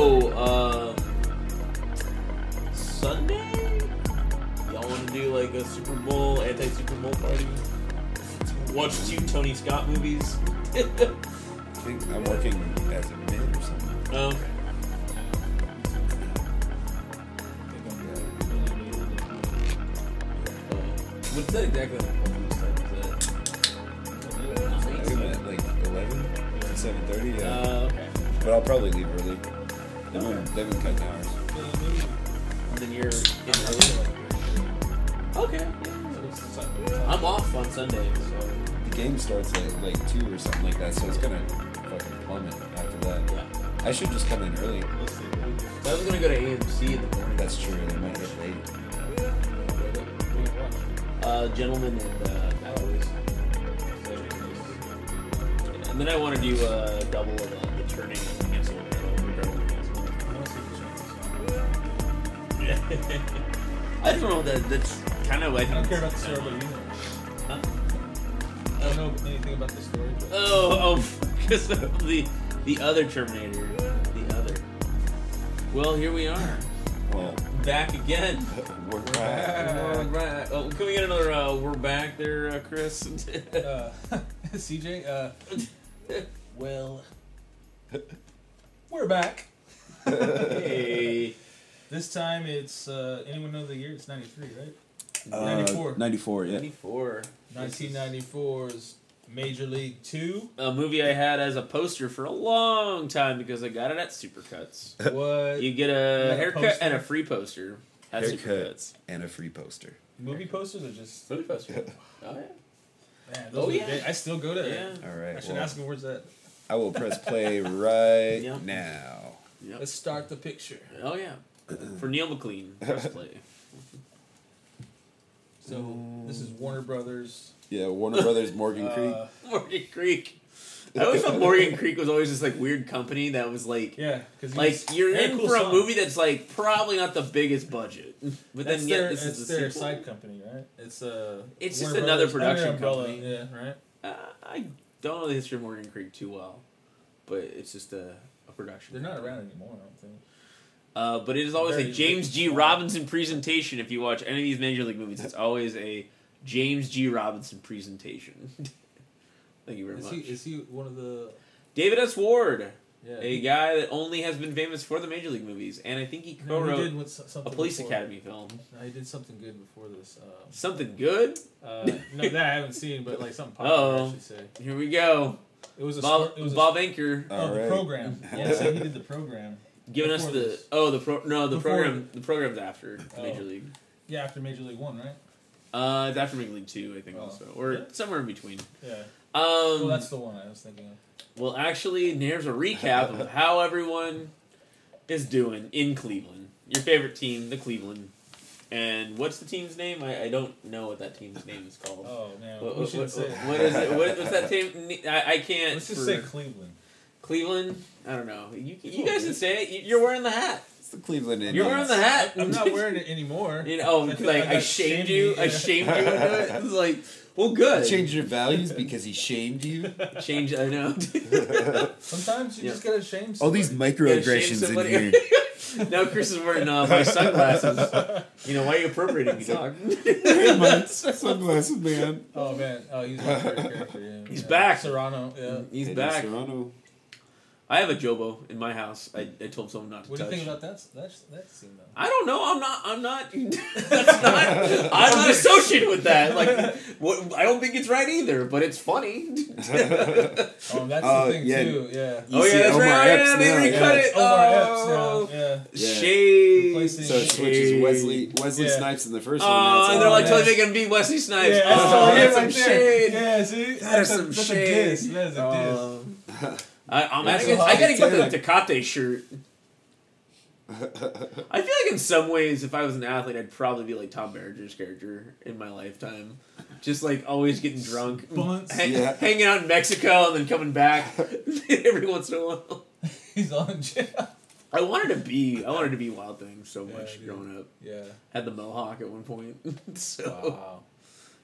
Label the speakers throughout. Speaker 1: Uh, Sunday? Y'all want to do like a Super Bowl, anti Super Bowl party? Watch two Tony Scott movies?
Speaker 2: I think I'm working as a mid or something.
Speaker 1: um,
Speaker 2: Yeah.
Speaker 1: what's that exactly? What
Speaker 2: I'm at like 11 to 7:30. Yeah.
Speaker 1: Uh, okay.
Speaker 2: but I'll probably leave early. They've been, they've been cutting hours.
Speaker 1: Then you're in early? Okay. yeah. I'm off on Sunday, so.
Speaker 2: The game starts at like two or something like that, so it's gonna fucking plummet after that.
Speaker 1: Yeah.
Speaker 2: I should just come in early.
Speaker 1: I was gonna go to AMC in the morning.
Speaker 2: That's true. They might get late.
Speaker 1: uh, gentleman and uh, Ballers. And then I want to do a double of uh, the turning and cancel. and Rebel and Cancel. I don't know that that's kind of like
Speaker 3: I don't care about the story either.
Speaker 1: Huh?
Speaker 3: I don't know anything about the story. But
Speaker 1: Oh, oh, because of the the other Terminator, the other. Well, here we are,
Speaker 2: Well,
Speaker 1: back again.
Speaker 2: we're
Speaker 3: back.
Speaker 1: All right. Oh, can we get another? Uh, we're back there, uh, Chris.
Speaker 3: uh, CJ, uh, well, we're back.
Speaker 1: hey.
Speaker 3: This time it's uh, anyone know the year? It's ninety three, right?
Speaker 2: Uh,
Speaker 3: 94.
Speaker 2: 94, yeah.
Speaker 1: 94.
Speaker 3: Nineteen ninety four's Major League Two
Speaker 1: A movie I had as a poster for a long time because I got it at Supercuts.
Speaker 3: was
Speaker 1: You get a
Speaker 3: a
Speaker 1: haircut
Speaker 3: poster?
Speaker 1: and a free poster at
Speaker 2: Haircut.
Speaker 1: Supercuts.
Speaker 2: And a free poster.
Speaker 3: movie posters are just
Speaker 1: Movie poster. Oh,
Speaker 3: man.
Speaker 1: Oh,
Speaker 3: Those oh,
Speaker 1: yeah.
Speaker 3: I still go to
Speaker 1: yeah.
Speaker 3: that.
Speaker 1: Yeah.
Speaker 2: All
Speaker 3: I
Speaker 2: right.
Speaker 3: should
Speaker 2: Well,
Speaker 3: ask him where's that.
Speaker 2: I will press play right
Speaker 1: Yep.
Speaker 2: now.
Speaker 1: Yep.
Speaker 3: Let's start the picture.
Speaker 1: Oh, yeah. For Neil McLean. press play.
Speaker 3: So this is Warner Brothers.
Speaker 2: Yeah, Warner Brothers Morgan Creek.
Speaker 3: Uh,
Speaker 1: Morgan Creek. I always thought Morgan Creek was always this like weird company that was like
Speaker 3: yeah, because
Speaker 1: like you're in for a movie that's like probably not the biggest budget, but
Speaker 3: That's
Speaker 1: then
Speaker 3: their,
Speaker 1: yet this
Speaker 3: that's
Speaker 1: is the
Speaker 3: their
Speaker 1: sequel.
Speaker 3: side company, right? It's uh,
Speaker 1: It's
Speaker 3: Warner
Speaker 1: just another
Speaker 3: Brothers, under
Speaker 1: production
Speaker 3: umbrella,
Speaker 1: company.
Speaker 3: Yeah, right.
Speaker 1: Uh, I don't know the history of Morgan Creek too well, but it's just a, a production.
Speaker 3: They're not around anymore. I don't think.
Speaker 1: Uh, but it is always a
Speaker 3: Very
Speaker 1: James
Speaker 3: rich.
Speaker 1: G. Robinson presentation. If you watch any of these major league movies, it's always a James G. Robinson presentation. Thank you very
Speaker 3: Is
Speaker 1: much.
Speaker 3: he is he one of the
Speaker 1: David S. Ward,
Speaker 3: yeah?
Speaker 1: a guy that only has been famous for the major league movies, and I think he
Speaker 3: no, he
Speaker 1: co-wrote
Speaker 3: did with so-
Speaker 1: a
Speaker 3: something
Speaker 1: Police
Speaker 3: before.
Speaker 1: Academy film.
Speaker 3: No, he did something good before this. Um,
Speaker 1: Something good.
Speaker 3: uh, no, that I haven't seen, but like something popular.
Speaker 1: Uh-oh.
Speaker 3: I should say
Speaker 1: Here we go.
Speaker 3: it was a
Speaker 1: Bob,
Speaker 3: stor- it was a-
Speaker 1: Bob Anker
Speaker 3: oh,
Speaker 2: All
Speaker 3: the
Speaker 2: right.
Speaker 3: program. Yeah, so he did the program.
Speaker 1: giving us
Speaker 3: Before
Speaker 1: the
Speaker 3: this.
Speaker 1: oh the pro no the
Speaker 3: Before
Speaker 1: program the program's after
Speaker 3: Oh.
Speaker 1: major league.
Speaker 3: Yeah, after Major League One, right?
Speaker 1: Uh, it's after Major League Two, I think,
Speaker 3: Oh.
Speaker 1: also, or
Speaker 3: Yeah.
Speaker 1: somewhere in between. Um,
Speaker 3: Yeah.
Speaker 1: well,
Speaker 3: Well, that's the one I was thinking of.
Speaker 1: actually, there's a recap of how everyone is doing in Cleveland. Your favorite team, the Cleveland, and what's the team's name? I, I don't know what that team's name is called.
Speaker 3: Oh man,
Speaker 1: What-
Speaker 3: we
Speaker 1: what-
Speaker 3: should
Speaker 1: what-
Speaker 3: say.
Speaker 1: what is it? What, what's that team? I, I can't.
Speaker 3: Let's just
Speaker 1: for
Speaker 3: say Cleveland.
Speaker 1: Cleveland. I don't know. You, you guys can say it. You- You're wearing the hat.
Speaker 2: It's the Cleveland Indians.
Speaker 1: You're wearing the hat.
Speaker 3: I'm not wearing it anymore.
Speaker 1: You know,
Speaker 3: I
Speaker 1: like,
Speaker 3: feel
Speaker 1: like
Speaker 3: got
Speaker 1: I shamed you. I
Speaker 3: yeah.
Speaker 1: shamed you. Into it. It's like, well, good.
Speaker 2: Change your values because he shamed you.
Speaker 1: Change. I know.
Speaker 3: Sometimes you
Speaker 1: Yeah.
Speaker 3: just gotta shame.
Speaker 2: All Oh, these
Speaker 3: somebody.
Speaker 2: microaggressions in
Speaker 1: somebody.
Speaker 2: here.
Speaker 1: now Chris is wearing uh, my sunglasses. You know why are you appropriating me? dog?
Speaker 2: my sunglasses, man.
Speaker 3: Oh man, oh he's my favorite character. Yeah.
Speaker 1: He's
Speaker 3: Yeah.
Speaker 1: back.
Speaker 3: Serrano. Yeah.
Speaker 1: He's
Speaker 2: Eddie
Speaker 1: back.
Speaker 2: Serrano.
Speaker 1: I have a jobo in my house. I, I told someone not to
Speaker 3: What do
Speaker 1: touch.
Speaker 3: you think about that? That that scene though.
Speaker 1: I don't know. I'm not. I'm not. That's not. I'm not associated with that. Like, what, I don't think it's right either. But it's funny.
Speaker 3: Oh, that's
Speaker 2: Oh,
Speaker 3: the thing
Speaker 2: yeah.
Speaker 3: too. Yeah.
Speaker 2: You
Speaker 1: oh
Speaker 2: see
Speaker 1: yeah, that's
Speaker 2: Omar
Speaker 1: right. Oh,
Speaker 2: Epps
Speaker 1: yeah, they
Speaker 2: now,
Speaker 1: recut
Speaker 2: yeah.
Speaker 1: it.
Speaker 3: It's Omar Epps now.
Speaker 1: Oh,
Speaker 3: Yeah.
Speaker 2: Yeah.
Speaker 1: shade.
Speaker 3: Replacing-
Speaker 2: So it switches
Speaker 1: Shade.
Speaker 2: Wesley Wesley
Speaker 3: Yeah.
Speaker 2: Snipes in the first one.
Speaker 1: Oh,
Speaker 2: That's
Speaker 1: and
Speaker 2: all.
Speaker 1: they're like
Speaker 3: yeah.
Speaker 1: totally making him be Wesley Snipes.
Speaker 3: Yeah,
Speaker 1: Oh,
Speaker 2: Oh,
Speaker 1: that's
Speaker 2: yeah,
Speaker 1: some
Speaker 3: right there.
Speaker 1: shade.
Speaker 3: Yeah, see,
Speaker 1: That is
Speaker 3: a-
Speaker 1: some
Speaker 3: that's
Speaker 1: shade.
Speaker 3: A diss. That is a diss.
Speaker 1: Um, I, I'm
Speaker 3: That's
Speaker 1: gonna get,
Speaker 3: a
Speaker 1: I gotta get
Speaker 3: lot.
Speaker 1: the Tecate shirt. I feel like in some ways, if I was an athlete, I'd probably be like Tom Berenger character in my lifetime, just like always getting drunk,
Speaker 3: Bunts.
Speaker 1: hang-
Speaker 2: Yeah.
Speaker 1: hanging out in Mexico, and then coming back every once in a while.
Speaker 3: He's on jail.
Speaker 1: I wanted to be, I wanted to be Wild Thing so
Speaker 3: Yeah,
Speaker 1: much
Speaker 3: dude.
Speaker 1: growing up.
Speaker 3: Yeah.
Speaker 1: Had the mohawk at one point, so.
Speaker 3: Wow.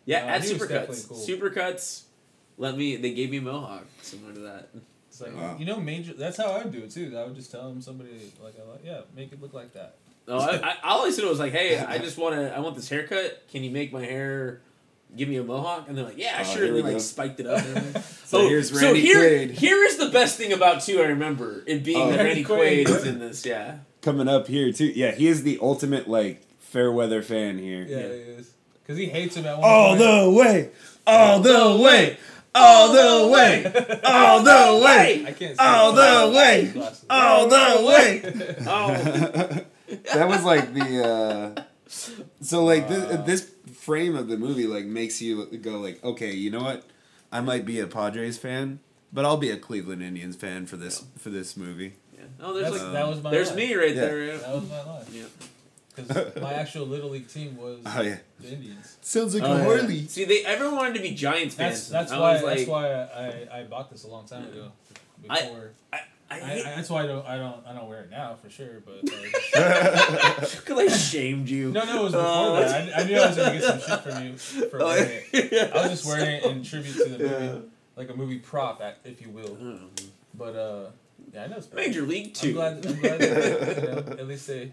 Speaker 1: Yeah,
Speaker 3: Uh,
Speaker 1: at
Speaker 3: he was
Speaker 1: Supercuts.
Speaker 3: definitely cool.
Speaker 1: Supercuts let me they gave me a mohawk similar to that.
Speaker 3: It's like
Speaker 4: Wow.
Speaker 3: you know, major. That's how I would do it too. I would just tell them somebody like, I like, yeah, make it look like that.
Speaker 1: No, I, I, all I said was like, "Hey, I just want to. I want this haircut. Can you make my hair? Give me a mohawk." And they're like, "Yeah,
Speaker 2: Oh,
Speaker 1: sure."
Speaker 2: here
Speaker 1: And
Speaker 2: we
Speaker 1: they like
Speaker 2: go.
Speaker 1: spiked it up.
Speaker 2: So here's Randy
Speaker 1: here,
Speaker 2: Quaid.
Speaker 1: here is the best thing about two. I remember it being
Speaker 2: Oh.
Speaker 1: that Randy
Speaker 3: Randy
Speaker 1: Quaid
Speaker 3: Quaid.
Speaker 1: is in this. Yeah,
Speaker 2: Coming up here too. Yeah, he is the ultimate like fair weather fan here.
Speaker 3: Yeah, it is. Because he hates him at one
Speaker 2: All
Speaker 3: point.
Speaker 2: the way, all the way, all the way, all the way,
Speaker 3: I can't.
Speaker 2: all the way,
Speaker 3: Glasses.
Speaker 2: all the way.
Speaker 1: Oh,
Speaker 2: that was like the. uh So like
Speaker 3: Wow.
Speaker 2: this, this frame of the movie like makes you go like, okay, you know what? I might be a Padres fan, but I'll be a Cleveland Indians fan for this for this movie.
Speaker 1: yeah. Oh, there's
Speaker 3: That's,
Speaker 1: like,
Speaker 3: that was my.
Speaker 1: there's
Speaker 3: life.
Speaker 1: me right
Speaker 2: Yeah.
Speaker 1: there. yeah.
Speaker 3: That was my life.
Speaker 1: Yeah.
Speaker 3: Because my actual little league team was
Speaker 2: Oh yeah,
Speaker 3: the Indians.
Speaker 2: sounds like
Speaker 1: Oh, yeah.
Speaker 2: Harley.
Speaker 1: See, they everyone wanted to be Giants
Speaker 3: That's
Speaker 1: fans.
Speaker 3: that's
Speaker 1: I
Speaker 3: why
Speaker 1: was like,
Speaker 3: that's why I, I bought this a long time ago.
Speaker 1: I-
Speaker 3: Before
Speaker 1: I,
Speaker 3: I, I,
Speaker 1: hate-
Speaker 3: that's why I don't I don't I don't wear it now for sure. But like,
Speaker 1: Cause I shamed you.
Speaker 3: No, no, it was before
Speaker 1: Oh.
Speaker 3: that. I, I knew I was gonna get some shit from you for
Speaker 1: Oh,
Speaker 3: wearing it.
Speaker 1: yeah.
Speaker 3: I was just wearing it in tribute to the movie,
Speaker 2: Yeah.
Speaker 3: like a movie prop, act, if you will.
Speaker 1: Um,
Speaker 3: But uh, yeah, I know it's
Speaker 1: Major League
Speaker 3: I'm
Speaker 1: Two.
Speaker 3: glad. I'm glad that, you know, at least they.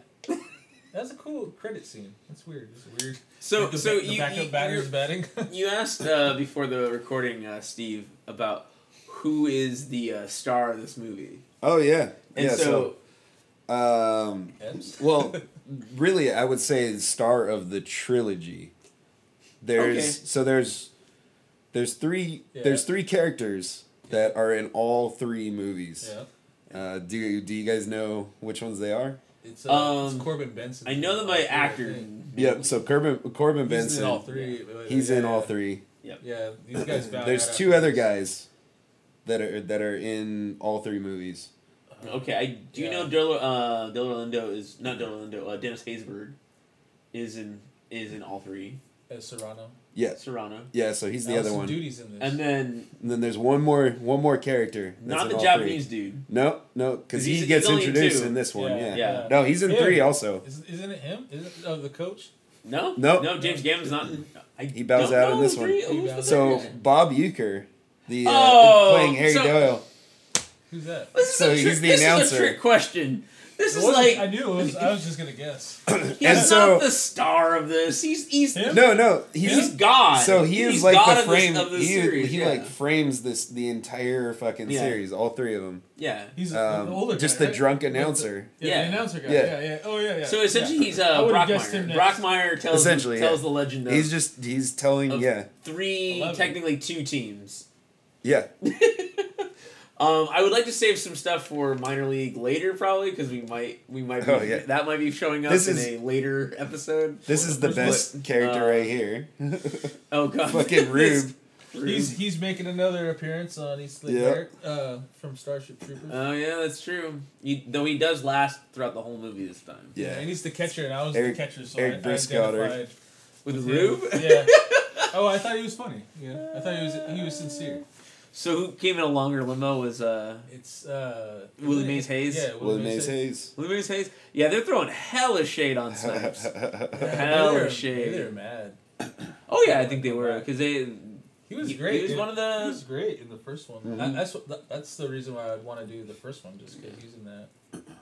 Speaker 3: That's a cool credit scene. That's weird. It's weird.
Speaker 1: So,
Speaker 3: Like the,
Speaker 1: so
Speaker 3: the
Speaker 1: you,
Speaker 3: backup
Speaker 1: you,
Speaker 3: batters batting.
Speaker 1: you asked uh, before the recording, uh, Steve, about who is the uh, star of this movie,
Speaker 2: Oh yeah,
Speaker 1: and
Speaker 2: yeah.
Speaker 1: so,
Speaker 2: so um,
Speaker 3: Eps.
Speaker 2: Well, really, I would say the star of the trilogy. There's
Speaker 1: Okay.
Speaker 2: so there's there's three
Speaker 3: Yeah.
Speaker 2: there's three characters that are in all three movies.
Speaker 3: yeah.
Speaker 2: Uh, do do you guys know which ones they are?
Speaker 3: It's, uh,
Speaker 1: Um,
Speaker 3: it's Corbin Benson.
Speaker 1: I know that my
Speaker 3: That's what I
Speaker 1: actor.
Speaker 3: think.
Speaker 2: Yep. So Corbin Corbin
Speaker 3: He's
Speaker 2: Benson.
Speaker 3: in all three.
Speaker 2: he's
Speaker 3: Yeah,
Speaker 2: in all
Speaker 3: yeah.
Speaker 2: three.
Speaker 3: Yeah, these guys. found
Speaker 2: there's
Speaker 3: that out.
Speaker 2: two other guys that are that are in all three movies.
Speaker 3: Uh,
Speaker 1: Okay, I do
Speaker 3: Yeah.
Speaker 1: know Del uh, Delorando is not Delorando. Uh, Dennis Haysbert is in is in all three.
Speaker 3: Uh, Serrano.
Speaker 2: Yeah.
Speaker 1: Serrano,
Speaker 2: Yeah. So he's the
Speaker 3: Allison
Speaker 2: other one.
Speaker 3: Duty's in this.
Speaker 1: and then
Speaker 2: And then there's one more one more character. that's
Speaker 1: not
Speaker 2: in
Speaker 1: the
Speaker 2: all three.
Speaker 1: Japanese dude.
Speaker 2: No, no, because
Speaker 1: 'Cause
Speaker 2: he
Speaker 1: he's-
Speaker 2: gets
Speaker 1: he's only in
Speaker 2: introduced
Speaker 1: two.
Speaker 2: in this one. Yeah.
Speaker 1: yeah.
Speaker 2: No, he's in
Speaker 3: Yeah.
Speaker 2: three also.
Speaker 3: Isn't, isn't it him? Isn't it, oh, the coach?
Speaker 1: No,
Speaker 2: Nope.
Speaker 1: no. James Gambon's not. In, I
Speaker 2: He bows
Speaker 1: don't
Speaker 2: out in
Speaker 1: know
Speaker 2: this
Speaker 1: who
Speaker 2: one.
Speaker 1: three-
Speaker 3: He
Speaker 1: who's the
Speaker 3: bows
Speaker 2: So
Speaker 1: third guy?
Speaker 2: Bob Euchre, the uh,
Speaker 1: Oh,
Speaker 2: playing Harry
Speaker 1: so-
Speaker 2: Doyle.
Speaker 3: Who's that?
Speaker 1: This is
Speaker 2: So
Speaker 1: a trick,
Speaker 2: he's the
Speaker 1: this
Speaker 2: announcer.
Speaker 1: Is a trick question. This
Speaker 3: It
Speaker 1: is
Speaker 3: wasn't-
Speaker 1: like
Speaker 3: I knew. It was, I was just gonna guess.
Speaker 1: he's
Speaker 2: and
Speaker 1: not
Speaker 2: so-
Speaker 1: the star of this. He's he's
Speaker 3: Him?
Speaker 2: No, no,
Speaker 1: he's
Speaker 2: he's
Speaker 1: God.
Speaker 2: so he is
Speaker 1: He's
Speaker 2: like
Speaker 1: God
Speaker 2: the
Speaker 1: of this-
Speaker 2: frame.
Speaker 1: of this
Speaker 2: he
Speaker 1: series,
Speaker 2: he
Speaker 1: yeah.
Speaker 2: like frames this the entire fucking
Speaker 1: Yeah.
Speaker 2: series, all three of them.
Speaker 1: yeah.
Speaker 3: He's a-
Speaker 2: Um,
Speaker 3: the older
Speaker 2: just
Speaker 3: guy,
Speaker 2: the
Speaker 3: right?
Speaker 2: drunk
Speaker 3: With the-
Speaker 2: announcer.
Speaker 3: Yeah,
Speaker 1: Yeah.
Speaker 3: the announcer guy.
Speaker 2: Yeah.
Speaker 3: Yeah, yeah. Oh, yeah, yeah.
Speaker 1: So essentially, he's
Speaker 3: I
Speaker 1: uh,
Speaker 3: would've guessed
Speaker 1: Brockmeyer.
Speaker 3: him next.
Speaker 1: Brockmeyer tells
Speaker 2: Essentially,
Speaker 1: tells
Speaker 2: yeah.
Speaker 1: the legend of
Speaker 2: He's just he's telling
Speaker 1: Of-
Speaker 2: yeah
Speaker 1: three,
Speaker 3: Eleven.
Speaker 1: technically two teams.
Speaker 2: yeah
Speaker 1: Um, I would like to save some stuff for minor league later, probably because we might we might be,
Speaker 2: Oh, yeah.
Speaker 1: that might be showing up
Speaker 2: This
Speaker 1: in
Speaker 2: is-
Speaker 1: a later episode.
Speaker 2: this is the
Speaker 3: But-
Speaker 2: best character
Speaker 1: uh,
Speaker 2: right here
Speaker 1: Oh god,
Speaker 2: fucking
Speaker 1: This-
Speaker 2: Rube
Speaker 1: Rube.
Speaker 3: he's he's making another appearance on East Lake
Speaker 2: Yeah.
Speaker 3: Eric, uh, from Starship Troopers.
Speaker 1: Oh yeah, that's true. He, though he does last throughout the whole movie this time
Speaker 2: yeah
Speaker 3: and he's the catcher, and I was
Speaker 2: Eric-
Speaker 3: the catcher, so
Speaker 2: Eric
Speaker 3: I, I
Speaker 2: Briscoe, Eric.
Speaker 3: identified.
Speaker 1: with
Speaker 3: with him.
Speaker 1: Rube.
Speaker 3: Yeah. Oh, I thought he was funny. Yeah, I thought he was he was sincere.
Speaker 1: So who came in a longer limo was uh
Speaker 3: It's uh,
Speaker 1: Willie Mays Hayes?
Speaker 3: Yeah, Willie,
Speaker 2: Willie Mays Hayes.
Speaker 1: Willie Mays Hayes. Yeah, they're throwing hella shade on Snipes. Hella
Speaker 3: Hell
Speaker 1: shade.
Speaker 3: They're mad.
Speaker 1: oh yeah, I think they were because they
Speaker 3: He was
Speaker 1: He-
Speaker 3: great.
Speaker 1: he was
Speaker 3: dude.
Speaker 1: one of the-
Speaker 3: He was great in the first one.
Speaker 2: Mhm.
Speaker 3: That- that's what, that, that's the reason why I'd want to do the first one, just because he's in that.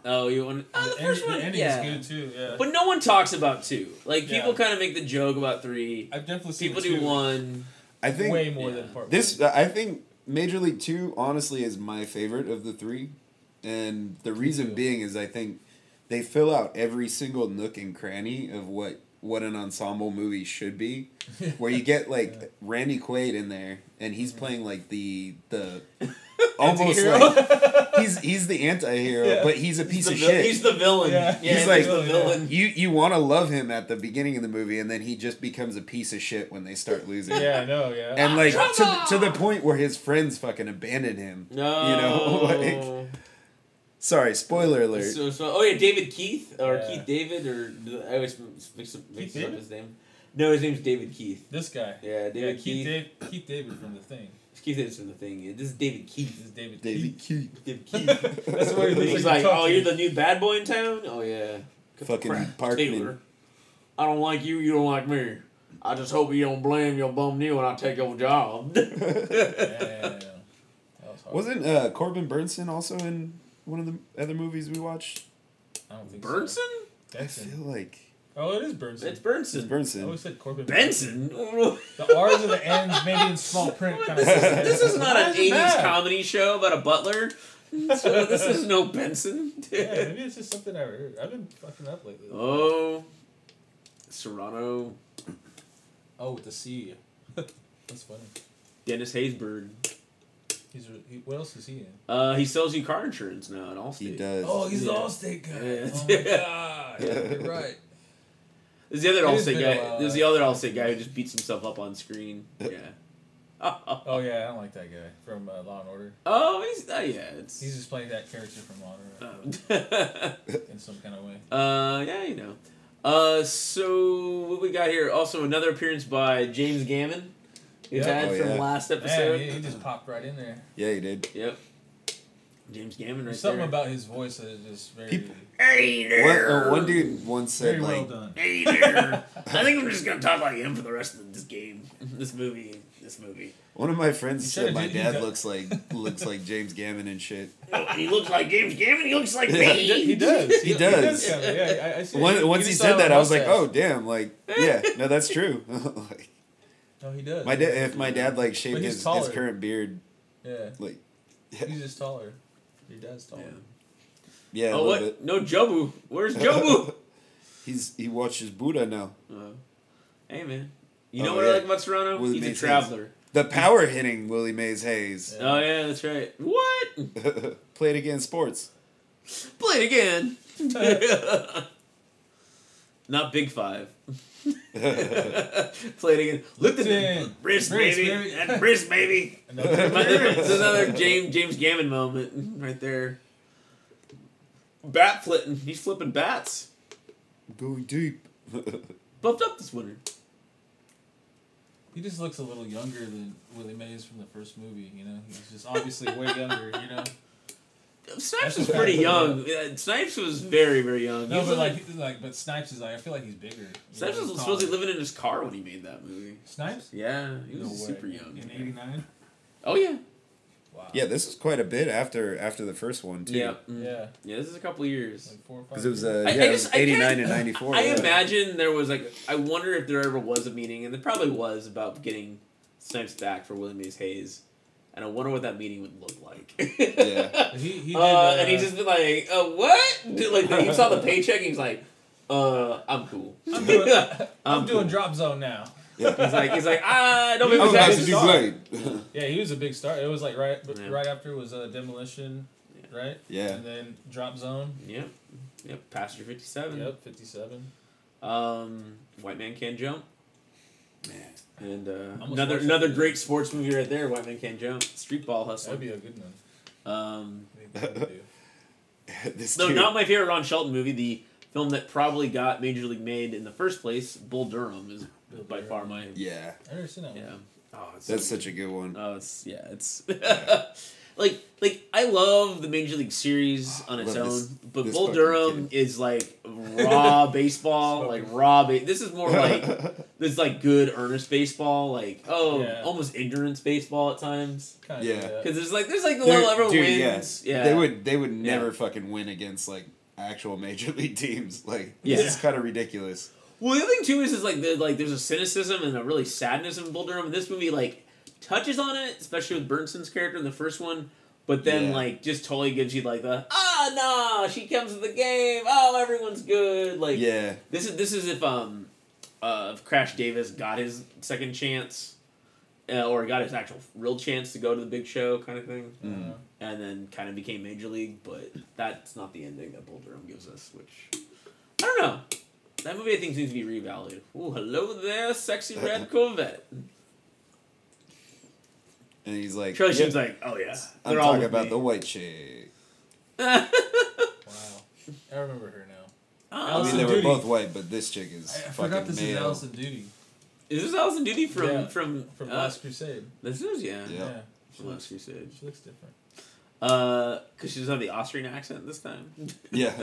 Speaker 1: oh you want oh, the
Speaker 3: end-
Speaker 1: first one
Speaker 3: ending
Speaker 1: yeah.
Speaker 3: is good too. Yeah.
Speaker 1: But no one talks about two. Like
Speaker 3: Yeah.
Speaker 1: people kind of make the joke about three.
Speaker 3: I've definitely seen
Speaker 1: People
Speaker 3: two
Speaker 1: do one.
Speaker 2: I think
Speaker 3: way more
Speaker 1: yeah.
Speaker 3: than part
Speaker 2: This I think Major League Two honestly is my favorite of the three, and the reason
Speaker 3: too.
Speaker 2: being is I think they fill out every single nook and cranny of what what an ensemble movie should be,
Speaker 3: one.
Speaker 2: where you get like
Speaker 3: Yeah.
Speaker 2: Randy Quaid in there and he's playing like the the almost
Speaker 3: Anti-hero.
Speaker 2: like he's he's the anti-hero,
Speaker 3: Yeah.
Speaker 2: but he's a piece
Speaker 1: the
Speaker 2: of
Speaker 1: vil-
Speaker 2: shit.
Speaker 1: He's the villain.
Speaker 3: Yeah.
Speaker 1: Yeah,
Speaker 2: He's
Speaker 1: he's
Speaker 2: like-
Speaker 1: the villain.
Speaker 2: you you want to love him at the beginning of the movie, and then he just becomes a piece of shit when they start losing.
Speaker 3: yeah, I know. Yeah.
Speaker 2: and like
Speaker 1: Come
Speaker 2: to, the- to the
Speaker 1: on!
Speaker 2: point where his friends fucking abandon him.
Speaker 1: No,
Speaker 2: You know, Sorry, spoiler alert.
Speaker 1: So, so, oh yeah, David Keith or
Speaker 3: Yeah.
Speaker 1: Keith David or I always mix, up- mix
Speaker 3: Keith
Speaker 1: up
Speaker 3: David?
Speaker 1: his name. No, his name's David Keith.
Speaker 3: this guy.
Speaker 1: Yeah, David
Speaker 3: Yeah,
Speaker 1: Keith.
Speaker 3: Keith, Dave, Keith David from the thing.
Speaker 1: Keith is from the thing. This is David
Speaker 3: This
Speaker 1: Keith.
Speaker 3: is David,
Speaker 2: David
Speaker 3: Keith.
Speaker 2: Keith.
Speaker 1: David Keith.
Speaker 3: That's where he
Speaker 1: And
Speaker 3: looks
Speaker 1: he's
Speaker 3: like
Speaker 1: like,
Speaker 3: a tough
Speaker 1: oh, you're
Speaker 3: dude."
Speaker 1: the new bad boy in town? Oh, yeah. Get the
Speaker 2: Fucking
Speaker 1: crap,
Speaker 2: Parkman.
Speaker 1: I don't like you, you don't like me. I just hope you don't blame your bum knee when I take your job.
Speaker 3: Yeah, yeah, yeah, yeah. That was talk.
Speaker 2: Wasn't uh, Corbin Burnson also in one of the other movies we watched?
Speaker 3: I don't think
Speaker 1: Burnson?
Speaker 3: so.
Speaker 2: I
Speaker 3: Benson.
Speaker 2: feel like
Speaker 3: Oh, it is
Speaker 1: It's
Speaker 3: Burnson.
Speaker 2: it's
Speaker 1: Burnson.
Speaker 3: I
Speaker 2: Burnson.
Speaker 3: always said Corbin.
Speaker 1: Benson.
Speaker 3: The R's and the N's maybe in small print
Speaker 1: What,
Speaker 3: kind of.
Speaker 1: this, is, this is not an
Speaker 3: Why it
Speaker 1: 80s
Speaker 3: bad?
Speaker 1: comedy show about a butler. So this is no Benson.
Speaker 3: Yeah, maybe it's just something I heard. I've been fucking up lately. Oh,
Speaker 1: oh. Serrano.
Speaker 3: Oh, with the C. That's funny.
Speaker 1: Dennis Haysbert.
Speaker 3: He's re- he, what else is he in?
Speaker 1: Uh, he sells you car insurance now at Allstate.
Speaker 2: He does.
Speaker 3: Oh, he's
Speaker 1: Yeah.
Speaker 3: the Allstate guy.
Speaker 1: Yeah.
Speaker 3: Oh my god. Yeah, you're right.
Speaker 1: There's the other
Speaker 3: It has
Speaker 1: Allstate
Speaker 3: been a
Speaker 1: guy.
Speaker 3: while,
Speaker 1: There's the other Allstate guy who just beats himself up on screen. Yeah. Oh,
Speaker 3: Oh yeah, I don't like that guy from uh, Law and Order.
Speaker 1: he's, oh yeah. It's,
Speaker 3: He's just playing that character from Law and Order
Speaker 1: oh.
Speaker 3: in some kind of way.
Speaker 1: Uh, yeah, you know. Uh, so what we got here? Also, another appearance by James Gammon. We
Speaker 3: Yeah.
Speaker 1: had
Speaker 2: Oh,
Speaker 1: from
Speaker 2: yeah.
Speaker 1: last
Speaker 3: Man,
Speaker 1: episode.
Speaker 3: he, he just popped right in there.
Speaker 2: Yeah, he did.
Speaker 1: Yep. James Gammon, right
Speaker 3: There's something
Speaker 1: there.
Speaker 3: about his voice that is just very.
Speaker 2: People-
Speaker 1: hey
Speaker 2: One,
Speaker 1: there.
Speaker 2: uh, one dude once said
Speaker 3: Very well
Speaker 2: like,
Speaker 3: done.
Speaker 1: Hey there. I think I'm just gonna talk about him for the rest of this game, this movie, this movie.
Speaker 2: one of my friends
Speaker 3: You
Speaker 2: said
Speaker 3: should've
Speaker 2: my
Speaker 3: did- you
Speaker 2: dad
Speaker 3: got-
Speaker 2: looks like looks like James Gammon and shit.
Speaker 1: Oh, he looks like James Gammon. He looks like
Speaker 2: Yeah.
Speaker 1: me.
Speaker 3: He does.
Speaker 2: He does.
Speaker 3: kinda, yeah, I, I see.
Speaker 2: One,
Speaker 3: You
Speaker 2: once
Speaker 3: just
Speaker 2: he
Speaker 3: saw it
Speaker 2: said
Speaker 3: on
Speaker 2: that, I was like,
Speaker 3: mustache.
Speaker 2: oh damn, like yeah, no, that's true. Like,
Speaker 3: No, he does.
Speaker 2: my dad, if my dad like shaved
Speaker 3: But he's
Speaker 2: his, his
Speaker 3: taller.
Speaker 2: current beard,
Speaker 3: Yeah,
Speaker 2: like
Speaker 3: he's just taller. Your dad's taller.
Speaker 1: Yeah.
Speaker 2: yeah, a
Speaker 1: Oh
Speaker 2: little
Speaker 1: what?
Speaker 2: bit.
Speaker 1: No Jobu. Where's Jobu?
Speaker 2: He's he watches Buddha now.
Speaker 1: Uh, hey man. You
Speaker 2: Oh,
Speaker 1: know what I
Speaker 2: yeah.
Speaker 1: like about Serrano?
Speaker 2: Well, it
Speaker 1: He's a
Speaker 2: made sense.
Speaker 1: traveler.
Speaker 2: The power hitting Willie Mays Hayes.
Speaker 3: Yeah.
Speaker 1: Oh yeah, that's right. What?
Speaker 2: Played again sports.
Speaker 1: Play it again. Not big five. Play it again. Lipton.
Speaker 3: Lipton.
Speaker 1: Wrist,
Speaker 3: Wrist,
Speaker 1: baby.
Speaker 3: baby.
Speaker 1: And wrist, baby.
Speaker 3: Another-
Speaker 1: It's another James, James Gammon moment right there. Bat flitting. He's flipping bats.
Speaker 2: Going deep.
Speaker 1: Buffed up this winter.
Speaker 3: he just looks a little younger than Willie Mays from the first movie. You know, he's just obviously way younger. You know,
Speaker 1: Snipes
Speaker 3: That's
Speaker 1: was
Speaker 3: bad.
Speaker 1: pretty young. Yeah, Snipes was very, very young. He
Speaker 3: no,
Speaker 1: was
Speaker 3: but
Speaker 1: living-
Speaker 3: like, like, but Snipes is like, I feel like he's bigger. you
Speaker 1: Snipes
Speaker 3: know,
Speaker 1: was
Speaker 3: he's
Speaker 1: supposedly
Speaker 3: taller.
Speaker 1: living in his car when he made that movie.
Speaker 3: Snipes.
Speaker 1: Yeah, he was
Speaker 3: No way.
Speaker 1: super young.
Speaker 3: In '89.
Speaker 1: Oh yeah,
Speaker 3: Wow.
Speaker 2: yeah, this is quite a bit after after the first one too.
Speaker 1: yeah, mm.
Speaker 3: Yeah.
Speaker 1: yeah. This is a couple years.
Speaker 3: Like four or five.
Speaker 2: Because it was
Speaker 3: years.
Speaker 2: uh,
Speaker 1: I- I
Speaker 2: yeah, it
Speaker 1: just-
Speaker 2: was
Speaker 1: I
Speaker 2: eighty nine
Speaker 1: can't-
Speaker 2: and ninety four.
Speaker 1: I imagine there was like I wonder if there ever was a meeting, and there probably was about getting Snipes back for William Mays Hayes, and I wonder what that meeting would look like.
Speaker 2: Yeah.
Speaker 3: He, he did,
Speaker 1: uh, and
Speaker 3: uh,
Speaker 1: he just been like, uh, "What?" Dude, like he saw the paycheck, and he's like, "Uh, I'm cool."
Speaker 3: I'm doing,
Speaker 1: I'm
Speaker 3: I'm doing
Speaker 1: cool.
Speaker 3: drop zone now.
Speaker 1: He's like, he's like, ah, don't be
Speaker 3: I'm
Speaker 2: I'm
Speaker 3: about
Speaker 2: about
Speaker 3: to
Speaker 2: to
Speaker 1: exactly.
Speaker 3: do
Speaker 2: do Blade.
Speaker 3: Yeah, he was a big star. It was like right,
Speaker 1: Yeah.
Speaker 3: right after was uh, demolition, right?
Speaker 2: yeah.
Speaker 3: And then drop zone.
Speaker 1: Yep, yep. Passenger fifty seven.
Speaker 3: Yep, fifty-seven.
Speaker 1: Um, White man can't jump. And uh,
Speaker 3: Almost
Speaker 1: another
Speaker 3: watched that
Speaker 1: another
Speaker 3: movie.
Speaker 1: great sports movie right there. White man can't jump. Street ball hustle.
Speaker 3: That'd be a good one.
Speaker 1: Um,
Speaker 3: I think that would do.
Speaker 2: this
Speaker 1: No,
Speaker 2: dude.
Speaker 1: not my favorite Ron Shelton movie. The film that probably got Major League made in the first place, Bull Durham, is
Speaker 3: Bull
Speaker 1: by
Speaker 3: Durham.
Speaker 1: far my
Speaker 2: yeah,
Speaker 3: I never seen that
Speaker 1: yeah.
Speaker 3: one.
Speaker 1: Oh, it's
Speaker 2: that's
Speaker 1: so-
Speaker 2: such a good one.
Speaker 1: Oh, it's yeah, it's
Speaker 2: Yeah.
Speaker 1: like like I love the Major League series on its
Speaker 2: Ah, Love
Speaker 1: own,
Speaker 2: this-
Speaker 1: but
Speaker 2: this
Speaker 1: Bull
Speaker 2: fucking
Speaker 1: Durham is like raw baseball, like raw. Ba- this is more like this is like good earnest baseball, like oh,
Speaker 3: Yeah.
Speaker 1: almost ignorance baseball at times.
Speaker 3: Kinda,
Speaker 2: Yeah.
Speaker 1: Because there's like there's like the
Speaker 2: They're-
Speaker 1: level everyone
Speaker 2: dude,
Speaker 1: wins. Yeah.
Speaker 2: They would they would
Speaker 1: Yeah.
Speaker 2: never fucking win against like actual major league teams. Like
Speaker 1: Yeah.
Speaker 2: this is kind of ridiculous.
Speaker 1: Well, the other thing too is is like the, like there's a cynicism and a really sadness in Bull Durham. And this movie like touches on it, especially with Burnson's character in the first one. But then
Speaker 2: Yeah.
Speaker 1: like just totally gives you like the ah nah she comes to the game oh everyone's good like
Speaker 2: yeah,
Speaker 1: this is this is if um uh if Crash Davis got his second chance uh, or got his actual real chance to go to the big show kind of thing
Speaker 3: Uh,
Speaker 2: Mm.
Speaker 1: and then kind of became major league, but that's not the ending that Bull Durham gives us, which I don't know. That movie I think needs to be reevaluated. Ooh, hello there, sexy
Speaker 2: Uh,
Speaker 1: red Corvette.
Speaker 2: and he's like,
Speaker 1: Charlie
Speaker 2: "Yep,
Speaker 1: Sheen's like, oh yeah,
Speaker 2: I'm
Speaker 1: they're all
Speaker 2: talking
Speaker 1: with
Speaker 2: about the
Speaker 1: me.
Speaker 2: white chick.
Speaker 3: Wow. I remember her now.
Speaker 1: Ah,
Speaker 2: I mean,
Speaker 3: Allison
Speaker 2: they were
Speaker 3: Duty.
Speaker 2: both white, but this chick is
Speaker 3: I, I forgot
Speaker 2: fucking
Speaker 3: this is
Speaker 2: male.
Speaker 3: Allison Duty
Speaker 1: is this Allison Duty from
Speaker 3: Yeah,
Speaker 1: from
Speaker 3: from
Speaker 1: uh,
Speaker 3: Last Crusade.
Speaker 1: This is yeah.
Speaker 2: Yeah.
Speaker 3: She
Speaker 1: From Last
Speaker 3: looks,
Speaker 1: Crusade.
Speaker 3: she looks different.
Speaker 1: Uh, cause she doesn't have the Austrian accent this time.
Speaker 2: Yeah.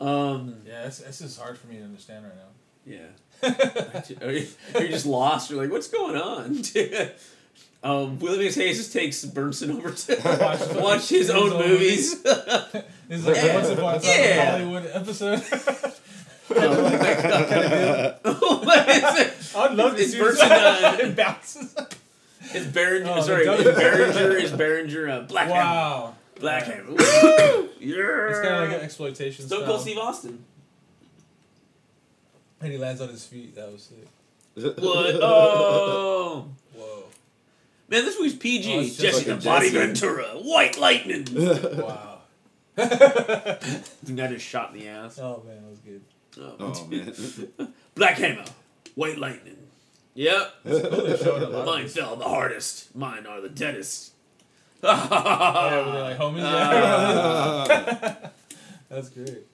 Speaker 1: um,
Speaker 3: Yeah, that's, that's just hard for me to understand right now.
Speaker 1: yeah. Are you, are you just lost? You're like, what's going on? Um, Willie Mays Hayes just takes Burnson over to watch his own movies.
Speaker 3: It's like
Speaker 1: Yeah.
Speaker 3: once upon a time in
Speaker 1: Yeah.
Speaker 3: Hollywood episode.
Speaker 1: Oh my god. What is it?
Speaker 3: I'd love to
Speaker 1: It's
Speaker 3: see
Speaker 1: Burson, uh,
Speaker 3: it bounces.
Speaker 1: It's Behringer,
Speaker 3: Oh,
Speaker 1: sorry,
Speaker 3: the
Speaker 1: it's
Speaker 3: Dudley-
Speaker 1: Behringer, it's Behringer, uh, Black Hammer.
Speaker 3: Wow.
Speaker 1: Black
Speaker 3: Yeah.
Speaker 1: Hammer. Woo! Yeah!
Speaker 3: It's kind of like an exploitation
Speaker 1: Stone
Speaker 3: style.
Speaker 1: Cold Steve Austin.
Speaker 3: And he lands on his feet. That was sick.
Speaker 1: What? Oh!
Speaker 3: Whoa.
Speaker 1: Man, this movie's PG.
Speaker 3: Oh, it's just
Speaker 1: Jesse the
Speaker 2: fucking
Speaker 1: Body
Speaker 2: Jesse.
Speaker 1: Ventura, White Lightning.
Speaker 3: Wow.
Speaker 1: Dude, I just shot in the ass.
Speaker 3: Oh man, that was good.
Speaker 1: Oh,
Speaker 2: oh man.
Speaker 1: Black Hammer, White Lightning. Yep.
Speaker 3: Cool, they showed a lot of
Speaker 1: Mine
Speaker 3: this.
Speaker 1: fell the hardest. Mine are the deadest.
Speaker 3: Yeah, were they like homies?
Speaker 2: Ah.
Speaker 3: That's great.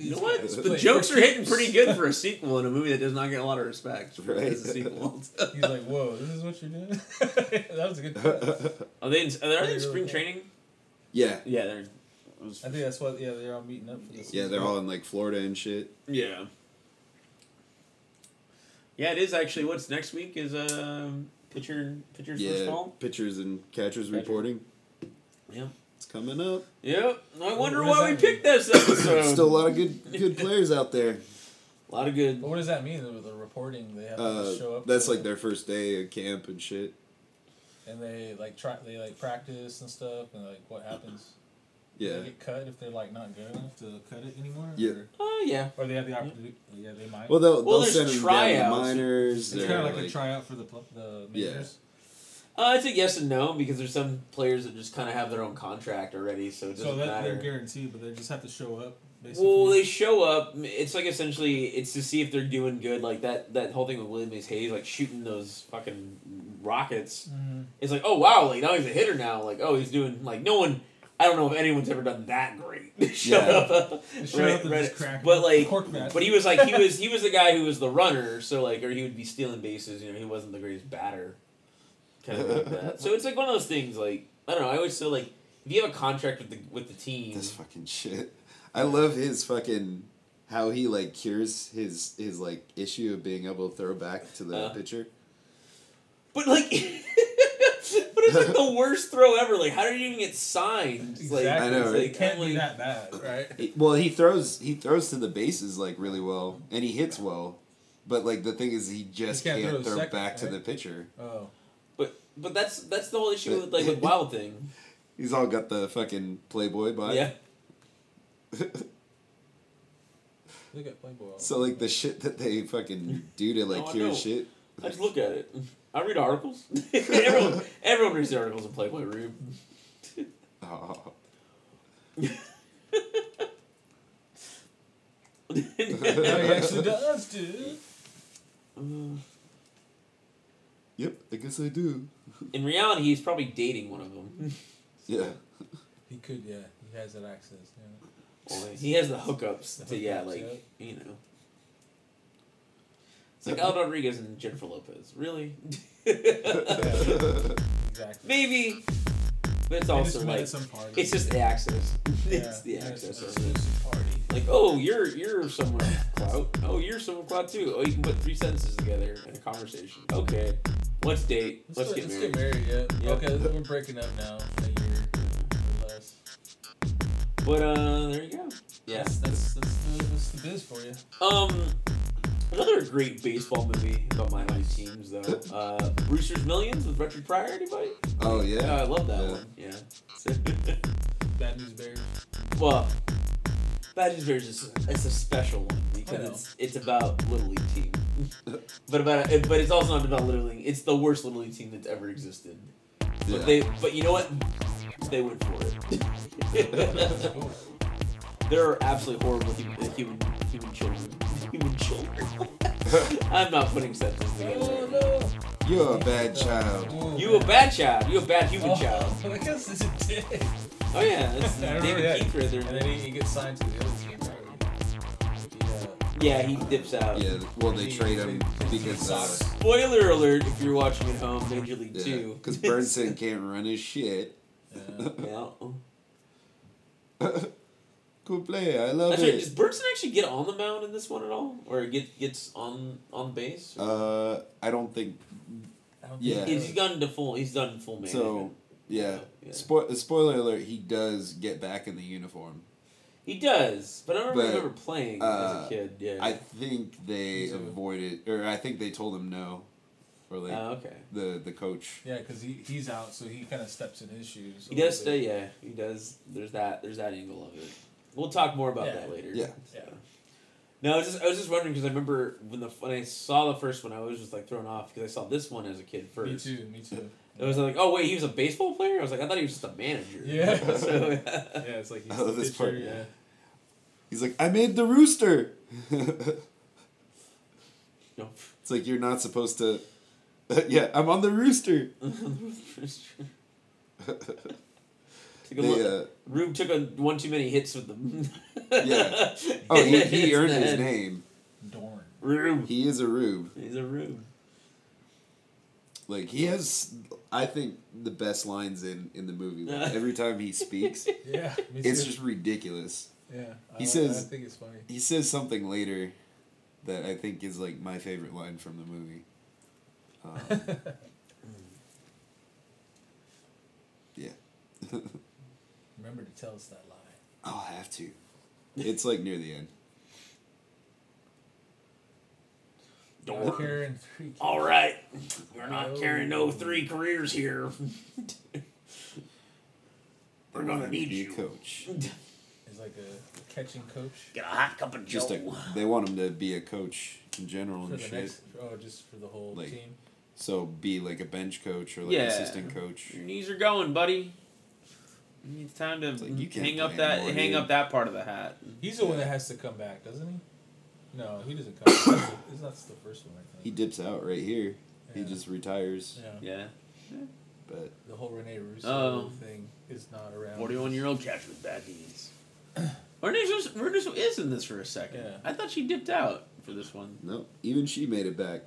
Speaker 1: you know what?
Speaker 2: guys
Speaker 1: The
Speaker 2: play
Speaker 1: jokes are hitting pretty good for a sequel in a movie that does not get a lot of respect. for
Speaker 2: Right.
Speaker 1: As a sequel.
Speaker 3: He's like, whoa, this is what you're doing? that was a good I
Speaker 1: are they in, are they, in
Speaker 3: They
Speaker 1: spring
Speaker 3: really are.
Speaker 1: training?
Speaker 2: yeah,
Speaker 1: Yeah, they're.
Speaker 3: think that's what, yeah, they're all meeting up for this.
Speaker 2: yeah, they're all in like Florida and shit.
Speaker 1: Yeah. Yeah, it is actually. What's next week is um pitcher pitcher's first
Speaker 2: Yeah,
Speaker 1: ball.
Speaker 2: pitchers and catchers
Speaker 1: Catcher.
Speaker 2: reporting.
Speaker 1: Yeah.
Speaker 2: It's coming up.
Speaker 1: Yep. I wonder
Speaker 3: what does
Speaker 1: why we
Speaker 3: that
Speaker 1: picked this episode.
Speaker 2: Still a lot of good good players out there.
Speaker 1: a lot of good.
Speaker 3: But what does that mean? The, the reporting, they have to
Speaker 2: Uh,
Speaker 3: show up.
Speaker 2: that's
Speaker 3: for
Speaker 2: like
Speaker 3: it,
Speaker 2: their first day at camp and shit.
Speaker 3: And they like try, they like practice and stuff, and like what happens? Do
Speaker 2: Yeah.
Speaker 3: They get cut if they're like not good enough to cut it anymore?
Speaker 2: Yeah.
Speaker 3: Or,
Speaker 1: Oh yeah.
Speaker 3: or they have the opportunity, yeah, they might.
Speaker 2: Well, they'll,
Speaker 1: Well,
Speaker 2: they'll
Speaker 1: there's
Speaker 2: send them down to
Speaker 1: tryouts.
Speaker 2: minors.
Speaker 3: it's
Speaker 2: or,
Speaker 3: kind of like,
Speaker 2: like-
Speaker 3: a tryout for the, pl- the
Speaker 2: Yeah.
Speaker 3: majors.
Speaker 1: Uh, it's a yes and no because there's some players that just kind of have their own contract already, so it doesn't
Speaker 3: So that
Speaker 1: matter.
Speaker 3: they're guaranteed, but they just have to show up. Basically.
Speaker 1: Well, they show up. It's like essentially it's to see if they're doing good. Like that that whole thing with William Mays Hayes, like shooting those fucking rockets.
Speaker 3: Mhm.
Speaker 1: It's like, oh wow, like now he's a hitter now. Like oh, he's doing like no one. I don't know if anyone's ever done that great. Shut
Speaker 2: Yeah.
Speaker 1: up.
Speaker 3: They showed
Speaker 1: Right,
Speaker 3: up and
Speaker 1: right.
Speaker 3: just cracked
Speaker 1: But, like,
Speaker 3: cork bat.
Speaker 1: But he was like he was he was the guy who was the runner, so like or he would be stealing bases, you know, he wasn't the greatest batter. Kind of like that. So it's like one of those things like I don't know, I always feel like if you have a contract with the with the team
Speaker 2: This fucking shit. I love his fucking how he like cures his his like issue of being able to throw back to the
Speaker 3: Uh-huh.
Speaker 1: Uh.
Speaker 2: pitcher.
Speaker 1: But like But it's like the worst throw ever. Like how did he even get signed? It's Like,
Speaker 3: Exactly.
Speaker 2: I know,
Speaker 1: it's,
Speaker 2: right?
Speaker 1: like,
Speaker 3: it can't
Speaker 1: I'm
Speaker 3: be
Speaker 1: like-
Speaker 3: that bad, right?
Speaker 2: He- well, he throws he throws to the bases like really well, and he hits well. But like the thing is, he just
Speaker 3: can't
Speaker 2: can't,
Speaker 3: throw to
Speaker 2: throw
Speaker 3: second,
Speaker 2: back to
Speaker 3: right?
Speaker 2: the pitcher.
Speaker 3: Oh,
Speaker 1: But but that's that's the whole issue with like with Wild Thing.
Speaker 2: He's all got the fucking Playboy body.
Speaker 1: Yeah.
Speaker 3: look at Playboy.
Speaker 2: So like the shit that they fucking do to like
Speaker 3: Oh,
Speaker 1: No, I
Speaker 2: cure
Speaker 1: know.
Speaker 2: shit.
Speaker 1: I just look at it. I read articles. everyone everyone reads the articles in Playboy Room.
Speaker 2: Oh.
Speaker 3: no, he actually does, dude.
Speaker 1: Uh,
Speaker 2: Yep, I guess I do.
Speaker 1: In reality, he's probably dating one of them.
Speaker 2: Yeah.
Speaker 3: He could, yeah. He has that access. Yeah.
Speaker 1: he has the hookups to yeah,
Speaker 3: hookups,
Speaker 1: like you know. It's like Al Rodriguez and Jennifer Lopez. Really?
Speaker 3: Exactly.
Speaker 1: Maybe. But it's
Speaker 3: They
Speaker 1: also
Speaker 3: just met
Speaker 1: like
Speaker 3: at some party.
Speaker 1: it's just the access. It's the
Speaker 3: Yeah,
Speaker 1: access.
Speaker 3: It's
Speaker 1: of it.
Speaker 3: just a party.
Speaker 1: Like, oh, you're you're someone with clout. Oh, you're someone with clout too. Oh, you can put three sentences together in a conversation. Okay, let's date. Let's,
Speaker 3: Let's,
Speaker 1: get
Speaker 3: let's
Speaker 1: married.
Speaker 3: get married. yeah.
Speaker 1: Yeah.
Speaker 3: Okay, we're breaking up now. A year or less.
Speaker 1: But uh, there you go. Yeah.
Speaker 3: That's, that's, that's, the, that's the biz for you.
Speaker 1: Um, another great baseball movie about my high teams though. Uh, Brewster's Millions with Richard Pryor. Anybody?
Speaker 2: Oh
Speaker 1: Yeah, I
Speaker 2: yeah.
Speaker 1: love that
Speaker 2: Yeah.
Speaker 1: one. Yeah.
Speaker 3: Bad news bears.
Speaker 1: well, Bad News Bears is it's a special one
Speaker 3: I
Speaker 1: because
Speaker 3: know.
Speaker 1: it's it's about little league team, but about but it's also not about little league. It's the worst little league team that's ever existed. But
Speaker 2: Yeah.
Speaker 1: they but you know what? They went for it.
Speaker 3: Cool.
Speaker 1: They're absolutely horrible human human, human children. Human children. I'm not putting sentences together.
Speaker 3: Oh,
Speaker 2: You're a bad
Speaker 3: no.
Speaker 2: child.
Speaker 3: Ooh,
Speaker 1: You a
Speaker 3: man.
Speaker 1: bad child. You a bad human
Speaker 3: Oh,
Speaker 1: child.
Speaker 3: I guess it's a dick.
Speaker 1: Oh yeah, that's
Speaker 3: I remember
Speaker 1: David
Speaker 3: that.
Speaker 1: Keith right
Speaker 3: And
Speaker 1: there.
Speaker 3: then he, he gets signed to the other team. Right?
Speaker 1: Yeah, he dips out.
Speaker 2: Yeah. Well, they trade him because uh,
Speaker 3: Sucks.
Speaker 1: Spoiler alert! If you're watching at home, Major League Two.
Speaker 2: because Burnson can't run his shit.
Speaker 3: Yeah. yeah.
Speaker 1: yeah.
Speaker 2: Oh, Good play. I love
Speaker 1: Actually, does
Speaker 2: it.
Speaker 1: Burnson actually get on the mound in this one at all, or get gets on on base?
Speaker 2: Uh, I don't think
Speaker 3: I don't
Speaker 2: Oh, Yeah.
Speaker 3: think he
Speaker 1: He's, he's
Speaker 3: does.
Speaker 1: gone into full. He's done full management.
Speaker 2: So yeah,
Speaker 1: Yeah.
Speaker 2: Spo- spoiler alert: he does get back in the uniform.
Speaker 1: he does, but I don't
Speaker 2: But,
Speaker 1: remember ever playing as
Speaker 2: uh,
Speaker 1: a kid. Yeah.
Speaker 2: I think they
Speaker 3: He's a-
Speaker 2: avoided, or I think they told him no, or like
Speaker 1: oh, okay.
Speaker 2: the the coach.
Speaker 3: Yeah, because he, he's out, so he kind of steps in his shoes. a
Speaker 1: He does.
Speaker 3: little
Speaker 1: Stay,
Speaker 3: bit.
Speaker 1: yeah, he does. There's that. There's that angle of it. We'll talk more about
Speaker 3: Yeah.
Speaker 1: that later.
Speaker 2: Yeah.
Speaker 3: Yeah.
Speaker 1: No, I was just I was just wondering because I remember when the when I saw the first one, I was just like thrown off because I saw this one as a kid first.
Speaker 3: Me too. Me too.
Speaker 1: It was like, oh wait, he was a baseball player. I was like, I thought he was just a manager.
Speaker 3: Yeah.
Speaker 1: So-
Speaker 3: Yeah, it's like he's
Speaker 2: Oh,
Speaker 3: the
Speaker 2: this
Speaker 3: this
Speaker 2: part, yeah.
Speaker 3: Yeah.
Speaker 2: He's like, I made the rooster. it's
Speaker 1: No.
Speaker 2: like you're not supposed to. yeah, I'm on the rooster.
Speaker 1: Took a
Speaker 2: They,
Speaker 1: look-
Speaker 2: uh,
Speaker 1: Rube took on one too many hits with them.
Speaker 2: Yeah. oh, he, he earned his name.
Speaker 3: Dorn.
Speaker 1: Rube.
Speaker 2: He is a rube.
Speaker 1: He's a Rube.
Speaker 2: Like he has, I think the best lines in in the movie. Like, every time he speaks,
Speaker 3: Yeah. Me
Speaker 2: it's
Speaker 3: too.
Speaker 2: just ridiculous.
Speaker 3: yeah. I,
Speaker 2: he
Speaker 3: like-
Speaker 2: says-
Speaker 3: I think it's funny.
Speaker 2: He says something later that I think is like my favorite line from the movie. Um, yeah.
Speaker 3: Remember to tell us that lie.
Speaker 2: I'll Oh, have to. It's like near the end.
Speaker 1: Dorn.
Speaker 3: Not Karen Creek.
Speaker 1: All right, we're not
Speaker 3: Oh.
Speaker 1: carrying no three careers here. We're gonna
Speaker 2: Wanna
Speaker 1: need
Speaker 2: be a
Speaker 1: you.
Speaker 2: coach.
Speaker 3: He's like a catching coach
Speaker 1: Get a hot cup of
Speaker 2: Just
Speaker 1: Joe.
Speaker 2: a, they want him to be a coach in general
Speaker 3: for
Speaker 2: and
Speaker 3: the
Speaker 2: shit.
Speaker 3: next. Oh, just for the whole
Speaker 2: Like-
Speaker 3: team.
Speaker 2: So be like a bench coach or like
Speaker 1: Yeah.
Speaker 2: assistant coach.
Speaker 1: Your knees are going, buddy. It's time to
Speaker 2: It's like, you can't
Speaker 1: hang up
Speaker 2: play
Speaker 1: that
Speaker 2: anymore,
Speaker 1: hang
Speaker 2: dude.
Speaker 1: up that part of the hat.
Speaker 3: He's the one that has to come back, doesn't he? No, he doesn't come. back. That's the, that's the first one. I
Speaker 2: He
Speaker 3: think.
Speaker 2: dips out right here. He
Speaker 3: Yeah.
Speaker 2: just retires.
Speaker 3: Yeah.
Speaker 1: Yeah,
Speaker 2: But
Speaker 3: The whole Rene Russo
Speaker 1: Oh.
Speaker 3: thing is not around.
Speaker 1: forty-one year old catch with bad knees. Renuso Renuso is in this for a second.
Speaker 3: Yeah.
Speaker 1: I thought she dipped out for this one.
Speaker 2: no, even she made it back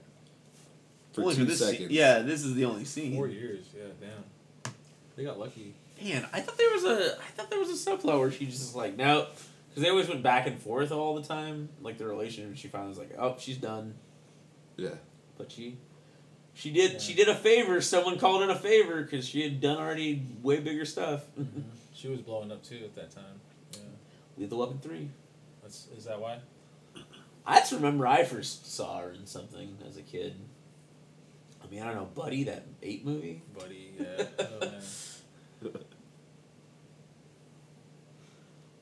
Speaker 2: for
Speaker 1: Only
Speaker 2: two
Speaker 1: this se-
Speaker 2: seconds.
Speaker 1: yeah, this is the only scene.
Speaker 3: Four years. Yeah. Damn. They got lucky.
Speaker 1: Man, I thought there was a I thought there was a subplot where she just was like now, because they always went back and forth all the time, like the relationship. She finally was like, oh, she's done,
Speaker 2: Yeah.
Speaker 1: but she, she did
Speaker 3: Yeah.
Speaker 1: she did a favor. Someone called in a favor because she had done already way bigger stuff. Mm,
Speaker 3: Mm-hmm. She was blowing up too at that time. Yeah.
Speaker 1: Lethal Weapon three.
Speaker 3: That's is that why?
Speaker 1: I just remember I first saw her in something as a kid. I mean, I don't know, Buddy, that ape movie.
Speaker 3: Buddy. Yeah. oh, man.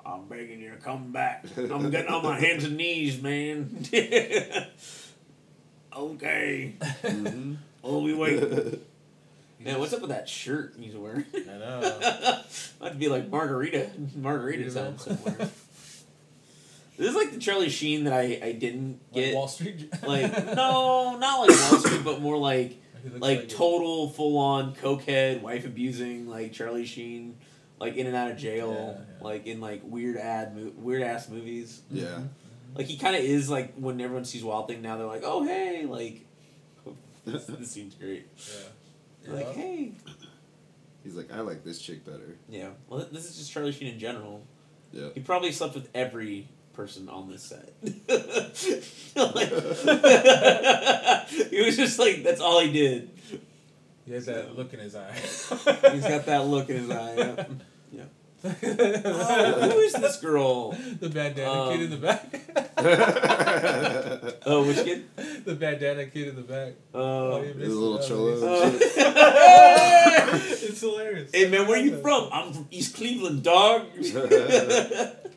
Speaker 1: I'm begging you to come back. I'm getting on my hands and knees, man. okay,
Speaker 3: Mm-hmm.
Speaker 2: Mhm.
Speaker 1: we'll be waiting. Man, what's up with that shirt he's wearing?
Speaker 3: I know.
Speaker 1: That'd be like Margarita. Margarita's
Speaker 3: Yeah.
Speaker 1: on somewhere. this is like the Charlie Sheen that I, I didn't
Speaker 3: Like
Speaker 1: get.
Speaker 3: Wall Street.
Speaker 1: like, no, not like Wall Street, but more like
Speaker 3: He looks
Speaker 1: like
Speaker 3: a-
Speaker 1: total full on cokehead, wife abusing, like Charlie Sheen, like in and out of jail,
Speaker 3: Yeah, yeah.
Speaker 1: like in like weird ad mo- weird ass movies.
Speaker 2: Yeah.
Speaker 1: Like he kind of is like when everyone sees Wild Thing now, they're like, oh hey, like this, this seems great.
Speaker 3: Yeah.
Speaker 1: Like
Speaker 3: yeah.
Speaker 1: hey,
Speaker 2: He's like, I like this chick better.
Speaker 1: yeah. Well, this is just Charlie Sheen in general.
Speaker 2: Yeah.
Speaker 1: He probably slept with every person on this set. Like- he was just like, that's all he did.
Speaker 3: He has that
Speaker 1: So-
Speaker 3: look in his eye.
Speaker 1: He's got that look in his eye. yeah. Oh, who
Speaker 3: the
Speaker 1: is Um, this girl?
Speaker 3: bandana kid in the back.
Speaker 2: the
Speaker 1: Oh, which kid?
Speaker 3: the bandana kid in the back.
Speaker 1: Oh.
Speaker 3: yeah.
Speaker 2: little cholo. and shit.
Speaker 1: Oh.
Speaker 3: it's hilarious.
Speaker 1: hey man, where you from? I'm from East Cleveland, dog. it's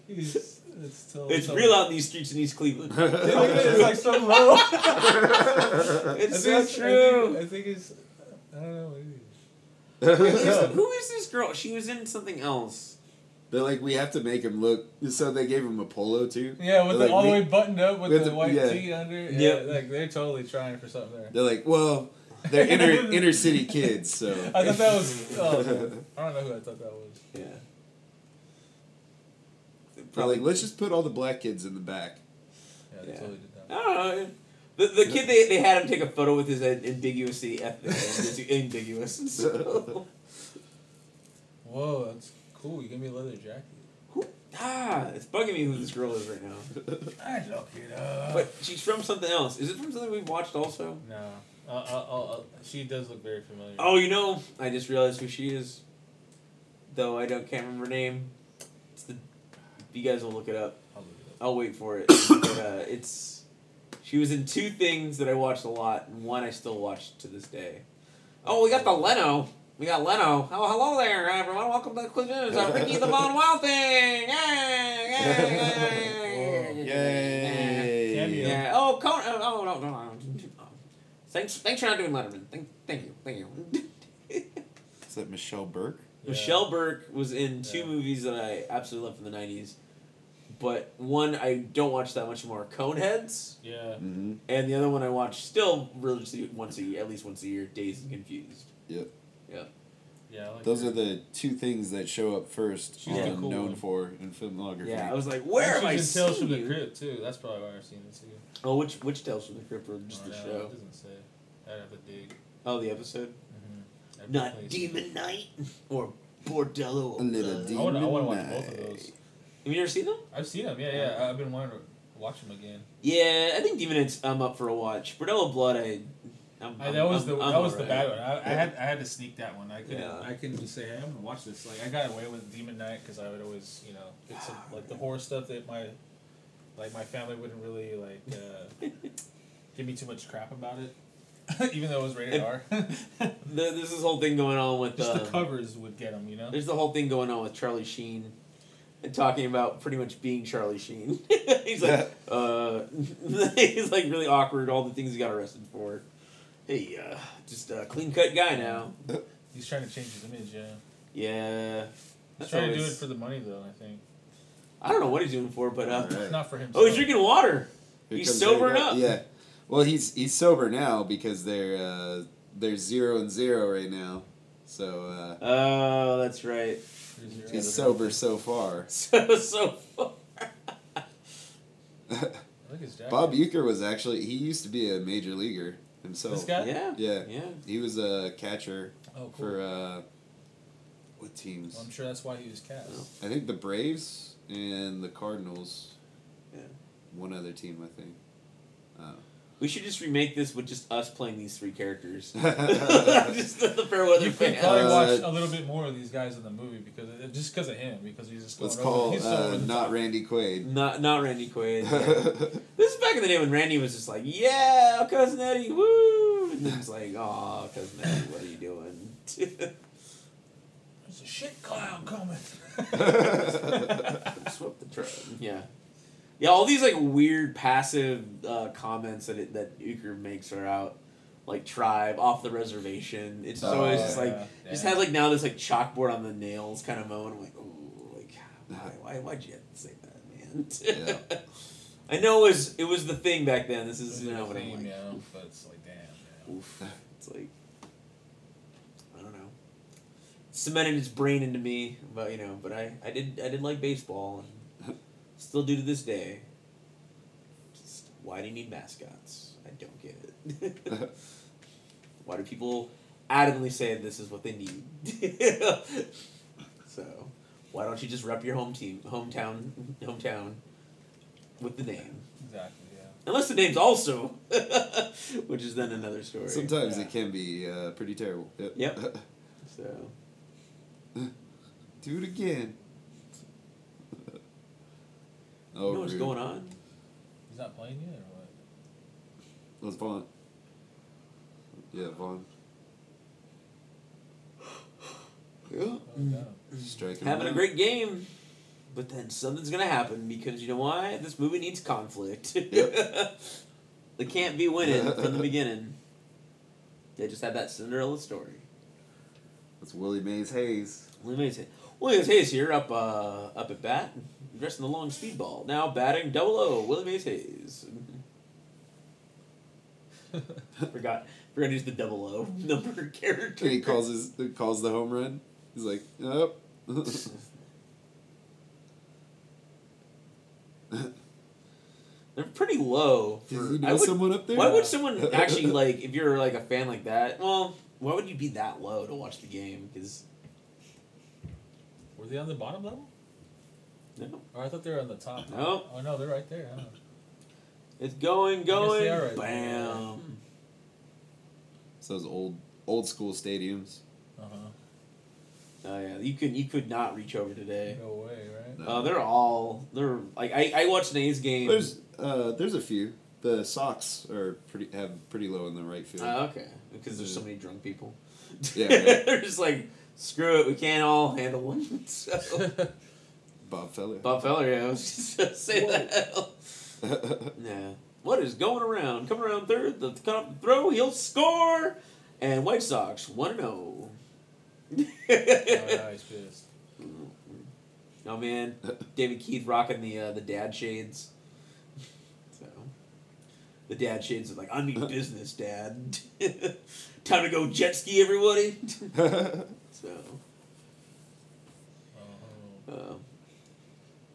Speaker 3: He's, it's so- so-
Speaker 1: real out in these streets in East Cleveland.
Speaker 3: Look at it, It's like so low. I
Speaker 1: It's
Speaker 3: think
Speaker 1: so
Speaker 3: it's-
Speaker 1: true.
Speaker 3: I think, I think it's. I don't know. What it is.
Speaker 1: Who's- Who is this girl? She was in something else.
Speaker 2: They're like, we have to make him look. So they gave him a polo too.
Speaker 3: Yeah, with
Speaker 2: They're
Speaker 3: the all
Speaker 2: like,
Speaker 3: the
Speaker 2: we-
Speaker 3: way buttoned up with,
Speaker 2: with
Speaker 3: the,
Speaker 2: the-
Speaker 3: white
Speaker 2: yeah.
Speaker 3: tee under. Yeah,
Speaker 1: Yep.
Speaker 3: like they're totally trying for something there.
Speaker 2: They're like, well, they're inner inner city kids, so.
Speaker 3: I thought that was. Oh, man. I don't know who I thought that was.
Speaker 1: Yeah.
Speaker 2: They're like, let's just put all the black kids in the back.
Speaker 3: Yeah, they
Speaker 1: Yeah.
Speaker 3: totally did that.
Speaker 1: I don't know. The, the kid they, they had him take a photo with his ambiguous ethnic is ambiguous. So.
Speaker 3: Whoa, that's cool. You gave me a leather jacket.
Speaker 1: Who ah, it's bugging me who this girl is right now.
Speaker 3: I look it up.
Speaker 1: But she's from something else. Is it from something we've watched also?
Speaker 3: No. Uh, uh, uh, uh, she does look very familiar.
Speaker 1: Oh, you know, I just realized who she is. Though I don't can't remember her name. It's the. You guys will look it up.
Speaker 3: I'll look it up.
Speaker 1: I'll wait for it. but, uh, it's. She was in two things that I watched a lot, and one I still watch to this day. Oh, we got the Leno. We got Leno. Oh, hello there, everyone. Welcome to the Quiz News. I'm Ricky the Bone Wild Thing. Yay! Yay!
Speaker 2: Yay!
Speaker 3: Cameo.
Speaker 1: Yeah. Oh, Conan. Oh, no, no, no. Thanks, thanks for not doing Letterman. Thank, thank you, thank you.
Speaker 2: Is that Michelle Burke?
Speaker 3: Yeah.
Speaker 1: Michelle Burke was in two
Speaker 3: Yeah.
Speaker 1: movies that I absolutely love from the '90s, but one I don't watch that much more, Coneheads,
Speaker 3: Yeah.
Speaker 2: Mm-hmm.
Speaker 1: and the other one I watch still religiously once a year, at least once a year, Dazed and Confused.
Speaker 3: Yeah. I like
Speaker 2: Those
Speaker 3: her.
Speaker 2: are the two things that show up first
Speaker 3: She's
Speaker 1: the
Speaker 2: on
Speaker 3: cool
Speaker 2: known
Speaker 3: one.
Speaker 2: for in filmography.
Speaker 1: Yeah, I was like, where
Speaker 3: And
Speaker 1: am
Speaker 3: she
Speaker 1: I
Speaker 3: can tell
Speaker 1: seeing
Speaker 3: from the
Speaker 1: you?
Speaker 3: crypt too. That's probably why I've seen it too.
Speaker 1: Oh, which which Tales from the Crypt or just
Speaker 3: Or uh,
Speaker 1: the
Speaker 3: no,
Speaker 1: show?
Speaker 3: It doesn't say. I'd have to dig.
Speaker 1: Oh, the episode.
Speaker 3: Mm-hmm.
Speaker 1: Not Demon Knight or Bordello.
Speaker 2: A little
Speaker 1: of
Speaker 3: I
Speaker 1: Blood.
Speaker 2: deep.
Speaker 3: want to watch
Speaker 2: Demon
Speaker 3: both of
Speaker 2: Knight.
Speaker 3: those.
Speaker 1: Have you ever seen them?
Speaker 3: I've seen them. Yeah, yeah. I- I've been wanting to watch them again.
Speaker 1: Yeah, I think Demon Knights. I'm up for a watch. Bordello Blood. I. I'm,
Speaker 3: I, that was
Speaker 1: I'm-
Speaker 3: the
Speaker 1: I'm
Speaker 3: that was the
Speaker 1: alright.
Speaker 3: bad one. I, I had I had to sneak that one. I couldn't
Speaker 1: Yeah.
Speaker 3: I couldn't just say hey I'm gonna watch this. Like I got away with Demon Knight because I would always you know it's some, like the horror stuff that my like my family wouldn't really like uh, give me too much crap about it, even though it was rated
Speaker 1: And-
Speaker 3: R.
Speaker 1: The, there's this whole thing going on with
Speaker 3: just
Speaker 1: um,
Speaker 3: the covers would get them, you know.
Speaker 1: There's the whole thing going on with Charlie Sheen, and talking about pretty much being Charlie Sheen. he's like, uh, he's like really awkward. All the things he got arrested for. Hey, uh, just a clean cut guy now.
Speaker 3: He's trying to change his image. Yeah,
Speaker 1: Yeah.
Speaker 3: he's
Speaker 1: That's
Speaker 3: trying to do it
Speaker 1: always-
Speaker 3: for the money though. I think
Speaker 1: I don't know what he's doing for, but uh,
Speaker 2: Alright.
Speaker 3: it's not for himself.
Speaker 1: oh, he's drinking water.
Speaker 2: Here
Speaker 1: He's
Speaker 2: comes
Speaker 1: sobering
Speaker 2: Eddie Mur-
Speaker 1: up.
Speaker 2: Yeah. Well, he's he's sober now because they're uh, they're zero and zero right now. So uh,
Speaker 1: Oh, that's right.
Speaker 3: Here's your-
Speaker 2: he's sober so far.
Speaker 1: So so far.
Speaker 3: I like his jacket.
Speaker 2: Bob Euchre was actually he used to be a major leaguer himself.
Speaker 3: This guy?
Speaker 1: Yeah.
Speaker 2: Yeah.
Speaker 1: Yeah.
Speaker 2: He was a catcher
Speaker 3: Oh, cool.
Speaker 2: for uh, what
Speaker 3: Well, I'm
Speaker 2: teams?
Speaker 3: sure that's why he was cast.
Speaker 1: Oh.
Speaker 2: I think the Braves and the Cardinals.
Speaker 1: Yeah.
Speaker 2: One other team, I think. Oh.
Speaker 1: We should just remake this with just us playing these three characters. just the, the fair weather
Speaker 3: You could
Speaker 1: fan.
Speaker 3: probably
Speaker 2: Uh,
Speaker 3: watch a little bit more of these guys in the movie because it, just because of him because he's just going
Speaker 2: Let's
Speaker 3: over-
Speaker 2: call
Speaker 3: he's so over
Speaker 2: uh,
Speaker 3: the
Speaker 2: not
Speaker 3: top.
Speaker 2: Randy Quaid.
Speaker 1: Not not Randy Quaid. yeah. this is back in the day when Randy was just like, "Yeah, cousin Eddie, woo!" And then it's like, "Aw, cousin Eddie, what are you doing?"
Speaker 3: There's a shit clown coming.
Speaker 1: Swept the truck. Yeah, yeah. All these like weird passive uh, comments that it, that Uker makes are out, like tribe off the reservation. It's just
Speaker 2: Oh,
Speaker 1: always just
Speaker 2: yeah.
Speaker 1: like just has like now this like chalkboard on the nails kind of moment. I'm like, ooh, like why why why'd you have to say that, man?
Speaker 2: Yeah.
Speaker 1: I know it was it was the thing back then. This
Speaker 3: It's
Speaker 1: is now
Speaker 3: like
Speaker 1: what
Speaker 3: a
Speaker 1: I'm
Speaker 3: theme,
Speaker 1: like.
Speaker 3: yeah, but it's like damn. Yeah.
Speaker 1: Oof. It's like I don't know. Cemented its brain into me, but you know, but I, I did I did like baseball and still do to this day. Just why do you need mascots? I don't get it. why do people adamantly say this is what they need? so why don't you just rep your home team hometown hometown with the name?
Speaker 3: Exactly. Yeah.
Speaker 1: Unless the name's also which is then another story.
Speaker 2: Sometimes
Speaker 3: Yeah.
Speaker 2: it can be uh, pretty terrible. Yep.
Speaker 1: Yep. So
Speaker 2: Do it again.
Speaker 1: You
Speaker 2: oh,
Speaker 1: know what's
Speaker 2: rude.
Speaker 1: going on?
Speaker 3: He's not playing yet or what?
Speaker 2: Let's Vaughn. Yeah, Vaughn. Yeah.
Speaker 3: Oh,
Speaker 1: Mm.
Speaker 3: no.
Speaker 2: Striking.
Speaker 1: Having a
Speaker 2: out.
Speaker 1: great game, but then something's gonna happen because you know why? This movie needs conflict. they can't be winning from the beginning. They just had that Cinderella story.
Speaker 2: That's Willie Mays Hayes.
Speaker 1: Willie Mays, Willie Mays Hayes here up uh, up at bat, dressed in the long speedball. Now batting double O, Willie Mays Hayes. forgot forgot to use the double O number character.
Speaker 2: And he calls his he calls the home run. He's like, oh.
Speaker 1: They're pretty low.
Speaker 2: Did
Speaker 1: for-
Speaker 2: you
Speaker 1: I
Speaker 2: know
Speaker 1: would-
Speaker 2: someone up there?
Speaker 1: Why would someone actually like if you're like a fan like that? Well, why would you be that low to watch the game? Because
Speaker 3: Were they on the bottom level?
Speaker 1: No.
Speaker 3: Or Oh, I thought they were on the top.
Speaker 1: No.
Speaker 3: Oh no, they're right there. huh?
Speaker 1: It's going, going.
Speaker 3: they are right Hmm.
Speaker 1: bam.
Speaker 2: It's those old old school stadiums.
Speaker 3: Uh-huh.
Speaker 1: Oh yeah, you could you could not reach over today.
Speaker 3: No way, right?
Speaker 1: Uh, they're all they're like I, I watched an A's game.
Speaker 2: There's uh, there's a few. The Sox are pretty have pretty low in the right field.
Speaker 1: Ah, okay, because there's so many drunk people.
Speaker 2: Yeah, right.
Speaker 1: they're just like screw it. We can't all handle one. So
Speaker 3: Oh,
Speaker 2: Bob Feller.
Speaker 1: Bob Feller, yeah, I was just gonna say
Speaker 3: Whoa.
Speaker 1: that. Yeah. What is going around? Come around third, the cup throw, he'll score. And White Sox one zero.
Speaker 3: oh, yeah, he's pissed.
Speaker 1: Oh man, David Keith rocking the uh, the dad shades. So, the dad shades are like, I mean business, Dad. Time to go jet ski, everybody. so,
Speaker 3: Oh.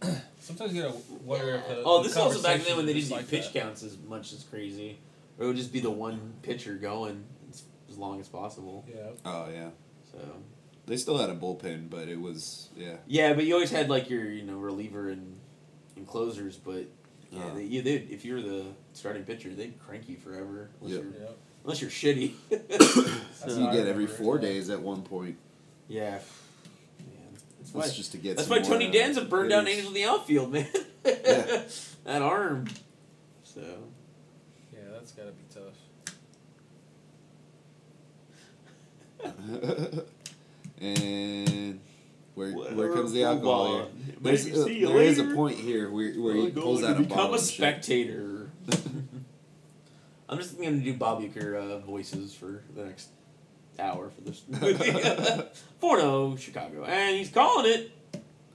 Speaker 1: uh,
Speaker 3: Sometimes you gotta wonder if the,
Speaker 1: oh,
Speaker 3: the
Speaker 1: this is also back then when they didn't
Speaker 3: conversations
Speaker 1: do
Speaker 3: are just
Speaker 1: pitch
Speaker 3: like
Speaker 1: counts as much as crazy, or it would just be the one pitcher going as, as long as possible.
Speaker 3: that. Yeah.
Speaker 2: oh yeah,
Speaker 1: So,
Speaker 2: they still had a bullpen, but it was yeah.
Speaker 1: yeah, but you always had like your you know reliever and and closers, but yeah,
Speaker 2: Uh.
Speaker 1: they, you they if you were the starting pitcher, they'd crank you forever unless
Speaker 2: Yep.
Speaker 1: you're
Speaker 3: Yep.
Speaker 1: Unless you're shitty.
Speaker 3: That's
Speaker 2: you
Speaker 3: how I
Speaker 2: get every
Speaker 3: remember it,
Speaker 2: four
Speaker 3: yeah.
Speaker 2: days at one point.
Speaker 1: yeah. Man. That's why,
Speaker 2: That's just to get.
Speaker 1: that's
Speaker 2: some
Speaker 1: why
Speaker 2: more,
Speaker 1: Tony
Speaker 2: uh,
Speaker 1: Danza burned down
Speaker 2: hitters.
Speaker 1: Angel in the outfield, man.
Speaker 2: Yeah.
Speaker 1: that arm. So.
Speaker 3: Yeah, that's gotta be tough.
Speaker 2: and where where
Speaker 1: Whatever,
Speaker 2: comes the
Speaker 1: fool
Speaker 2: alcohol? Here?
Speaker 1: ball.
Speaker 2: There's
Speaker 1: Maybe
Speaker 2: a,
Speaker 1: see you
Speaker 2: there is a
Speaker 1: later.
Speaker 2: point here where, where he
Speaker 1: I'm
Speaker 2: pulls
Speaker 1: going
Speaker 2: out
Speaker 1: to
Speaker 2: a bottle.
Speaker 1: become a
Speaker 2: and shit.
Speaker 1: spectator. I'm just gonna do Bob Uecker uh, voices for the next hour for this movie. Forno, Chicago, and he's calling it.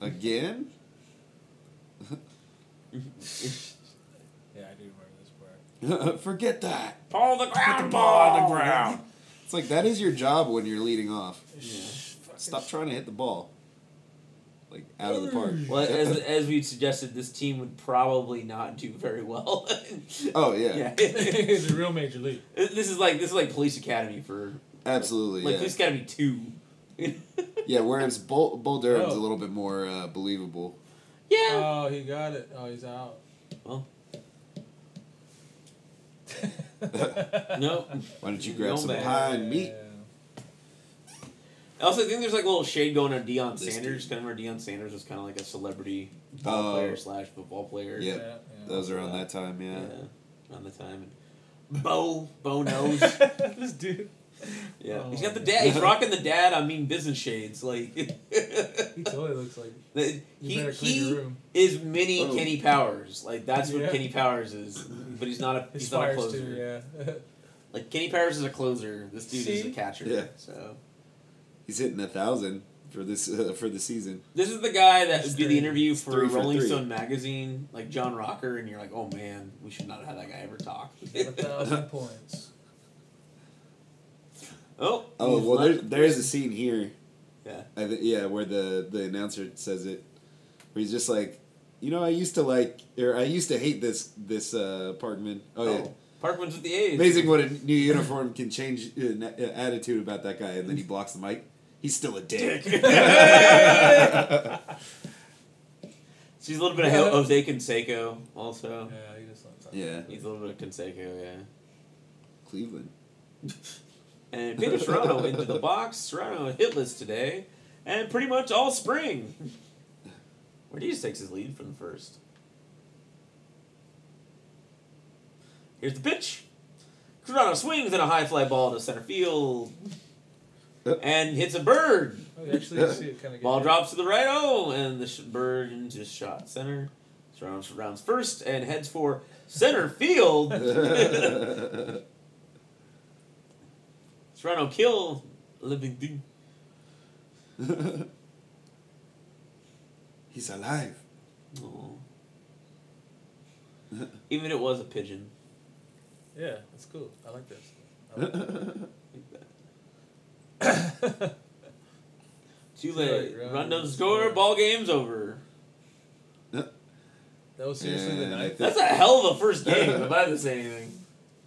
Speaker 2: Again?
Speaker 3: Yeah, I do remember this part.
Speaker 2: Forget that.
Speaker 1: Paul the ground,
Speaker 2: ball on the
Speaker 1: ball.
Speaker 2: ground. It's like that is your job when you're leading off.
Speaker 3: Shh, fucking
Speaker 2: Stop
Speaker 3: sh-
Speaker 2: trying to hit the ball. Like out of the park.
Speaker 1: Well, as, as we suggested, this team would probably not do very well.
Speaker 2: oh yeah,
Speaker 1: yeah,
Speaker 3: it's a real major league.
Speaker 1: this is like this is like Police Academy for
Speaker 2: absolutely.
Speaker 1: like
Speaker 2: yeah.
Speaker 1: Police Academy two. yeah,
Speaker 2: yeah. Whereas Bull, Bull Durham's
Speaker 3: Oh.
Speaker 2: a little bit more uh, believable.
Speaker 3: Oh, he got it. Oh, he's out.
Speaker 1: Well.
Speaker 3: no.
Speaker 1: no.
Speaker 2: Why don't you grab
Speaker 1: No
Speaker 2: some
Speaker 1: man.
Speaker 2: pie and meat?
Speaker 1: Also, I think there's like a little shade going on Deion
Speaker 2: This
Speaker 1: Sanders.
Speaker 2: dude.
Speaker 1: Kind of where Deion Sanders was kind of like a celebrity ball
Speaker 2: Oh.
Speaker 1: player slash football player.
Speaker 2: Yeah.
Speaker 3: yeah.
Speaker 2: That was around that time.
Speaker 1: yeah,
Speaker 2: Yeah.
Speaker 1: around the time. Bo, Bo knows.
Speaker 3: this dude.
Speaker 1: yeah,
Speaker 3: Oh,
Speaker 1: he's got the
Speaker 3: man.
Speaker 1: dad. He's rocking the dad. I mean, business shades. Like
Speaker 3: He totally looks like
Speaker 1: The-
Speaker 3: you
Speaker 1: he
Speaker 3: better clean
Speaker 1: he
Speaker 3: your room.
Speaker 1: is mini
Speaker 2: Oh.
Speaker 1: Kenny Powers. Like that's what
Speaker 3: Yeah.
Speaker 1: Kenny Powers is, but he's not a
Speaker 3: His
Speaker 1: he's not a
Speaker 3: fires
Speaker 1: closer.
Speaker 3: too, yeah.
Speaker 1: Like Kenny Powers is a closer. This dude is a
Speaker 3: See?
Speaker 1: catcher.
Speaker 2: Yeah.
Speaker 1: So
Speaker 2: He's hitting a thousand for this uh, for the season.
Speaker 1: this is the guy that
Speaker 3: He's
Speaker 1: would do the
Speaker 3: three.
Speaker 1: interview for
Speaker 2: three for
Speaker 1: Rolling
Speaker 2: three.
Speaker 1: Stone magazine, like John Rocker, and you're like, oh man, we should not have had that guy ever talk.
Speaker 3: a thousand points.
Speaker 1: oh,
Speaker 2: Oh
Speaker 1: he's
Speaker 2: well, there
Speaker 1: left.
Speaker 2: there is a scene here.
Speaker 1: Yeah.
Speaker 2: I th- yeah, where the the announcer says it, where he's just like, you know, I used to like, or I used to hate this this uh, Parkman. Oh, yeah.
Speaker 1: Oh, Parkman's with the A's.
Speaker 2: Amazing what a new uniform can change uh, na- uh, attitude about that guy, and then he blocks the mic. He's still a dick.
Speaker 1: She's a little bit of Ho- Jose Canseco, also.
Speaker 3: Yeah, he just loves that.
Speaker 2: yeah,
Speaker 1: He's a little bit of Canseco, yeah.
Speaker 2: Cleveland.
Speaker 1: And Peter Serrano into the box. Serrano hitless today, and pretty much all spring. Ortiz takes his lead from the first. Here's the pitch. Serrano swings and a high fly ball to center field, and hits a bird.
Speaker 3: Oh, you actually see it kind of
Speaker 1: Ball drops to the right. Oh, and the sh- bird just shot center. Serrano rounds first and heads for center field. Serrano kill living dude.
Speaker 2: he's alive.
Speaker 1: Aw. Even it was a pigeon.
Speaker 3: Yeah, that's cool. I like this. I like that.
Speaker 2: That's
Speaker 1: Like that.
Speaker 3: Too
Speaker 1: Too
Speaker 3: late.
Speaker 1: late.
Speaker 3: Round
Speaker 1: Run
Speaker 3: one
Speaker 1: doesn't score.
Speaker 3: score.
Speaker 1: Ball game's over.
Speaker 3: That was seriously the
Speaker 2: And I
Speaker 3: ninth.
Speaker 2: think-
Speaker 1: That's a hell of a first game. if I had to say anything.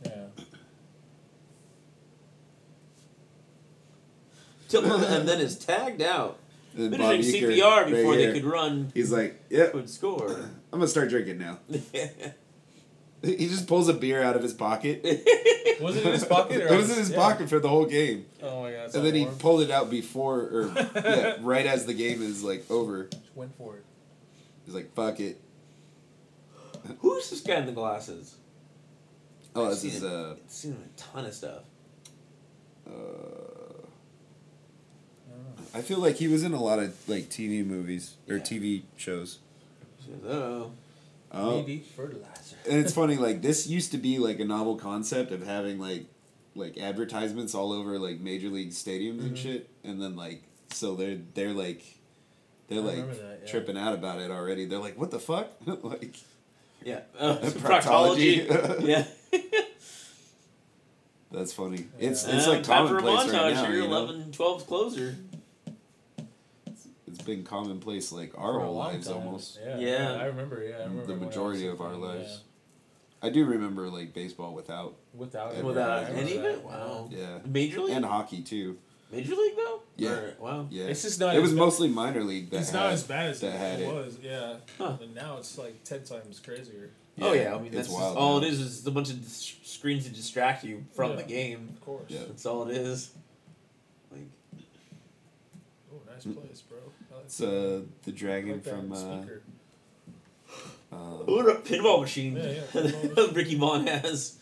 Speaker 3: Yeah.
Speaker 1: Tillman and then is tagged out.
Speaker 2: And
Speaker 1: Been
Speaker 2: then Bob
Speaker 1: doing
Speaker 2: Uecker
Speaker 1: CPR
Speaker 2: right
Speaker 1: before
Speaker 2: here,
Speaker 1: they could run
Speaker 2: He's like, yeah, I'm
Speaker 1: would score.
Speaker 2: gonna start drinking now. He just pulls a beer out of his pocket.
Speaker 3: Was it in his pocket? Or
Speaker 2: it was in his
Speaker 3: yeah.
Speaker 2: pocket for the whole game,
Speaker 3: Oh my god! it's
Speaker 2: and
Speaker 3: all
Speaker 2: then he
Speaker 3: warm.
Speaker 2: pulled it out before or yeah, right as the game is like over.
Speaker 3: Just went for it.
Speaker 2: He's like, fuck it.
Speaker 1: Who's this guy in the glasses?
Speaker 2: Oh,
Speaker 1: I've
Speaker 2: this
Speaker 1: seen
Speaker 2: is
Speaker 1: it.
Speaker 2: uh,
Speaker 1: I've seen him in a ton of stuff.
Speaker 2: uh,
Speaker 3: I don't know.
Speaker 2: I feel like he was in a lot of like TV movies or
Speaker 1: Yeah.
Speaker 2: TV shows.
Speaker 1: He says, oh,
Speaker 2: Oh,
Speaker 3: Maybe fertilizer.
Speaker 2: and it's funny like this used to be like a novel concept of having like like advertisements all over like major league stadiums
Speaker 3: Mm-hmm.
Speaker 2: and shit and then like so they're they're like they're
Speaker 3: I
Speaker 2: like
Speaker 3: remember that, yeah.
Speaker 2: tripping out about it already they're like what the fuck like
Speaker 1: yeah, uh,
Speaker 2: Proctology.
Speaker 1: proctology. yeah,
Speaker 2: that's funny
Speaker 3: Yeah.
Speaker 2: it's it's
Speaker 1: Uh,
Speaker 2: like commonplace right now
Speaker 1: you're
Speaker 2: you know?
Speaker 1: 11, 12 closer.
Speaker 2: it's been commonplace like our
Speaker 3: For a
Speaker 2: whole
Speaker 3: long
Speaker 2: lives
Speaker 3: time.
Speaker 2: almost
Speaker 3: Yeah,
Speaker 1: Yeah.
Speaker 3: I remember. Yeah, I remember
Speaker 2: the
Speaker 3: when I was
Speaker 2: majority of our
Speaker 3: young,
Speaker 2: lives i do remember like baseball without
Speaker 3: yeah. without it,
Speaker 1: Without
Speaker 3: I remember
Speaker 1: any of
Speaker 3: that,
Speaker 1: it? Wow.
Speaker 2: yeah
Speaker 1: Major league,
Speaker 2: and hockey too
Speaker 1: major league though.
Speaker 2: Yeah.
Speaker 1: Or- wow.
Speaker 2: yeah
Speaker 3: It's just not
Speaker 2: it
Speaker 3: as
Speaker 2: was
Speaker 3: bad-
Speaker 2: mostly minor league that
Speaker 3: It's not
Speaker 2: had-
Speaker 3: as bad as
Speaker 2: that had
Speaker 3: it
Speaker 2: it.
Speaker 3: was. Yeah,
Speaker 1: Huh.
Speaker 3: but now it's like ten times crazier.
Speaker 1: Oh yeah, I mean
Speaker 2: it's
Speaker 1: that's just,
Speaker 2: wild
Speaker 1: all
Speaker 2: now.
Speaker 1: it is is a bunch of dis- screens to distract you from
Speaker 3: Yeah.
Speaker 1: the game.
Speaker 3: Of course.
Speaker 2: Yeah.
Speaker 1: That's all it is. Like
Speaker 3: Oh, nice place, bro. I like-
Speaker 2: It's uh, the
Speaker 3: I
Speaker 2: dragon
Speaker 3: like that
Speaker 2: from uh,
Speaker 3: speaker.
Speaker 2: uh,
Speaker 1: what a pinball machine
Speaker 3: Yeah, yeah, pinball machine.
Speaker 1: Ricky Vaughn has.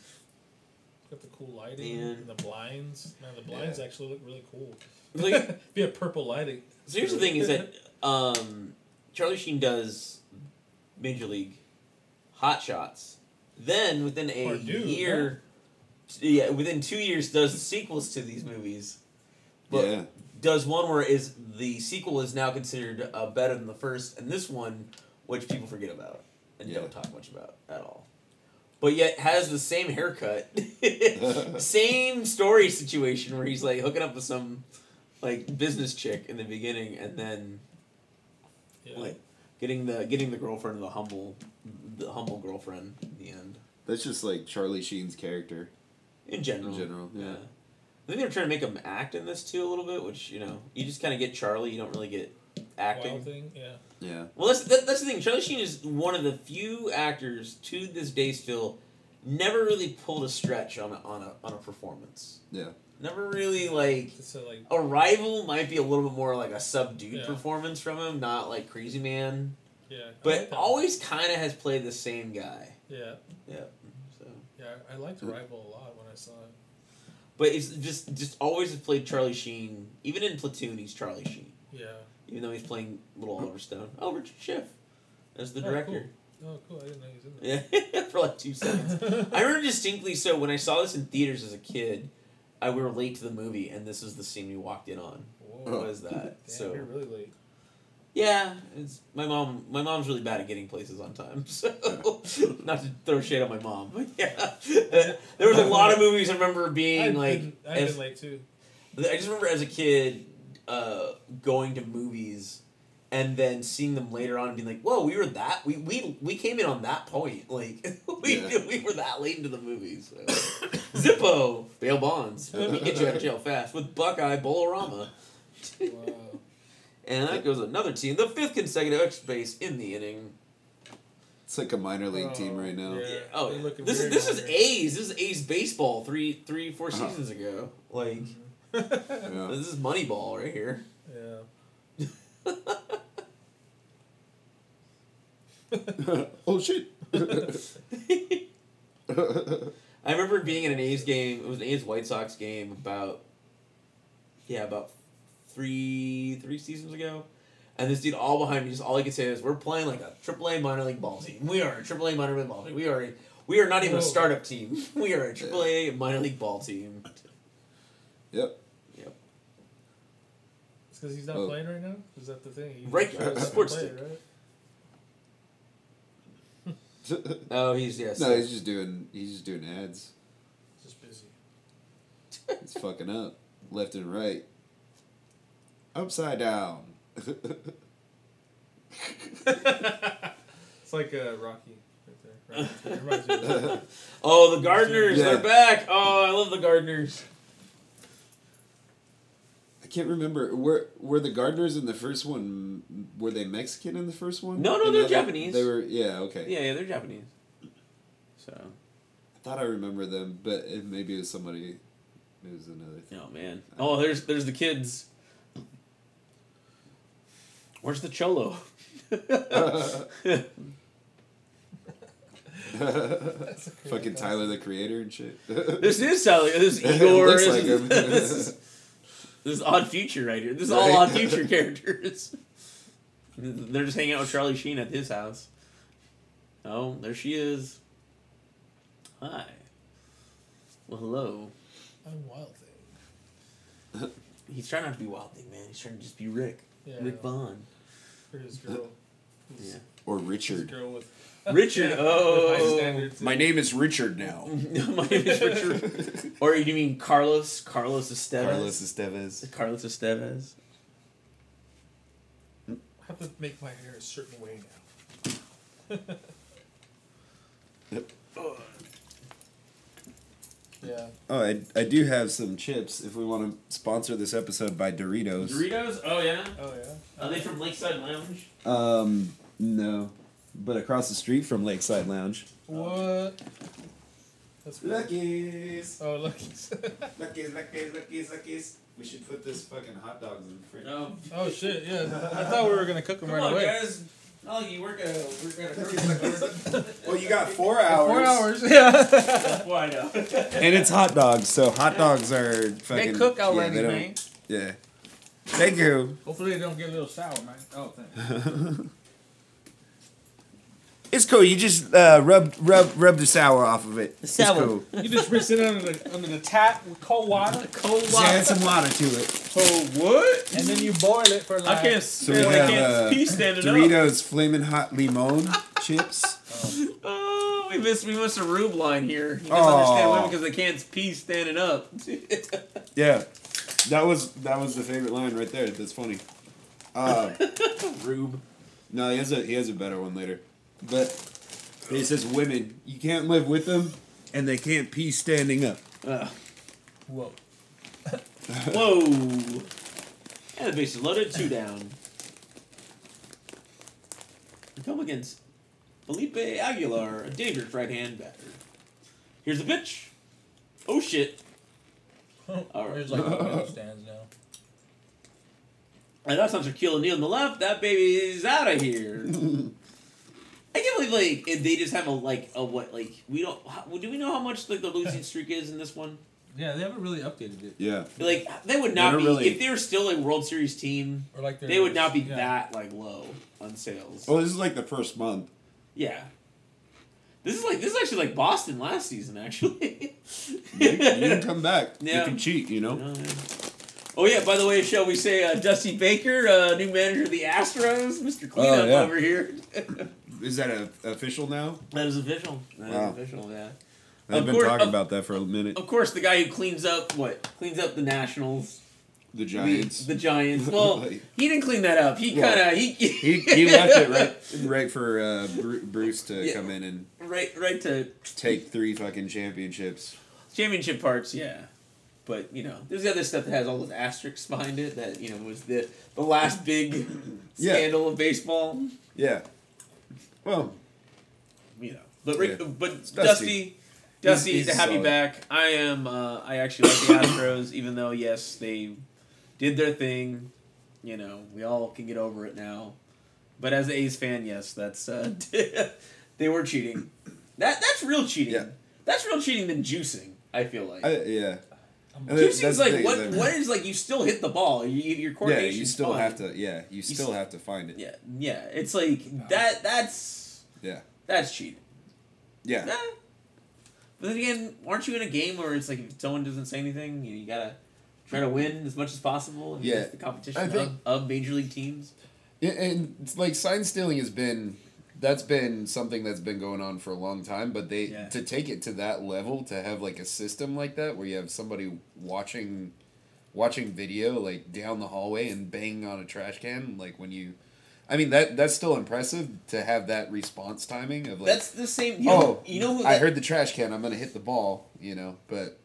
Speaker 3: Got the cool lighting
Speaker 1: Man.
Speaker 3: and the blinds. Man, the blinds
Speaker 2: Yeah.
Speaker 3: actually look really cool.
Speaker 1: Like
Speaker 3: Be a purple lighting.
Speaker 1: So here's the thing: is that um, Charlie Sheen does Major League Hot Shots. Then within a
Speaker 3: Or do,
Speaker 1: year, t- yeah, within two years, does the sequels to these movies. But
Speaker 2: yeah,
Speaker 1: does one where is the sequel is now considered uh, better than the first, and this one, which people forget about and
Speaker 2: Yeah.
Speaker 1: don't talk much about at all. But yet has the same haircut, same story situation where he's like hooking up with some like business chick in the beginning, and then
Speaker 3: Yeah.
Speaker 1: like getting the getting the girlfriend of the humble the humble girlfriend in the end
Speaker 2: that's just like Charlie Sheen's character.
Speaker 1: in general
Speaker 2: In general, yeah.
Speaker 1: I think they were trying to make him act in this too a little bit, which you know you just kind of get Charlie. You don't really get
Speaker 3: Wild
Speaker 1: acting.
Speaker 3: thing. Yeah.
Speaker 2: Yeah,
Speaker 1: Well, that's that, that's the thing. Charlie Sheen is one of the few actors to this day still never really pulled a stretch on a, on a on a performance.
Speaker 2: yeah.
Speaker 1: Never really like
Speaker 3: It's a, like
Speaker 1: Arrival might be a little bit more like a subdued
Speaker 3: Yeah.
Speaker 1: performance from him, not like Crazy Man.
Speaker 3: yeah. I like
Speaker 1: But
Speaker 3: that.
Speaker 1: always kind of has played the same guy.
Speaker 3: Yeah.
Speaker 1: Yeah. So,
Speaker 3: Yeah. I liked Rival a lot when I saw it.
Speaker 1: but it's just just always has played Charlie Sheen. Even in Platoon, he's Charlie Sheen.
Speaker 3: Yeah.
Speaker 1: Even though he's playing little Oliver Stone. Oh, Richard Schiff, as the
Speaker 3: Oh,
Speaker 1: director.
Speaker 3: Cool. Oh, cool. I didn't know he was in there.
Speaker 1: Yeah, for like two seconds. I remember distinctly. So when I saw this in theaters as a kid, I we were late to the movie, and this was the scene we walked in on.
Speaker 3: Whoa.
Speaker 1: What was that?
Speaker 3: Damn,
Speaker 1: so
Speaker 3: you're really late.
Speaker 1: Yeah, it's my mom. My mom's really bad at getting places on time. So not to throw shade on my mom, but yeah, there was a lot of movies I remember being
Speaker 3: I've
Speaker 1: like.
Speaker 3: been, I've
Speaker 1: as-
Speaker 3: been late too.
Speaker 1: I just remember as a kid uh, going to movies and then seeing them later on and being like, "Whoa, we were that we we, we came in on that point. Like we
Speaker 2: Yeah.
Speaker 1: we were that late into the movies." So. Zippo, bail bonds. We get you out of jail fast with Buckeye Bolorama.
Speaker 3: Wow.
Speaker 1: And that goes another team, the fifth consecutive extra base in the inning.
Speaker 2: It's like a minor league team
Speaker 3: Oh,
Speaker 2: right now.
Speaker 3: yeah.
Speaker 1: Oh,
Speaker 3: They're looking
Speaker 1: this is
Speaker 3: very
Speaker 1: this is
Speaker 3: hungry.
Speaker 1: A's. This is A's baseball three three four
Speaker 2: Uh-huh.
Speaker 1: seasons ago. Like
Speaker 2: Yeah.
Speaker 1: this is Moneyball right here.
Speaker 3: yeah.
Speaker 2: oh shit.
Speaker 1: I remember being in an A's game. It was an A's White Sox game about, yeah, about three three seasons ago, and this dude all behind me, just all he could say is, "We're playing like a AAA minor league ball team. We are a AAA minor league ball team. We are a, we are not even
Speaker 3: Whoa.
Speaker 1: a startup team. We are a AAA minor league ball team."
Speaker 2: yep.
Speaker 1: Yep.
Speaker 3: It's because he's not
Speaker 2: Oh.
Speaker 3: playing right now. Is that the thing? He
Speaker 1: Right,
Speaker 3: he doesn't
Speaker 1: sports
Speaker 3: play,
Speaker 1: stick.
Speaker 3: right?
Speaker 1: Oh, he's yes.
Speaker 2: No, he's just doing. He's just doing ads.
Speaker 3: Just busy.
Speaker 2: It's fucking up, left and right, upside down.
Speaker 3: It's like uh, Rocky right there. Rocky three. It reminds me of that.
Speaker 1: oh, the gardeners
Speaker 2: Yeah.
Speaker 1: they're back. Oh, I love the gardeners.
Speaker 2: I can't remember. Were were the gardeners in the first one? m- Were they Mexican in the first one?
Speaker 1: No, no,
Speaker 2: In
Speaker 1: they're
Speaker 2: the other-
Speaker 1: Japanese.
Speaker 2: They were. Yeah. Okay.
Speaker 1: Yeah, yeah, they're Japanese. So,
Speaker 2: I thought I remember them, but it, maybe it was somebody. It was another thing.
Speaker 1: oh man. Oh, there's there's the kids. Where's the cholo? Oh.
Speaker 3: That's a great
Speaker 2: Fucking
Speaker 3: concept.
Speaker 2: Tyler the Creator and shit.
Speaker 1: This is Sally. This is
Speaker 2: It
Speaker 1: Igor.
Speaker 2: looks
Speaker 1: this,
Speaker 2: like
Speaker 1: is,
Speaker 2: him.
Speaker 1: this is this is Odd Future right here. This is
Speaker 2: Right.
Speaker 1: all Odd Future characters. They're just hanging out with Charlie Sheen at his house. Oh, there she is. Hi. Well, hello.
Speaker 3: I'm wild thing.
Speaker 1: He's trying not to be Wild Thing, man. He's trying to just be Rick.
Speaker 3: Yeah.
Speaker 1: Rick Vaughn.
Speaker 3: Or his girl. His-
Speaker 1: Yeah.
Speaker 2: or
Speaker 3: his
Speaker 2: Richard.
Speaker 3: girl with
Speaker 1: Richard.
Speaker 3: Yeah, with high
Speaker 1: Oh.
Speaker 3: standards.
Speaker 2: My name is Richard now.
Speaker 1: My name is Richard. Or you mean Carlos? Carlos Estevez.
Speaker 2: Carlos Estevez.
Speaker 1: Carlos Estevez.
Speaker 3: I have to make my hair a certain way now. Yeah.
Speaker 2: Oh, I, I do have some chips if we want to sponsor this episode by Doritos.
Speaker 1: Doritos. Oh yeah.
Speaker 3: Oh yeah.
Speaker 1: Are they from Lakeside Lounge?
Speaker 2: Um, no. But across the street from Lakeside Lounge.
Speaker 3: What? That's cool.
Speaker 2: Luckies!
Speaker 3: Oh, lucky.
Speaker 2: Luckies, Luckies, Luckies, Luckies. We should put this fucking hot dogs in the fridge.
Speaker 1: No.
Speaker 3: oh shit! Yeah, I thought we were gonna cook them right away.
Speaker 1: guys. Oh, you work at a work at a
Speaker 2: Well, you got four hours.
Speaker 3: Four hours. Yeah.
Speaker 1: Why no?
Speaker 2: And it's hot dogs, so hot dogs are
Speaker 3: they
Speaker 2: fucking.
Speaker 3: cook
Speaker 2: yeah,
Speaker 3: already,
Speaker 2: they don't-
Speaker 3: man.
Speaker 2: Yeah. Thank you.
Speaker 3: Hopefully they don't get a little sour, man. Oh, thanks.
Speaker 2: It's cool. You just uh, rub rub rub the sour off of it. It's
Speaker 1: Sour.
Speaker 2: cool.
Speaker 3: you just rinse it under the under the tap with cold water. Cold
Speaker 2: Just add some water to it.
Speaker 1: Oh what?
Speaker 3: And then you boil it for
Speaker 1: I
Speaker 3: like.
Speaker 1: can't.
Speaker 2: we
Speaker 1: I
Speaker 2: have,
Speaker 1: can't
Speaker 2: uh,
Speaker 1: pee standing up.
Speaker 2: Doritos flaming hot limon chips.
Speaker 1: Oh, we missed we missed a rube line here. You
Speaker 2: Aw.
Speaker 1: misunderstand women because they can't pee standing up.
Speaker 2: Yeah, that was that was the favorite line right there. That's funny. Uh,
Speaker 1: rube.
Speaker 2: no, he has a he has a better one later, but he says women you can't live with them, and they can't pee standing up.
Speaker 1: Ugh.
Speaker 3: Whoa.
Speaker 1: Whoa. And the base is loaded. Two down. We come against Felipe Aguilar, a dangerous right hand batter. Here's the pitch. Oh shit. All right.
Speaker 3: There's like no stands now.
Speaker 1: And that's on Shaquille O'Neal on the left. That baby's out of here. I can't believe like if they just have a like a what like we don't how, do we know how much like the losing streak is in this one?
Speaker 3: Yeah, they haven't really updated it.
Speaker 2: Yeah,
Speaker 1: Like they would
Speaker 2: They
Speaker 1: not
Speaker 2: don't
Speaker 1: be
Speaker 2: really-
Speaker 1: if they were still a World Series team.
Speaker 3: Or like
Speaker 1: They would not be
Speaker 3: yeah.
Speaker 1: that like low on sales.
Speaker 2: Well, Oh, this is like the first month.
Speaker 1: Yeah. This is like this is actually like Boston last season actually.
Speaker 2: You, you can come back. You
Speaker 1: Yeah.
Speaker 2: can cheat. You know.
Speaker 1: Oh yeah! By the way, shall we say uh, Dusty Baker, uh, new manager of the Astros, Mr. Cleanup
Speaker 2: Oh, yeah.
Speaker 1: over here.
Speaker 2: Is that a, official now?
Speaker 1: That is official. That is
Speaker 2: Wow.
Speaker 1: official. Yeah.
Speaker 2: I've
Speaker 1: Of
Speaker 2: been
Speaker 1: course-
Speaker 2: talking
Speaker 1: of-
Speaker 2: about that for a minute.
Speaker 1: Of course, the guy who cleans up what cleans up the Nationals,
Speaker 2: The
Speaker 1: the-
Speaker 2: Giants.
Speaker 1: the, Giants. Well,
Speaker 2: Like-
Speaker 1: he didn't clean that up. He
Speaker 2: Well,
Speaker 1: kind of he,
Speaker 2: he, he left it right right for uh, Bru- Bruce to
Speaker 1: Yeah.
Speaker 2: come in and
Speaker 1: right right to
Speaker 2: take three fucking championships.
Speaker 1: championship parts. Yeah. But you know, there's the other stuff that has all those asterisks behind it. That you know was the the last big
Speaker 2: Yeah.
Speaker 1: scandal of baseball.
Speaker 2: Yeah. Well,
Speaker 1: you know. But Rick,
Speaker 2: Yeah.
Speaker 1: but Dusty,
Speaker 2: Dusty.
Speaker 1: Dusty,
Speaker 2: He's-
Speaker 1: to
Speaker 2: he's
Speaker 1: have you
Speaker 2: solid.
Speaker 1: back. I am. Uh, I actually like the Astros, even though yes, they did their thing. You know, we all can get over it now. But as an A's fan, yes, that's uh, they were cheating. That that's real cheating.
Speaker 2: Yeah.
Speaker 1: That's real cheating than juicing. I feel like.
Speaker 2: I, yeah.
Speaker 3: I'm-
Speaker 2: And that's
Speaker 1: Juicing's
Speaker 2: the
Speaker 1: like
Speaker 2: thing,
Speaker 1: what?
Speaker 2: is that-
Speaker 1: What is like? You still hit the ball. You, your
Speaker 2: Yeah,
Speaker 1: coordination.
Speaker 2: you still have to. Yeah, you still
Speaker 1: s-
Speaker 2: have to find it. Yeah,
Speaker 1: Yeah, yeah. It's like that. That's
Speaker 2: yeah,
Speaker 1: that's cheating.
Speaker 2: yeah.
Speaker 1: Eh. But then again, aren't you in a game where it's like if someone doesn't say anything, you, you gotta try to win as much as possible? And
Speaker 2: Yeah.
Speaker 1: that's the competition
Speaker 2: I think-
Speaker 1: of, of major league teams.
Speaker 2: And- And it's like sign stealing has been, that's been something that's been going on for a long time. But they
Speaker 1: Yeah.
Speaker 2: to take it to that level to have like a system like that where you have somebody watching, watching video like down the hallway and banging on a trash can like when you, I mean that that's still impressive to have that response timing of like.
Speaker 1: That's the same. You
Speaker 2: oh,
Speaker 1: know, you know who
Speaker 2: I
Speaker 1: that-
Speaker 2: heard the trash can. I'm gonna hit the ball. You know, but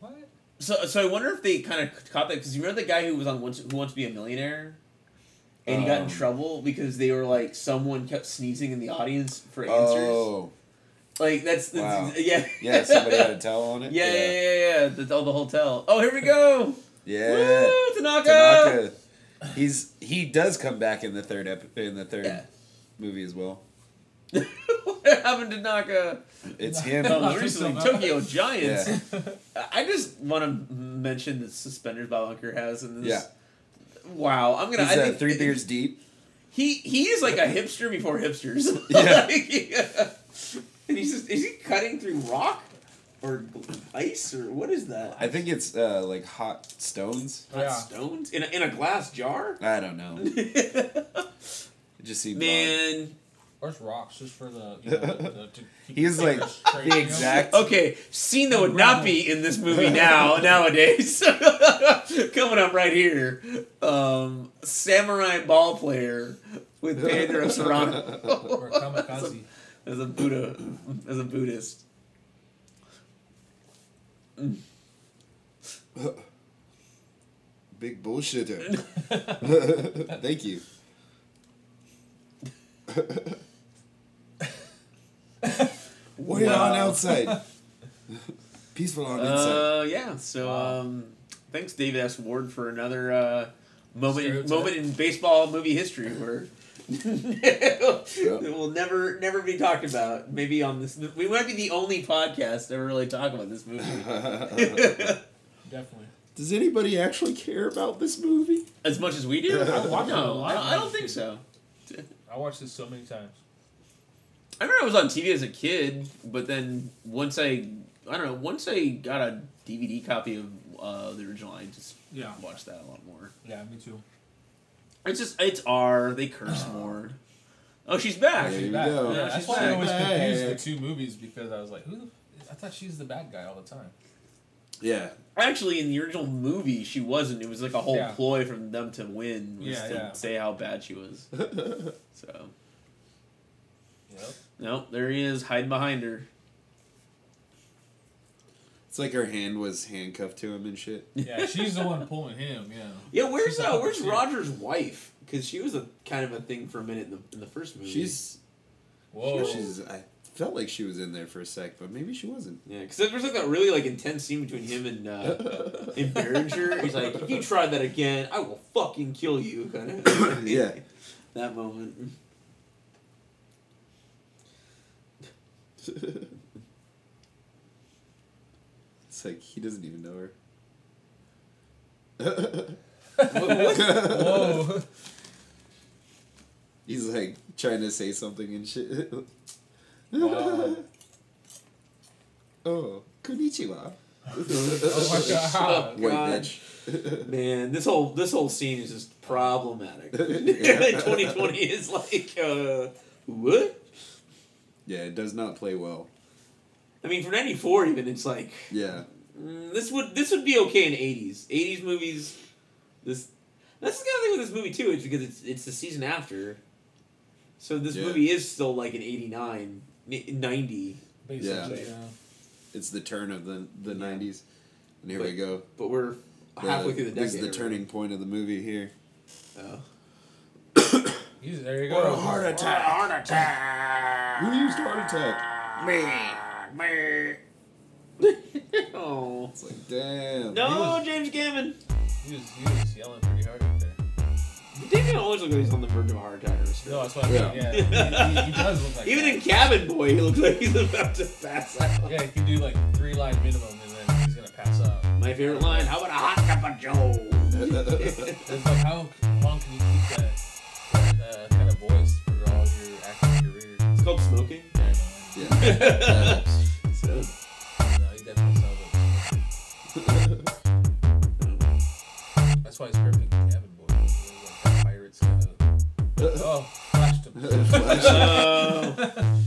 Speaker 3: What?
Speaker 1: So, so I wonder if they kind of caught that because you remember the guy who was on Once, Who Wants to Be a Millionaire, and he got in
Speaker 2: Um.
Speaker 1: trouble because they were like someone kept sneezing in the audience for answers.
Speaker 2: Oh,
Speaker 1: Like that's, that's
Speaker 2: Wow.
Speaker 1: yeah
Speaker 2: yeah. Somebody had a towel on it.
Speaker 1: yeah, yeah yeah yeah yeah the, the hotel. Oh here we go!
Speaker 2: Yeah.
Speaker 1: Woo, Tanaka.
Speaker 2: Tanaka. He's he does come back in the third ep- in the third
Speaker 1: Yeah.
Speaker 2: movie as well.
Speaker 1: what happened to Tanaka?
Speaker 2: It's him.
Speaker 3: No,
Speaker 1: Um,
Speaker 3: Tanaka's
Speaker 1: recently,
Speaker 3: still not-
Speaker 1: Tokyo Giants.
Speaker 2: Yeah.
Speaker 1: I I just want to mention the suspenders Bob Unker has in this.
Speaker 2: Yeah.
Speaker 1: Wow, I'm gonna.
Speaker 2: He's
Speaker 1: I
Speaker 2: uh,
Speaker 1: think
Speaker 2: three beers deep.
Speaker 1: He he is like a hipster before hipsters.
Speaker 2: Yeah.
Speaker 1: Like, yeah. And he's just is he cutting through rock or ice or what is that?
Speaker 2: I think it's uh, like hot stones.
Speaker 1: Not
Speaker 3: Yeah.
Speaker 1: stones in a, in a glass jar.
Speaker 2: I don't know. It just seems odd.
Speaker 1: Man,
Speaker 3: Or it's rocks just for the. You know, the, the to keep
Speaker 2: He's
Speaker 3: the
Speaker 2: like
Speaker 3: fingers straight, you
Speaker 2: the
Speaker 3: know?
Speaker 2: exact.
Speaker 1: okay, scene that would not be in this movie now nowadays. Coming up right here, um, samurai ball player with Pedro Serrano.
Speaker 3: Or kamikaze.
Speaker 1: as a Buddha, as a Buddhist.
Speaker 2: Big bullshitter. Thank you. Way on
Speaker 1: Wow.
Speaker 2: outside. Peaceful on
Speaker 1: Uh, yeah. So,
Speaker 3: Wow.
Speaker 1: um, thanks, David S. Ward, for another uh, moment
Speaker 3: Stereotype.
Speaker 1: moment in baseball movie history where it will never never be talked about. Maybe on this, we might be the only podcast to ever really talk about this movie.
Speaker 3: Definitely.
Speaker 2: Does anybody actually care about this movie?
Speaker 1: as much as we do,
Speaker 2: I
Speaker 3: watch it a
Speaker 1: no,
Speaker 3: lot.
Speaker 1: I don't, I don't think so.
Speaker 3: I watched this so many times.
Speaker 1: I remember I was on TV as a kid, but then once I, I don't know, once I got a DVD copy of uh, the original, I just
Speaker 3: Yeah.
Speaker 1: watched that a lot more.
Speaker 3: Yeah, me too.
Speaker 1: It's just it's R. They curse more. Oh, she's back.
Speaker 2: There
Speaker 3: She's
Speaker 2: you
Speaker 3: back.
Speaker 2: go.
Speaker 3: Yeah, that's
Speaker 1: She's
Speaker 3: why I
Speaker 1: back.
Speaker 3: always confused the
Speaker 2: Back.
Speaker 3: two movies because I was like, who? the- I thought she's the bad guy all the time.
Speaker 2: Yeah.
Speaker 1: Actually, in the original movie, she wasn't. It was like a whole
Speaker 3: Yeah.
Speaker 1: ploy from them to win, was
Speaker 3: Yeah,
Speaker 1: to
Speaker 3: yeah.
Speaker 1: say how bad she was. So,
Speaker 3: Yep.
Speaker 1: nope, there he is, hiding behind her.
Speaker 2: It's like her hand was handcuffed to him and shit.
Speaker 3: Yeah, she's the one pulling him. Yeah.
Speaker 1: Yeah, where's
Speaker 3: She's a
Speaker 1: uh, where's
Speaker 3: puppeteer.
Speaker 1: Roger's wife? Because she was a kind of a thing for a minute in the, in the first movie.
Speaker 2: She's
Speaker 3: Whoa.
Speaker 2: she's I felt like she was in there for a sec, but maybe she wasn't.
Speaker 1: yeah, because there was like that really like intense scene between him and uh, and Behringer. He's like, if you try that again, I will fucking kill you. Kind of.
Speaker 2: yeah.
Speaker 1: that moment.
Speaker 2: It's like he doesn't even know her.
Speaker 3: Whoa.
Speaker 2: He's like trying to say something and shit.
Speaker 3: Wow.
Speaker 2: oh, konnichiwa.
Speaker 3: Oh my god.
Speaker 2: White
Speaker 1: God.
Speaker 2: bitch.
Speaker 1: Man, this whole this whole scene is just problematic.
Speaker 2: Yeah.
Speaker 1: Twenty twenty is like uh, what?
Speaker 2: yeah, it does not play well.
Speaker 1: I mean, for ninety four, even it's like
Speaker 2: Yeah.
Speaker 1: mm, this would this would be okay in eighties eighties movies. This that's the kind of thing with this movie too. It's because it's it's the season after, so this
Speaker 2: Yeah.
Speaker 1: movie is still like an 89, ni- 90,
Speaker 3: Basically,
Speaker 1: Yeah.
Speaker 3: yeah.
Speaker 2: It's the turn of the the
Speaker 1: Yeah.
Speaker 2: 90s. And here we
Speaker 1: But-
Speaker 2: go.
Speaker 1: but we're
Speaker 2: The-
Speaker 1: halfway through the decade.
Speaker 2: This is the
Speaker 1: already.
Speaker 2: turning point of the movie here.
Speaker 1: Oh.
Speaker 3: He's, there you go.
Speaker 2: What a heart attack. Heart attack. Who used heart attack? Me.
Speaker 1: oh
Speaker 2: It's like, damn.
Speaker 1: no,
Speaker 3: was-
Speaker 1: James Cameon.
Speaker 3: He was, he was yelling pretty hard right there.
Speaker 1: James Cameon always looks like he's on the verge of a heart attack. or a stroke.
Speaker 3: No, that's what I mean. Yeah. He, he, he does look like
Speaker 1: Even
Speaker 3: that.
Speaker 1: in Cabin Boy, he looks like he's about to pass out.
Speaker 3: Yeah, you can do like three line minimum and then he's gonna pass out.
Speaker 1: My favorite line: "How about a hot cup of Joe?"
Speaker 3: It's like how long can you keep that, that uh, kind of voice for all your acting career?
Speaker 1: It's called smoking.
Speaker 3: Yeah.
Speaker 2: yeah.
Speaker 1: so,
Speaker 3: No, he definitely sounds like That's why he's perfect for cabin boy. He has, like, that pirates kind of. Oh, flashed him.
Speaker 1: uh,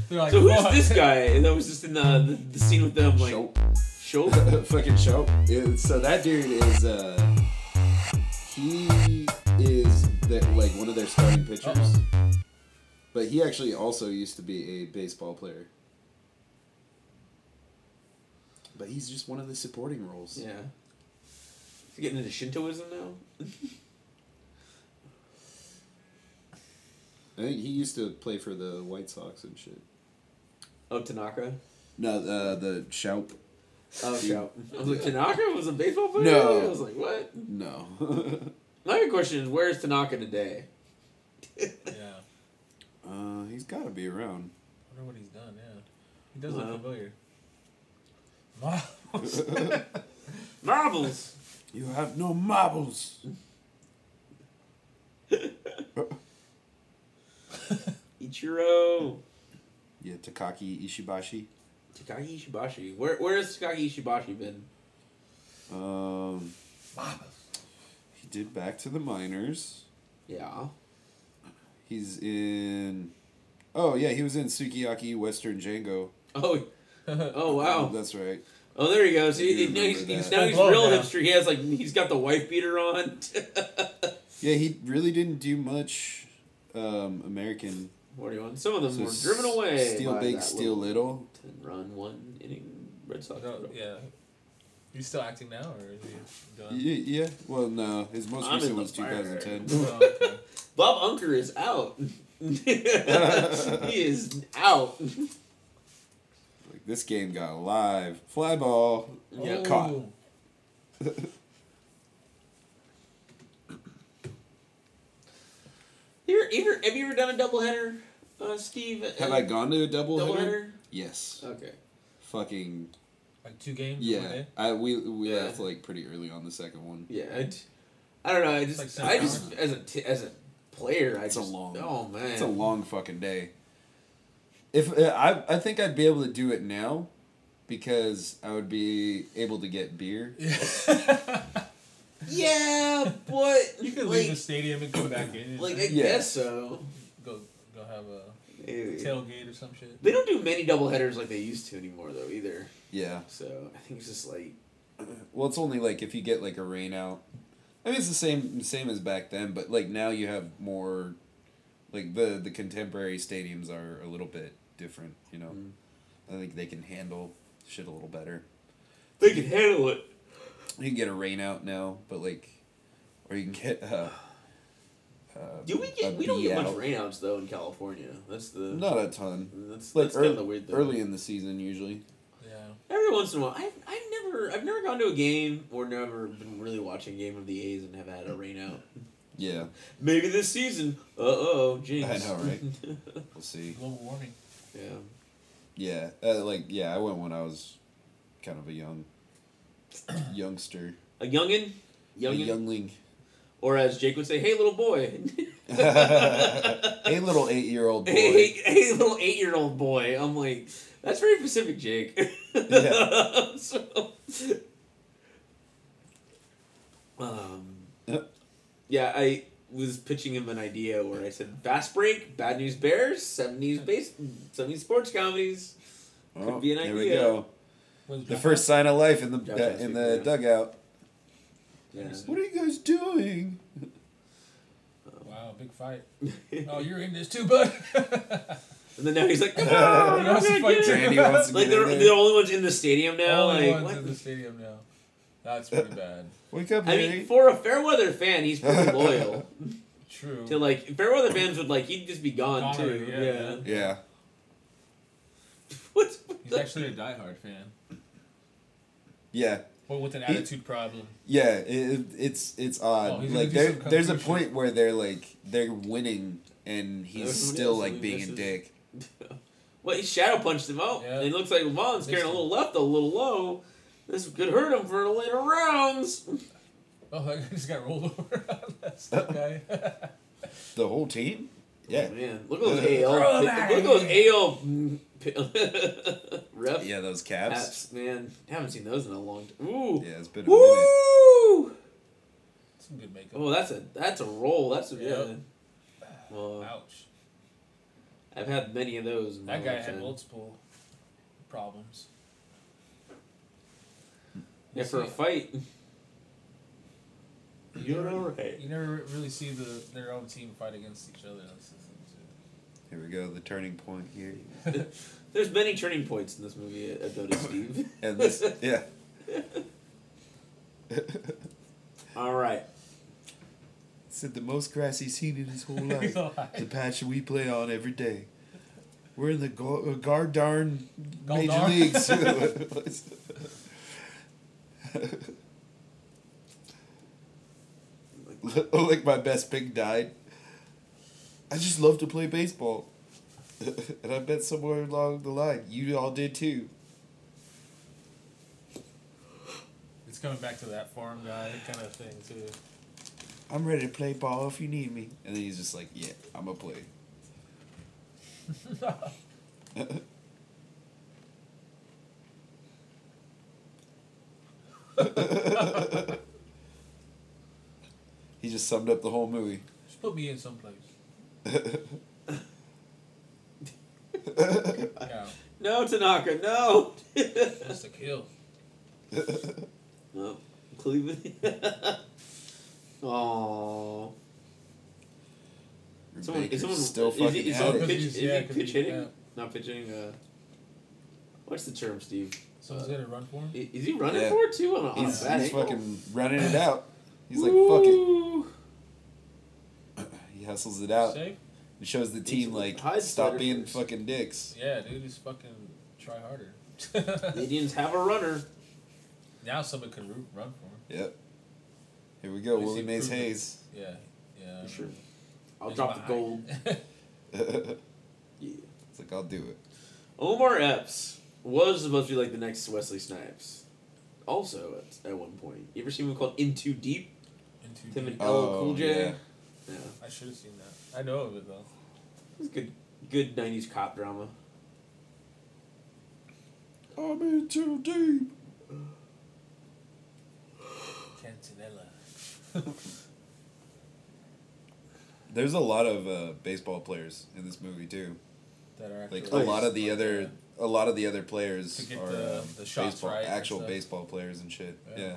Speaker 3: They're like,
Speaker 1: so
Speaker 3: "Fuck."
Speaker 1: who's this guy that was just in the the, the scene with them? Like,
Speaker 2: Show.
Speaker 1: Show.
Speaker 2: fucking show. Yeah, so that dude is uh he is the, like one of their starting pitchers.
Speaker 3: Uh-oh.
Speaker 2: But he actually also used to be a baseball player. But he's just one of the supporting roles.
Speaker 1: Yeah. He's getting into Shintoism now.
Speaker 4: I think he used to play for the White Sox and shit.
Speaker 1: Oh, Tanaka.
Speaker 2: No, uh, the Shoup.
Speaker 1: Oh, shout. I was like, Tanaka was a baseball player?
Speaker 2: No.
Speaker 1: I was like, what?
Speaker 2: No.
Speaker 1: My other question is, where's Tanaka today?
Speaker 3: Yeah.
Speaker 2: uh, he's got to be around.
Speaker 3: wonder what he's done, yeah. He does
Speaker 1: Wow.
Speaker 3: look familiar. Miles.
Speaker 1: Marbles!
Speaker 2: You have no marbles.
Speaker 1: Ichiro!
Speaker 2: Yeah, Takaki Ishibashi.
Speaker 1: Takagi Ishibashi. Where, where has Takagi Ishibashi been?
Speaker 2: Um, he did back to the minors.
Speaker 1: Yeah.
Speaker 2: He's in. Oh yeah, he was in Sukiyaki Western Django.
Speaker 1: Oh, oh wow.
Speaker 2: that's right.
Speaker 1: Oh, there he goes. He,
Speaker 2: I do
Speaker 1: he- now he's,
Speaker 2: remember
Speaker 1: he's,
Speaker 2: that.
Speaker 1: now he's
Speaker 3: Full blown
Speaker 1: real
Speaker 3: now.
Speaker 1: hipster. He has like he's got the wife beater on.
Speaker 2: Yeah, he really didn't do much. Um, American.
Speaker 1: what do you want? Some of them
Speaker 2: So
Speaker 1: were driven away.
Speaker 2: Steal
Speaker 1: by
Speaker 2: big,
Speaker 1: that
Speaker 2: steal
Speaker 1: little
Speaker 2: little.
Speaker 1: ten run one inning Red Sox.
Speaker 3: Oh, No, yeah. He's still acting now, or is he done?
Speaker 2: Y- yeah. Well, no, his most
Speaker 1: I'm
Speaker 2: recent
Speaker 1: in the
Speaker 2: was
Speaker 1: fire.
Speaker 2: 2010.
Speaker 3: Oh, okay.
Speaker 1: Bob Unker is out. he is out.
Speaker 2: like this game got live fly ball.
Speaker 1: Yeah.
Speaker 2: caught.
Speaker 3: Oh.
Speaker 1: Here, either, have you ever done a doubleheader, uh, Steve?
Speaker 2: Have I gone to a double header?
Speaker 1: doubleheader?
Speaker 2: Yes.
Speaker 1: Okay.
Speaker 2: Fucking
Speaker 3: Like two games? in one
Speaker 2: yeah.
Speaker 3: day?
Speaker 2: I we we
Speaker 1: Yeah.
Speaker 2: left like pretty early on the second one.
Speaker 1: Yeah, I, d- I don't know. I
Speaker 3: like
Speaker 1: just,
Speaker 3: seven
Speaker 1: I just as a t- as a player, I
Speaker 2: It's a
Speaker 1: just-
Speaker 2: long-
Speaker 1: Oh man,
Speaker 2: It's a long fucking day. If uh, I I think I'd be able to do it now, because I would be able to get beer.
Speaker 1: Yeah, but
Speaker 3: you could
Speaker 1: like,
Speaker 3: leave the stadium and come back in. and
Speaker 1: like I
Speaker 3: just
Speaker 2: Yeah.
Speaker 1: guess so.
Speaker 3: go, go have a
Speaker 1: Maybe.
Speaker 3: tailgate or some shit.
Speaker 1: They don't do many double headers like they used to anymore, though either.
Speaker 2: Yeah.
Speaker 1: So I think it's just like
Speaker 2: Well, it's only like if you get like a rain out. I mean, it's the same same as back then, but like now you have more, like the the contemporary stadiums are a little bit different. You know,
Speaker 1: Mm.
Speaker 2: I think they can handle shit a little better.
Speaker 1: they can handle it.
Speaker 2: You can get a rain out now, but like, or you can get. Uh, uh,
Speaker 1: Do we get?
Speaker 2: a
Speaker 1: We don't
Speaker 2: bee
Speaker 1: get much
Speaker 2: out.
Speaker 1: rainouts though in California. That's the
Speaker 2: Not a ton.
Speaker 1: that's
Speaker 2: Like
Speaker 1: that's
Speaker 2: early,
Speaker 1: kind of weird. Though.
Speaker 2: early in the season usually.
Speaker 3: Yeah.
Speaker 1: Every once in a while, I've, I've never I've never gone to a game or never been really watching a game of the A's and have had a rainout.
Speaker 2: Yeah,
Speaker 1: Maybe this season. Uh oh, jinx.
Speaker 2: I know, right? we'll see.
Speaker 3: Global warming.
Speaker 1: yeah.
Speaker 2: Yeah, uh, like yeah, I went when I was kind of a young youngster,
Speaker 1: A youngin, youngin,
Speaker 2: a youngling.
Speaker 1: or as Jake would say, "Hey, little boy."
Speaker 2: hey, little eight-year-old boy.
Speaker 1: Hey, hey, hey, little eight year old boy. I'm like, that's very Pacific, Jake.
Speaker 2: Yeah.
Speaker 1: so, um, yeah, I was pitching him an idea where I said, fast break, bad news bears, 70s base, 70s sports comedies.
Speaker 2: Oh,
Speaker 1: could be an
Speaker 2: there we
Speaker 1: idea.
Speaker 2: go.
Speaker 3: When's
Speaker 2: The
Speaker 3: draft
Speaker 2: first sign of life in the
Speaker 1: Job
Speaker 2: uh, in
Speaker 1: testing,
Speaker 2: the
Speaker 1: yeah.
Speaker 2: dugout.
Speaker 1: Yeah.
Speaker 2: What are you guys doing?
Speaker 3: night? Wow, big fight. oh, you're in this too, bud.
Speaker 1: And then now he's like, come on,
Speaker 3: He wants to
Speaker 1: I'm
Speaker 3: fight
Speaker 1: gonna get it.
Speaker 2: Randy wants to
Speaker 1: Like,
Speaker 2: get in
Speaker 1: they're,
Speaker 2: there.
Speaker 1: they're the only ones in the stadium now.
Speaker 3: Only
Speaker 1: like,
Speaker 3: ones
Speaker 1: what
Speaker 3: in
Speaker 1: the
Speaker 3: the stadium now. That's pretty bad.
Speaker 2: Wake up,
Speaker 1: I
Speaker 2: Harry.
Speaker 1: mean, for a fair weather fan, he's pretty loyal.
Speaker 3: True.
Speaker 1: to like fair weather fans would like he'd just be gone,
Speaker 3: Gone
Speaker 1: too.
Speaker 3: already,
Speaker 1: Yeah.
Speaker 3: yeah.
Speaker 2: yeah,
Speaker 1: What's
Speaker 3: He's actually a diehard fan,
Speaker 2: yeah,
Speaker 3: but with an attitude problem.
Speaker 2: yeah. It, it's it's
Speaker 3: Oh,
Speaker 2: odd.
Speaker 3: he's gonna
Speaker 2: like
Speaker 3: do
Speaker 2: there,
Speaker 3: some kung
Speaker 2: there's a
Speaker 3: fu shit.
Speaker 2: point where they're like they're winning and he's
Speaker 1: Everybody
Speaker 2: still
Speaker 1: else
Speaker 2: like
Speaker 1: who
Speaker 2: being a
Speaker 1: misses.
Speaker 2: dick.
Speaker 1: Well, he shadow punched him out,
Speaker 3: Yeah.
Speaker 1: and it looks like Vaughn's
Speaker 3: Missed
Speaker 1: carrying a
Speaker 3: him.
Speaker 1: little left, a little low. This could hurt him for the later rounds.
Speaker 3: Oh, that guy just got rolled over on that stuff guy.
Speaker 2: The whole team. Yeah,
Speaker 1: Oh, man, look at
Speaker 2: Throw
Speaker 1: those AL.
Speaker 3: him
Speaker 1: Look
Speaker 3: at
Speaker 1: at
Speaker 3: him.
Speaker 1: those AL mm, p- ref
Speaker 2: yeah. Those caps.
Speaker 1: apps, man. haven't seen those in a long time. Ooh,
Speaker 2: Yeah, it's been a minute.
Speaker 1: woo!
Speaker 3: Some good makeup.
Speaker 1: Oh, that's a that's a roll. That's a yeah.
Speaker 3: Yep.
Speaker 1: Well,
Speaker 3: Ouch.
Speaker 1: I've had many of those. In my
Speaker 3: That guy
Speaker 1: lifetime.
Speaker 3: had multiple problems.
Speaker 1: Yeah, for a fight. You're alright.
Speaker 3: You never really see the their own team fight against each other. That's the
Speaker 2: Here we go. The turning point here.
Speaker 3: thing, too.
Speaker 1: There's many turning points in this uh, movie, I noticed, Steve.
Speaker 2: And this, yeah.
Speaker 1: All right.
Speaker 2: Said the most grass he's seen in his whole life.
Speaker 3: Life.
Speaker 2: the patch we play on every day. We're in the go- uh, guard darn
Speaker 3: Gold
Speaker 2: major
Speaker 3: darn.
Speaker 2: leagues. like my best pig died. I just love to play baseball. and I bet somewhere along the line, you all did too.
Speaker 3: It's coming back to that farm guy kind of thing too.
Speaker 2: I'm ready to play ball if you need me. And then he's just like, yeah, I'm going to play. He just summed up the whole movie.
Speaker 3: Just put me in someplace. Yeah,
Speaker 1: No, Tanaka, no.
Speaker 3: just a kill.
Speaker 1: no, Cleveland. Oh, someone, is
Speaker 2: Baker's
Speaker 1: someone
Speaker 2: still
Speaker 1: is,
Speaker 2: fucking
Speaker 1: he, is
Speaker 2: at
Speaker 1: he pitch,
Speaker 2: it.
Speaker 3: Because
Speaker 1: is
Speaker 3: he's-
Speaker 1: he
Speaker 3: yeah, 'cause
Speaker 1: pitch
Speaker 3: he's-
Speaker 1: hitting?
Speaker 3: yeah.
Speaker 1: Not pitching. Uh, what's the term, Steve?
Speaker 3: Someone's gonna run for him.
Speaker 1: I- Is he running
Speaker 2: Yeah.
Speaker 1: for it too on a, on a
Speaker 2: He's,
Speaker 1: bad
Speaker 2: he's
Speaker 1: angle?
Speaker 2: fucking running it out. He's like, fuck it.
Speaker 1: Woo!
Speaker 2: He hustles it out
Speaker 3: Safe?
Speaker 2: and shows the team, like,
Speaker 1: Hides the
Speaker 2: stop
Speaker 1: slider
Speaker 2: being
Speaker 1: first.
Speaker 2: fucking dicks.
Speaker 3: Yeah, dude, just fucking try harder.
Speaker 1: The Indians have a runner.
Speaker 3: now someone could root, run for him.
Speaker 2: Yep. Here we go,
Speaker 3: I see
Speaker 2: Willie Mays
Speaker 3: improvement.
Speaker 2: Hayes.
Speaker 3: Yeah, yeah.
Speaker 1: Sure. I'll
Speaker 3: He's
Speaker 1: drop the
Speaker 3: behind.
Speaker 1: gold.
Speaker 2: it's
Speaker 1: Yeah.
Speaker 2: like, I'll do it.
Speaker 1: Omar Epps was supposed to be like the next Wesley Snipes. Also, at, at one point, you ever seen him called In Too Deep?
Speaker 3: Into
Speaker 1: With Him and
Speaker 3: the-
Speaker 1: LL Cool J.
Speaker 2: Oh, yeah.
Speaker 1: Yeah,
Speaker 3: I should have seen that. I know of it though.
Speaker 1: it's good, good '90s cop drama.
Speaker 2: I'm in too deep.
Speaker 3: Cantinella.
Speaker 2: There's a lot of uh, baseball players in this movie too.
Speaker 3: That are
Speaker 2: Like a
Speaker 3: actually-
Speaker 2: lot of the other, a lot of the other
Speaker 3: To
Speaker 2: players
Speaker 3: get
Speaker 2: are
Speaker 3: the-
Speaker 2: um,
Speaker 3: the shots
Speaker 2: baseball,
Speaker 3: right and
Speaker 2: actual
Speaker 3: stuff.
Speaker 2: baseball players and shit.
Speaker 3: Yeah.
Speaker 2: Yeah.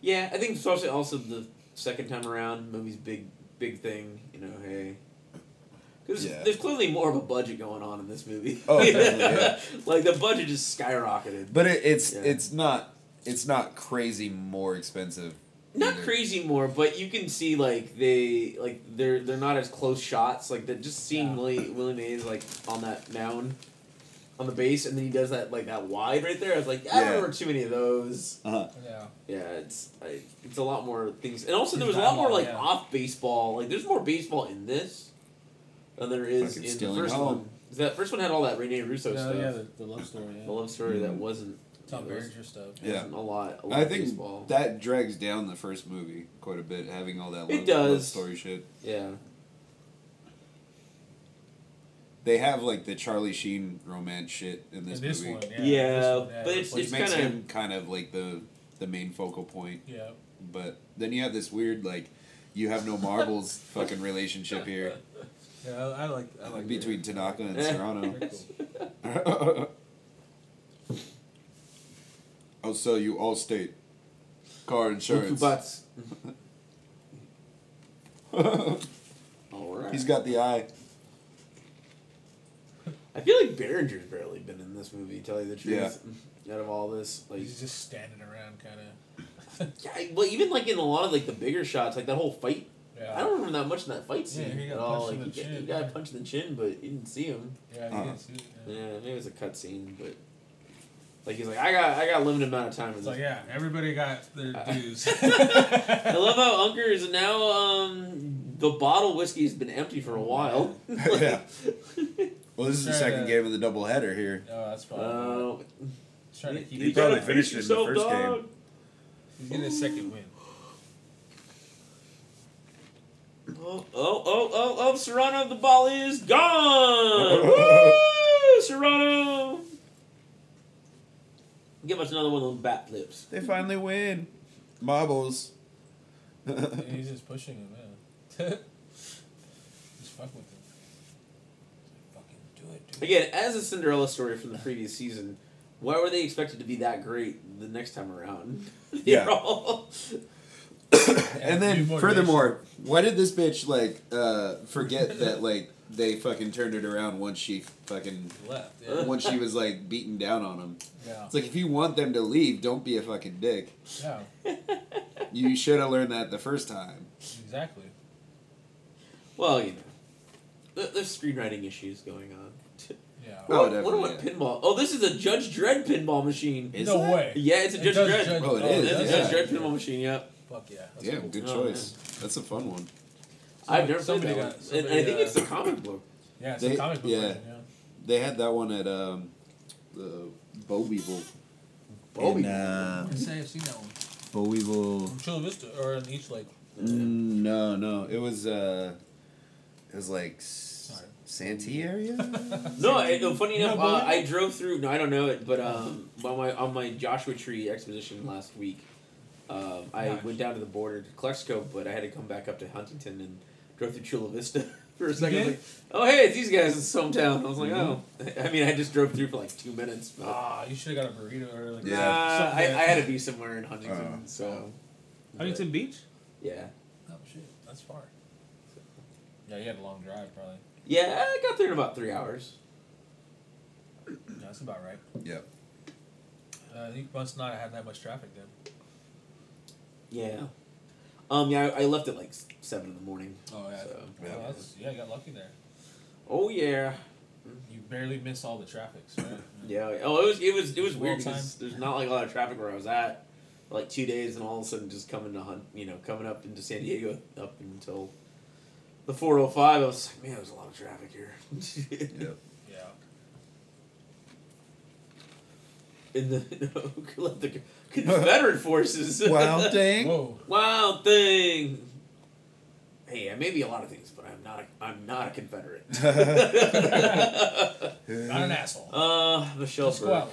Speaker 1: Yeah, I think especially also the second time around, movie's big, big thing. You know, hey, because
Speaker 2: Yeah.
Speaker 1: there's clearly more of a budget going on in this movie.
Speaker 2: Oh, definitely, yeah.
Speaker 1: like the budget just skyrocketed.
Speaker 2: But it, it's
Speaker 1: Yeah.
Speaker 2: it's not it's not crazy more expensive.
Speaker 1: not
Speaker 2: either.
Speaker 1: crazy more, but you can see like they like they're they're not as close shots. Like that just seeing
Speaker 3: Yeah.
Speaker 1: Willie Willie Mays like on that mound on the base, and then he does that like that wide right there. I was like, I
Speaker 2: Yeah.
Speaker 1: don't remember too many of those.
Speaker 2: Uh-huh.
Speaker 3: Yeah.
Speaker 1: Yeah, it's I, it's a lot more things, and also there was
Speaker 3: His
Speaker 1: a lot more
Speaker 3: dialogue,
Speaker 1: like
Speaker 3: yeah.
Speaker 1: off baseball. Like there's more baseball in this than there is
Speaker 2: Fucking
Speaker 1: in
Speaker 2: stealing
Speaker 1: the first
Speaker 2: home.
Speaker 1: one. 'Cause That first one had all that Rene Russo
Speaker 3: No,
Speaker 1: stuff,
Speaker 3: yeah, the, the love story.
Speaker 1: the
Speaker 3: Yeah.
Speaker 1: love story that wasn't.
Speaker 3: Tom
Speaker 1: yeah, there was-
Speaker 3: Berenger stuff.
Speaker 2: Mm-hmm. Yeah.
Speaker 1: wasn't a lot. A lot
Speaker 2: I
Speaker 1: of
Speaker 2: think
Speaker 1: baseball.
Speaker 2: that drags down the first movie quite a bit, having all that
Speaker 1: It
Speaker 2: love,
Speaker 1: does.
Speaker 2: love story shit.
Speaker 1: yeah.
Speaker 2: They have like the Charlie Sheen romance shit in this,
Speaker 3: And this
Speaker 2: movie,
Speaker 3: one, yeah.
Speaker 1: Yeah,
Speaker 3: this one, yeah,
Speaker 1: but
Speaker 3: it's
Speaker 2: which
Speaker 1: it's
Speaker 3: like,
Speaker 2: makes
Speaker 1: kinda-
Speaker 2: him kind of like the the main focal point.
Speaker 3: yeah.
Speaker 2: But then you have this weird like you have no marbles fucking relationship here
Speaker 3: Yeah, I, I like. I like
Speaker 2: between
Speaker 3: it.
Speaker 2: Tanaka and
Speaker 1: Yeah.
Speaker 2: Serrano.
Speaker 3: Very cool.
Speaker 2: I'll sell Oh, you Allstate car insurance.
Speaker 1: Bukubats. All right.
Speaker 2: He's got the eye.
Speaker 1: I feel like Behringer's barely been in this movie. To tell you the truth, out of all this, like,
Speaker 3: He's just standing around, kind of.
Speaker 1: yeah, I- well, even like in a lot of like the bigger shots, like that whole fight.
Speaker 3: Yeah.
Speaker 1: I don't remember that much in that fight
Speaker 3: Yeah,
Speaker 1: scene
Speaker 3: he got
Speaker 1: at all.
Speaker 3: punched
Speaker 1: Like,
Speaker 3: in
Speaker 1: he,
Speaker 3: the
Speaker 1: got, he
Speaker 3: chin.
Speaker 1: got punched in the chin, but you didn't see him.
Speaker 3: Yeah, you
Speaker 2: Uh-huh.
Speaker 3: can see it. Yeah.
Speaker 1: Yeah, maybe it was a cutscene, but like he's like, I got, I got a limited amount of time.
Speaker 3: It's
Speaker 1: with
Speaker 3: like
Speaker 1: this.
Speaker 3: yeah, everybody got their
Speaker 1: Uh,
Speaker 3: dues.
Speaker 1: I love how Unker is now. Um, the bottle whiskey has been empty for a while.
Speaker 2: yeah. Well, this is the
Speaker 3: Try
Speaker 2: second
Speaker 3: to-
Speaker 2: game of the doubleheader here.
Speaker 3: No, Oh, that's probably.
Speaker 1: Uh,
Speaker 3: He's trying to
Speaker 1: you-
Speaker 3: keep.
Speaker 1: you
Speaker 3: He's
Speaker 1: gotta
Speaker 2: probably finished
Speaker 1: pace
Speaker 2: it in the
Speaker 1: yourself,
Speaker 2: first game.
Speaker 1: dog.
Speaker 3: getting a second win.
Speaker 1: Oh, oh, oh, oh, oh, Serrano, the ball is gone! Woo! Serrano! Give us another one of those bat flips.
Speaker 2: They finally win. Marbles.
Speaker 3: Yeah, He's just pushing him. Yeah. just fuck with him. Fucking do it, dude.
Speaker 1: Again, as a Cinderella story from the previous season, why were they expected to be that great the next time around? They're
Speaker 2: Yeah.
Speaker 1: all-
Speaker 2: and then furthermore, why did this bitch like uh, forget that like they fucking turned it around once she fucking
Speaker 3: left. Yeah.
Speaker 2: once she was like beaten down on him?
Speaker 3: yeah.
Speaker 2: It's like if you want them to leave, don't be a fucking dick.
Speaker 3: yeah.
Speaker 2: You should have learned that the first time.
Speaker 3: Exactly.
Speaker 1: Well, you know, there- there's screenwriting issues going on.
Speaker 3: Yeah.
Speaker 2: Oh,
Speaker 1: What- what,
Speaker 2: definitely,
Speaker 1: about pinball? Oh, this is a Judge Dredd pinball machine.
Speaker 2: Is
Speaker 3: no
Speaker 2: that-
Speaker 3: way.
Speaker 1: Yeah, it's a
Speaker 3: It
Speaker 1: Judge
Speaker 3: does
Speaker 1: Dredd.
Speaker 3: Judge-
Speaker 2: Well, it
Speaker 3: oh,
Speaker 2: is,
Speaker 1: It's a
Speaker 3: that's
Speaker 2: yeah.
Speaker 1: Judge Dredd pinball machine. Yeah.
Speaker 3: Fuck yeah. That's
Speaker 2: Damn,
Speaker 3: cool.
Speaker 2: good
Speaker 1: Oh,
Speaker 2: choice. That's a fun one.
Speaker 1: I've never played
Speaker 3: Somebody
Speaker 1: that
Speaker 3: got-
Speaker 1: one. And-
Speaker 3: somebody,
Speaker 1: and I think
Speaker 3: uh,
Speaker 1: it's the comic book.
Speaker 3: Yeah, it's
Speaker 2: They-
Speaker 3: a comic book.
Speaker 2: yeah.
Speaker 3: version, yeah.
Speaker 2: They had that one at um, the Bo Weevil.
Speaker 1: Bo
Speaker 2: In,
Speaker 1: Weevil.
Speaker 2: uh,
Speaker 3: I'd say I've seen that one.
Speaker 2: Bo Weevil.
Speaker 3: From Chula Vista or in each lake.
Speaker 2: Mm, No, no, it was uh, it was like S-
Speaker 3: Sorry.
Speaker 2: Santee area.
Speaker 1: No, I, no, funny
Speaker 3: No,
Speaker 1: enough,
Speaker 3: Bo
Speaker 1: uh,
Speaker 3: Weevil?
Speaker 1: I drove through. No, I don't know it, but um, on my on my Joshua Tree exposition last week, um, I
Speaker 3: Nice.
Speaker 1: went down to the border to Clexco, but I had to come back up to Huntington and drove through Chula Vista for a second.
Speaker 3: did? Mm-hmm.
Speaker 1: Like, oh hey, it's these guys. It's hometown. I was like, oh, I mean, I just drove through for like two minutes. But,
Speaker 3: Ah, you should have got a burrito or like
Speaker 2: Yeah.
Speaker 1: Nah, I, I
Speaker 3: something.
Speaker 1: had to be somewhere in Huntington,
Speaker 2: Oh.
Speaker 1: so
Speaker 3: Huntington Beach?
Speaker 1: yeah,
Speaker 3: Oh shit, that's far. Yeah, you had a long drive probably.
Speaker 1: yeah, I got there in about three hours.
Speaker 3: Yeah, that's about right.
Speaker 2: Yep.
Speaker 3: Uh, you must not have had that much traffic then.
Speaker 1: Yeah, um, yeah, I, I left at like s- seven in the morning.
Speaker 3: Oh yeah.
Speaker 1: So,
Speaker 3: Well,
Speaker 2: yeah.
Speaker 3: that's- yeah, you got lucky there.
Speaker 1: Oh yeah.
Speaker 3: You barely miss all the traffics, right?
Speaker 1: Yeah. Oh, it was it was it was
Speaker 3: Well
Speaker 1: weird
Speaker 3: timed.
Speaker 1: because there's not like a lot of traffic where I was at. Like two days, and all of a sudden, just coming to hunt, you know, coming up into San Diego up until the 405. I was like, man, there's a lot of traffic here.
Speaker 2: Yep.
Speaker 3: Yeah.
Speaker 1: In the let the Confederate forces.
Speaker 2: Wild thing.
Speaker 3: Whoa.
Speaker 1: Wild thing. Hey, I may be a lot of things, but I'm not. A, I'm not a Confederate.
Speaker 3: Not an asshole.
Speaker 1: uh, Michelle.
Speaker 3: Let's go out.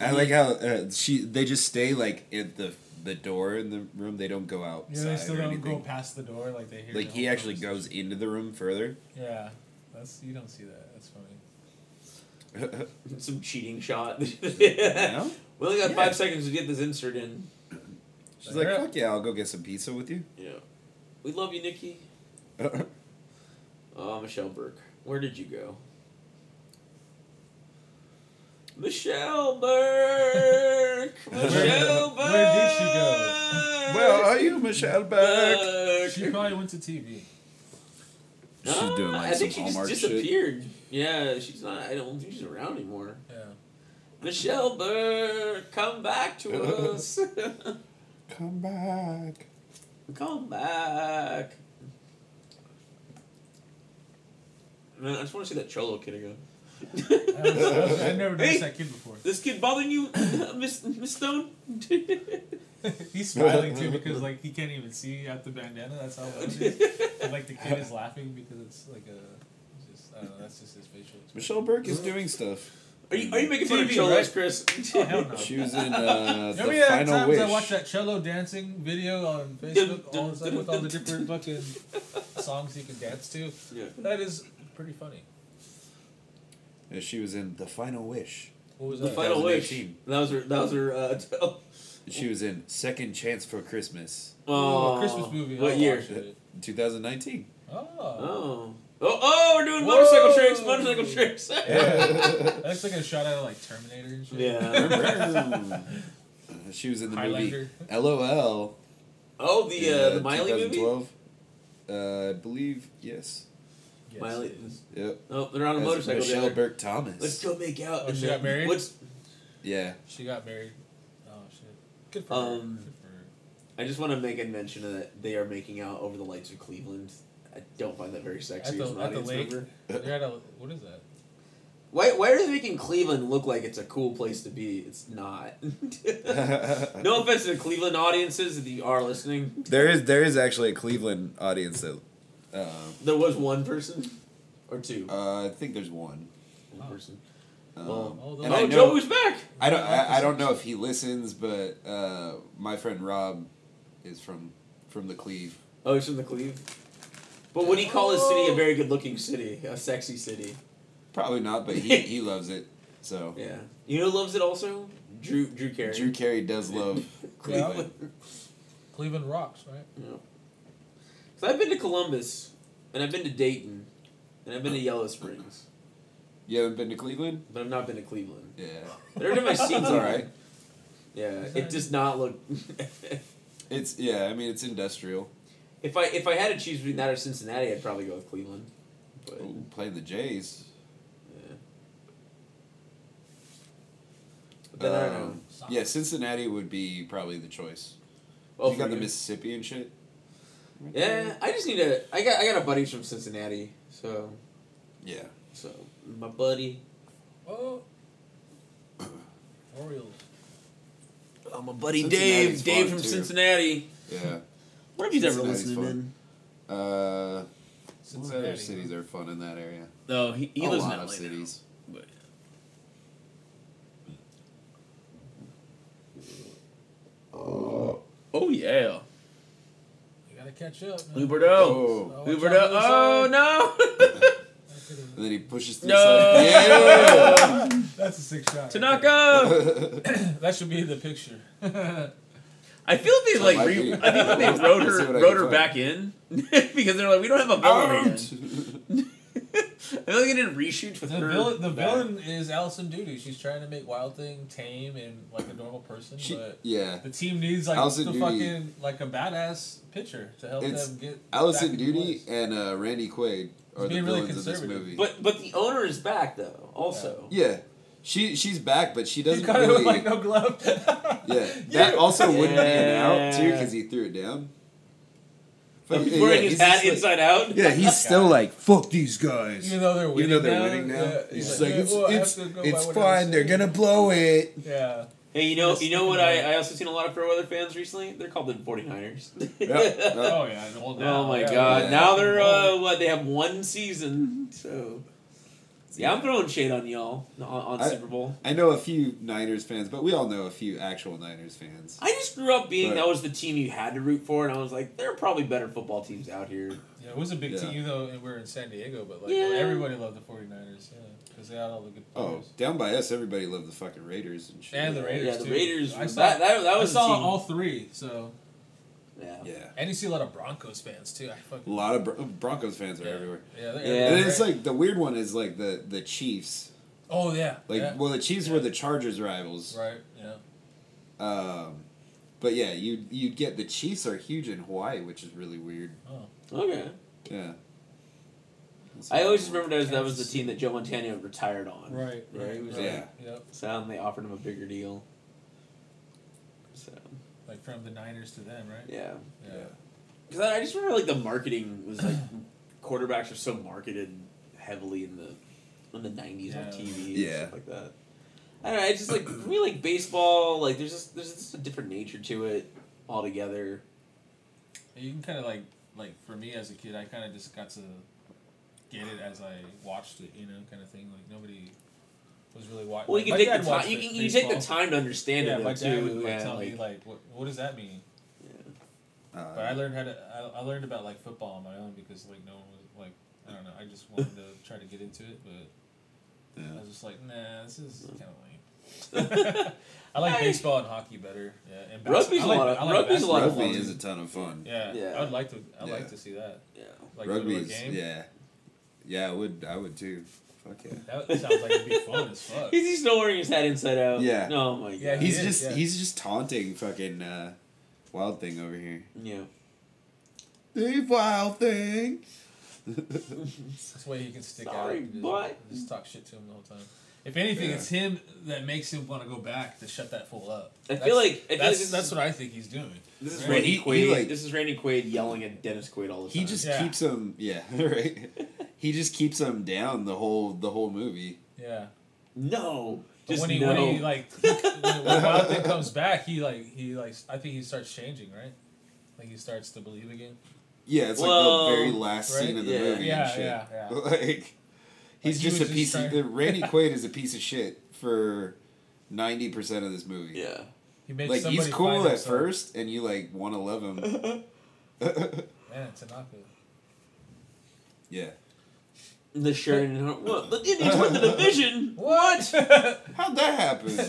Speaker 2: I like how uh, she they just stay like at the the door in the room. They don't go outside
Speaker 3: Yeah, they still
Speaker 2: or
Speaker 3: don't
Speaker 2: anything.
Speaker 3: go past the door like they hear.
Speaker 2: like
Speaker 3: the
Speaker 2: he
Speaker 3: whole
Speaker 2: actually goes
Speaker 3: conversation.
Speaker 2: into the room further.
Speaker 3: Yeah, that's you don't see that. That's funny.
Speaker 1: Some cheating shot.
Speaker 2: Yeah?
Speaker 1: We only got
Speaker 2: Yeah.
Speaker 1: five seconds to get this insert in.
Speaker 2: She's like, fuck yeah, I'll go get some pizza with you.
Speaker 1: Yeah. We love you, Nikki. Oh, Michelle Burke. Where did you go? Michelle Burke! Michelle Burke!
Speaker 3: Where did she go?
Speaker 2: well, are you Michelle Beck?
Speaker 1: Burke!
Speaker 3: She probably went to TV.
Speaker 2: She's doing
Speaker 1: Ah,
Speaker 2: like
Speaker 1: I
Speaker 2: some
Speaker 1: think she
Speaker 2: Hallmark
Speaker 1: just
Speaker 2: shit.
Speaker 1: disappeared. Yeah, she's not. I don't think she's around anymore.
Speaker 3: Yeah.
Speaker 1: Michelle Burke, come back to us.
Speaker 2: Come back.
Speaker 1: Come back. Man, I just want to see that Cholo kid
Speaker 3: I was- I was-
Speaker 1: again.
Speaker 3: I've never
Speaker 1: Hey.
Speaker 3: noticed that kid before.
Speaker 1: this kid bothering you, Miss Miss Stone?
Speaker 3: He's smiling too because like he can't even see out the bandana. That's how much. it is. And, like the kid is laughing because it's like a. Just, I don't know, that's just his facial expression.
Speaker 2: Michelle Burke is doing stuff.
Speaker 1: Are you are you making fun of
Speaker 3: TV,
Speaker 1: Cholos,
Speaker 3: right?
Speaker 1: Chris?
Speaker 3: Oh, hell no.
Speaker 2: She was in uh, the
Speaker 3: Remember the
Speaker 2: final
Speaker 3: times
Speaker 2: wish.
Speaker 3: I watched that cello dancing video on Facebook all the time with all the different fucking songs you can dance to?
Speaker 1: Yeah.
Speaker 3: That is pretty funny.
Speaker 2: Yeah, she was in the final wish.
Speaker 3: What was
Speaker 1: The
Speaker 3: that?
Speaker 1: final wish.
Speaker 2: 2018.
Speaker 1: That was her. That was her. Uh, tell.
Speaker 2: She was in second chance for Christmas,
Speaker 3: Oh,
Speaker 1: Aw,
Speaker 3: a Christmas movie.
Speaker 1: What
Speaker 3: I'll
Speaker 1: year?
Speaker 3: watch it.
Speaker 2: 2019.
Speaker 3: Oh.
Speaker 1: Oh. Oh, oh, we're doing
Speaker 3: Whoa.
Speaker 1: motorcycle tricks. Motorcycle tricks.
Speaker 3: That looks like a shot out of like Terminator and shit.
Speaker 1: yeah.
Speaker 2: Uh, she was in the movie
Speaker 3: Highlander.
Speaker 2: LOL.
Speaker 1: Oh, the uh, the
Speaker 2: in,
Speaker 1: Miley movie.
Speaker 2: 2012. Uh, I believe yes.
Speaker 3: Yes,
Speaker 1: Miley-
Speaker 3: it is.
Speaker 2: Yep.
Speaker 1: Oh, they're on a
Speaker 2: As
Speaker 1: motorcycle.
Speaker 2: Michelle
Speaker 1: together.
Speaker 2: Burke Thomas.
Speaker 1: Let's go make out.
Speaker 3: Oh,
Speaker 1: and
Speaker 3: she
Speaker 1: then-
Speaker 3: got married?
Speaker 1: What's
Speaker 2: Yeah.
Speaker 3: She got married. Oh shit. Good for
Speaker 1: Um,
Speaker 3: her. Good for her.
Speaker 1: I just want to make a mention of that they are making out over the lights of Cleveland. I don't find that very sexy
Speaker 3: At the-
Speaker 1: as an
Speaker 3: at the
Speaker 1: audience
Speaker 3: lake?
Speaker 1: member.
Speaker 3: They're at a, what is that?
Speaker 1: Why, why are they making Cleveland look like it's a cool place to be? It's not. no offense to the Cleveland audiences if you are listening.
Speaker 2: There is there is actually a Cleveland audience that uh,
Speaker 1: There was one person or two.
Speaker 2: uh, I think there's one.
Speaker 1: One person.
Speaker 2: Um,
Speaker 1: Well,
Speaker 3: Oh,
Speaker 2: and
Speaker 1: oh,
Speaker 2: I
Speaker 1: Joe
Speaker 2: know
Speaker 1: was back.
Speaker 2: I don't I, I don't know if he listens, but uh, my friend Rob is from from the Cleve.
Speaker 1: Oh, he's from the Cleve. But would he call his
Speaker 3: Oh.
Speaker 1: city a very good-looking city, a sexy city?
Speaker 2: Probably not, but he, he loves it. So
Speaker 1: Yeah. You know, who loves it also. Drew Drew Carey.
Speaker 2: Drew Carey does love Cleveland.
Speaker 3: Cleveland Rocks, right?
Speaker 1: So I've been to Columbus, and I've been to Dayton, and I've been to Yellow Springs,
Speaker 2: You haven't been to Cleveland?
Speaker 1: but I've not been to Cleveland.
Speaker 2: Yeah,
Speaker 1: Every time I see
Speaker 2: it's all right.
Speaker 1: Yeah, it does not look.
Speaker 2: It's yeah. I mean, it's industrial.
Speaker 1: if I if I had to choose between that or Cincinnati, I'd probably go with Cleveland. But
Speaker 2: Ooh, playing the Jays.
Speaker 1: yeah. But then I don't know.
Speaker 2: Um, Yeah, Cincinnati would be probably the choice.
Speaker 1: Well,
Speaker 2: you
Speaker 1: Oh,
Speaker 2: got
Speaker 1: for
Speaker 2: the
Speaker 1: you.
Speaker 2: Mississippi and shit.
Speaker 1: Yeah, I just need to. I got I got a buddy from Cincinnati, so
Speaker 2: Yeah.
Speaker 1: so my buddy.
Speaker 3: Oh. Orioles.
Speaker 1: Oh, my buddy Dave.
Speaker 2: Cincinnati's
Speaker 1: Dave
Speaker 2: fun,
Speaker 1: from
Speaker 2: too.
Speaker 1: Cincinnati.
Speaker 2: Yeah.
Speaker 1: What have you ever
Speaker 2: Cincinnati's
Speaker 1: listened in?
Speaker 2: fun. Uh, what
Speaker 3: Cincinnati.
Speaker 2: other cities are fun in that area?
Speaker 1: No, he, he
Speaker 2: a
Speaker 1: lives in
Speaker 2: lot
Speaker 1: LA.
Speaker 2: of cities.
Speaker 1: But oh yeah,
Speaker 3: You gotta catch up. man.
Speaker 1: Huberto.
Speaker 2: Oh.
Speaker 1: Oh,
Speaker 3: Oh,
Speaker 1: Huberto. Oh
Speaker 3: Jonathan
Speaker 1: no,
Speaker 2: And then he pushes through.
Speaker 1: No.
Speaker 2: side.
Speaker 3: That's a six shot.
Speaker 1: Tanaka.
Speaker 2: Yeah.
Speaker 3: That should be the picture.
Speaker 1: I feel they like
Speaker 2: might
Speaker 1: re-
Speaker 2: be.
Speaker 1: I feel like they wrote
Speaker 2: Let's see
Speaker 1: her
Speaker 2: what I
Speaker 1: wrote
Speaker 2: can
Speaker 1: her
Speaker 2: find.
Speaker 1: back in because they're like we don't have a villain.
Speaker 2: Out.
Speaker 1: again. I feel like they did reshoot with
Speaker 3: The,
Speaker 1: her.
Speaker 3: villain, the
Speaker 1: back.
Speaker 3: villain is Allison Duty. She's trying to make Wild Thing tame and like a normal person,
Speaker 2: She-
Speaker 3: but
Speaker 2: yeah.
Speaker 3: the team needs like
Speaker 2: Allison
Speaker 3: the
Speaker 2: Duty-
Speaker 3: fucking like a badass pitcher to help
Speaker 2: It's
Speaker 3: them get.
Speaker 2: Allison
Speaker 3: back in
Speaker 2: Duty
Speaker 3: place.
Speaker 2: and uh, Randy Quaid are
Speaker 3: He's
Speaker 2: the
Speaker 3: being really
Speaker 2: villains of this
Speaker 3: conservative.
Speaker 2: movie.
Speaker 1: But but the owner is back though. Also,
Speaker 2: yeah, she she's back, but she
Speaker 3: He
Speaker 2: doesn't
Speaker 3: caught it
Speaker 2: really.
Speaker 3: with like no glove.
Speaker 2: Yeah, that also wouldn't be an out too
Speaker 1: Yeah.
Speaker 2: because he threw it down.
Speaker 1: Like,
Speaker 2: Fuck,
Speaker 1: he's
Speaker 2: yeah,
Speaker 1: wearing
Speaker 2: yeah,
Speaker 1: his
Speaker 2: he's just
Speaker 1: hat
Speaker 2: like-
Speaker 1: inside out.
Speaker 2: Yeah, he's still like fuck these guys.
Speaker 3: Even though they're winning,
Speaker 2: Even though they're winning now,
Speaker 3: yeah,
Speaker 2: he's
Speaker 3: he's
Speaker 2: just like,
Speaker 3: "Yeah,
Speaker 2: it's,
Speaker 3: well, I have
Speaker 2: it's,
Speaker 3: to
Speaker 2: it's
Speaker 3: go by what I was
Speaker 2: fine. They're
Speaker 3: saying."
Speaker 2: gonna blow it.
Speaker 3: Yeah,
Speaker 1: Hey, you know,
Speaker 3: Yes.
Speaker 1: you know what? I, I also seen a lot of Fairweather fans recently. They're called the 49ers.
Speaker 2: Yeah.
Speaker 3: oh yeah, and old
Speaker 1: oh
Speaker 3: now,
Speaker 1: my
Speaker 3: yeah,
Speaker 1: god!
Speaker 2: yeah.
Speaker 1: Now they're uh, what? They have one season, so yeah, I'm throwing shade on y'all on, on
Speaker 2: I-
Speaker 1: Super Bowl.
Speaker 2: I know a few Niners fans, but we all know a few actual Niners fans.
Speaker 1: I just grew up being
Speaker 2: Right.
Speaker 1: that was the team you had to root for, and I was like, there are probably better football teams out here.
Speaker 3: Yeah, it was a big
Speaker 2: Yeah.
Speaker 3: team, even though we were in San Diego, but like
Speaker 1: Yeah.
Speaker 3: everybody loved the 49ers, yeah, because they had all the good
Speaker 2: Oh,
Speaker 3: players.
Speaker 2: down by us, everybody loved the fucking Raiders and shit.
Speaker 3: And the Raiders.
Speaker 1: yeah, the
Speaker 3: too.
Speaker 1: Raiders.
Speaker 3: I
Speaker 1: were-
Speaker 3: saw-
Speaker 1: that, that, that was
Speaker 3: I saw
Speaker 1: a team.
Speaker 3: all three, so
Speaker 1: yeah.
Speaker 2: Yeah,
Speaker 3: and you see a lot of Broncos fans too. I
Speaker 2: a
Speaker 3: fucking
Speaker 2: lot of Bron- Broncos fans are
Speaker 3: yeah.
Speaker 2: everywhere.
Speaker 3: Yeah, they're
Speaker 1: Yeah.
Speaker 2: And
Speaker 3: everywhere.
Speaker 2: then it's like the weird one is like the the Chiefs.
Speaker 3: oh yeah,
Speaker 2: Like,
Speaker 3: yeah.
Speaker 2: well, the Chiefs
Speaker 3: Yeah.
Speaker 2: were the Chargers rivals.
Speaker 3: right, yeah.
Speaker 2: Um, but yeah, you you'd get the Chiefs are huge in Hawaii, which is really weird.
Speaker 3: Oh,
Speaker 1: Okay.
Speaker 2: Yeah. That's
Speaker 1: I always
Speaker 2: weird.
Speaker 1: remembered as that was the team that Joe Montana retired on.
Speaker 3: right,
Speaker 1: Yeah,
Speaker 3: right,
Speaker 1: he was
Speaker 3: right.
Speaker 2: like-
Speaker 3: Yep.
Speaker 1: So and they offered him a bigger deal. So
Speaker 3: Like from the Niners to them, right?
Speaker 1: yeah.
Speaker 3: Yeah.
Speaker 1: Because I I just remember like the marketing was like quarterbacks are so marketed heavily in the in the nineties on
Speaker 3: Yeah.
Speaker 1: TV and
Speaker 2: Yeah.
Speaker 1: stuff like that. I don't know. I just like for me like baseball. Like there's just there's just a different nature to it altogether.
Speaker 3: You can kind of like like for me as a kid, I kind of just got to get it as I watched it, you know, kind of thing. Like nobody was really watching.
Speaker 1: Well, you can take the time. You can you can take the time to understand
Speaker 3: Yeah,
Speaker 1: it
Speaker 3: my
Speaker 1: though,
Speaker 3: dad
Speaker 1: too.
Speaker 3: would like,
Speaker 1: yeah,
Speaker 3: tell me
Speaker 1: like,
Speaker 3: like, what, what does that mean?
Speaker 2: Uh,
Speaker 3: But I learned how to. I, I learned about like football on my own because like no one was like I don't know. I just wanted to try to get into it, but I
Speaker 2: Yeah.
Speaker 3: was just like, nah, this is kind of lame. I like
Speaker 1: I-
Speaker 3: baseball and hockey better. Yeah, and
Speaker 1: Rugby's
Speaker 3: I
Speaker 1: a
Speaker 3: like,
Speaker 1: lot of-
Speaker 3: I like
Speaker 1: rugby's a lot of
Speaker 2: Rugby
Speaker 1: fun.
Speaker 2: is a ton of fun.
Speaker 3: Yeah,
Speaker 1: Yeah.
Speaker 3: I would like to. I would
Speaker 2: Yeah.
Speaker 3: like to see that.
Speaker 1: yeah.
Speaker 3: Like go to a
Speaker 2: Rugby is
Speaker 3: game.
Speaker 2: yeah, yeah. I would I would too. Fuck yeah.
Speaker 3: That sounds like it'd be fun as fuck.
Speaker 1: Is he still wearing his hat inside out?
Speaker 2: Yeah.
Speaker 1: Oh my god.
Speaker 3: Yeah, he
Speaker 2: He's
Speaker 3: is,
Speaker 2: just
Speaker 3: yeah.
Speaker 2: he's just taunting fucking uh, wild thing over here.
Speaker 1: yeah.
Speaker 2: The wild thing.
Speaker 3: This way he can stick out.
Speaker 1: Sorry,
Speaker 3: and just-
Speaker 1: but-
Speaker 3: just talk shit to him the whole time. If anything,
Speaker 2: Yeah.
Speaker 3: it's him that makes him want to go back to shut that fool up.
Speaker 1: I feel like I feel like
Speaker 3: that's
Speaker 1: this
Speaker 3: that's
Speaker 1: is,
Speaker 3: what I think he's doing.
Speaker 1: this is
Speaker 3: Well,
Speaker 1: Randy
Speaker 2: he- he,
Speaker 1: Quaid.
Speaker 2: like-
Speaker 1: this is Randy Quaid yelling at Dennis Quaid all the time.
Speaker 2: He just
Speaker 3: Yeah.
Speaker 2: keeps him. Yeah, right. he just keeps him down the whole the whole movie.
Speaker 3: Yeah.
Speaker 1: no.
Speaker 3: But
Speaker 1: Just
Speaker 3: when he
Speaker 1: no.
Speaker 3: when he like he- when, when Wild Thing comes back, he like he like I think he starts changing, right? Like he starts to believe again.
Speaker 2: Yeah, it's
Speaker 1: Well,
Speaker 2: like the very last
Speaker 3: right?
Speaker 2: scene of the
Speaker 1: Yeah.
Speaker 2: movie
Speaker 3: Yeah,
Speaker 2: and shit.
Speaker 3: yeah, yeah.
Speaker 2: Like he's
Speaker 3: he
Speaker 2: just a
Speaker 3: was just
Speaker 2: piece
Speaker 3: trying-
Speaker 2: of Randy Quaid is a piece of shit for ninety percent of this movie.
Speaker 1: yeah.
Speaker 3: He makes
Speaker 2: Like
Speaker 3: somebody
Speaker 2: he's cool
Speaker 3: find
Speaker 2: at
Speaker 3: himself.
Speaker 2: first, and you like want to love him.
Speaker 3: Man, Tanaka.
Speaker 2: yeah.
Speaker 1: The shirt and her, well, the Indians won the division.
Speaker 3: What? so
Speaker 2: How'd that happen?
Speaker 3: what?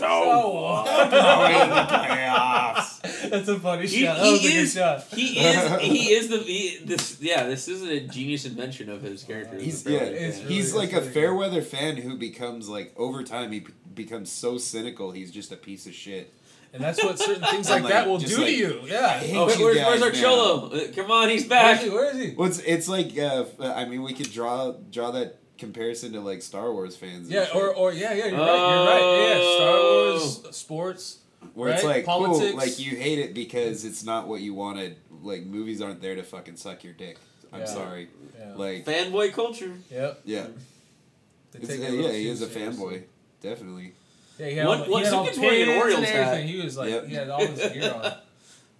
Speaker 2: playoffs.
Speaker 3: That's a funny
Speaker 1: He,
Speaker 3: shot. That was
Speaker 1: he
Speaker 3: a good
Speaker 1: is,
Speaker 3: shot.
Speaker 1: he is he is the he, this yeah this is a genius invention of his character. as a
Speaker 2: He's yeah.
Speaker 1: Fairweather
Speaker 3: It's
Speaker 1: fan.
Speaker 3: really-
Speaker 2: he's like a
Speaker 3: really good.
Speaker 2: fair weather fan who becomes like over time he p- becomes so cynical. He's just a piece of shit.
Speaker 3: and that's what certain things
Speaker 2: I'm
Speaker 3: like,
Speaker 2: like-
Speaker 3: that will
Speaker 2: just
Speaker 3: do to
Speaker 2: like-
Speaker 3: you. Yeah.
Speaker 1: Oh, wait,
Speaker 2: Hate you
Speaker 1: where's,
Speaker 2: guys
Speaker 1: where's our
Speaker 2: now.
Speaker 1: cholo? Uh, Come on, he's
Speaker 3: Where is
Speaker 1: back.
Speaker 3: he? Where is he?
Speaker 2: Well, it's, it's like uh, f- I mean, we could draw draw that comparison to like Star Wars fans. and
Speaker 3: Yeah,
Speaker 2: shit,
Speaker 3: or, or yeah, yeah, you're right,
Speaker 2: Oh.
Speaker 3: you're right. Yeah, Star Wars, sports.
Speaker 2: where it's
Speaker 3: right,
Speaker 2: like
Speaker 3: politics.
Speaker 2: cool, like you hate it because it's not what you wanted. Like movies aren't there to fucking suck your dick. I'm
Speaker 3: Yeah.
Speaker 2: sorry.
Speaker 3: Yeah.
Speaker 2: Like
Speaker 1: Fanboy culture.
Speaker 3: yep.
Speaker 2: yeah,
Speaker 3: They
Speaker 2: It's-
Speaker 3: take
Speaker 2: yeah,
Speaker 3: it little
Speaker 2: he
Speaker 3: too
Speaker 2: is a
Speaker 3: seriously.
Speaker 2: fanboy, definitely.
Speaker 3: Yeah, he had
Speaker 1: One-
Speaker 3: all,
Speaker 1: one-
Speaker 3: he had all
Speaker 1: someone's wearing an
Speaker 3: pins
Speaker 1: Orioles
Speaker 3: and everything.
Speaker 1: hat.
Speaker 3: He was like,
Speaker 2: Yep.
Speaker 3: he had all his gear on.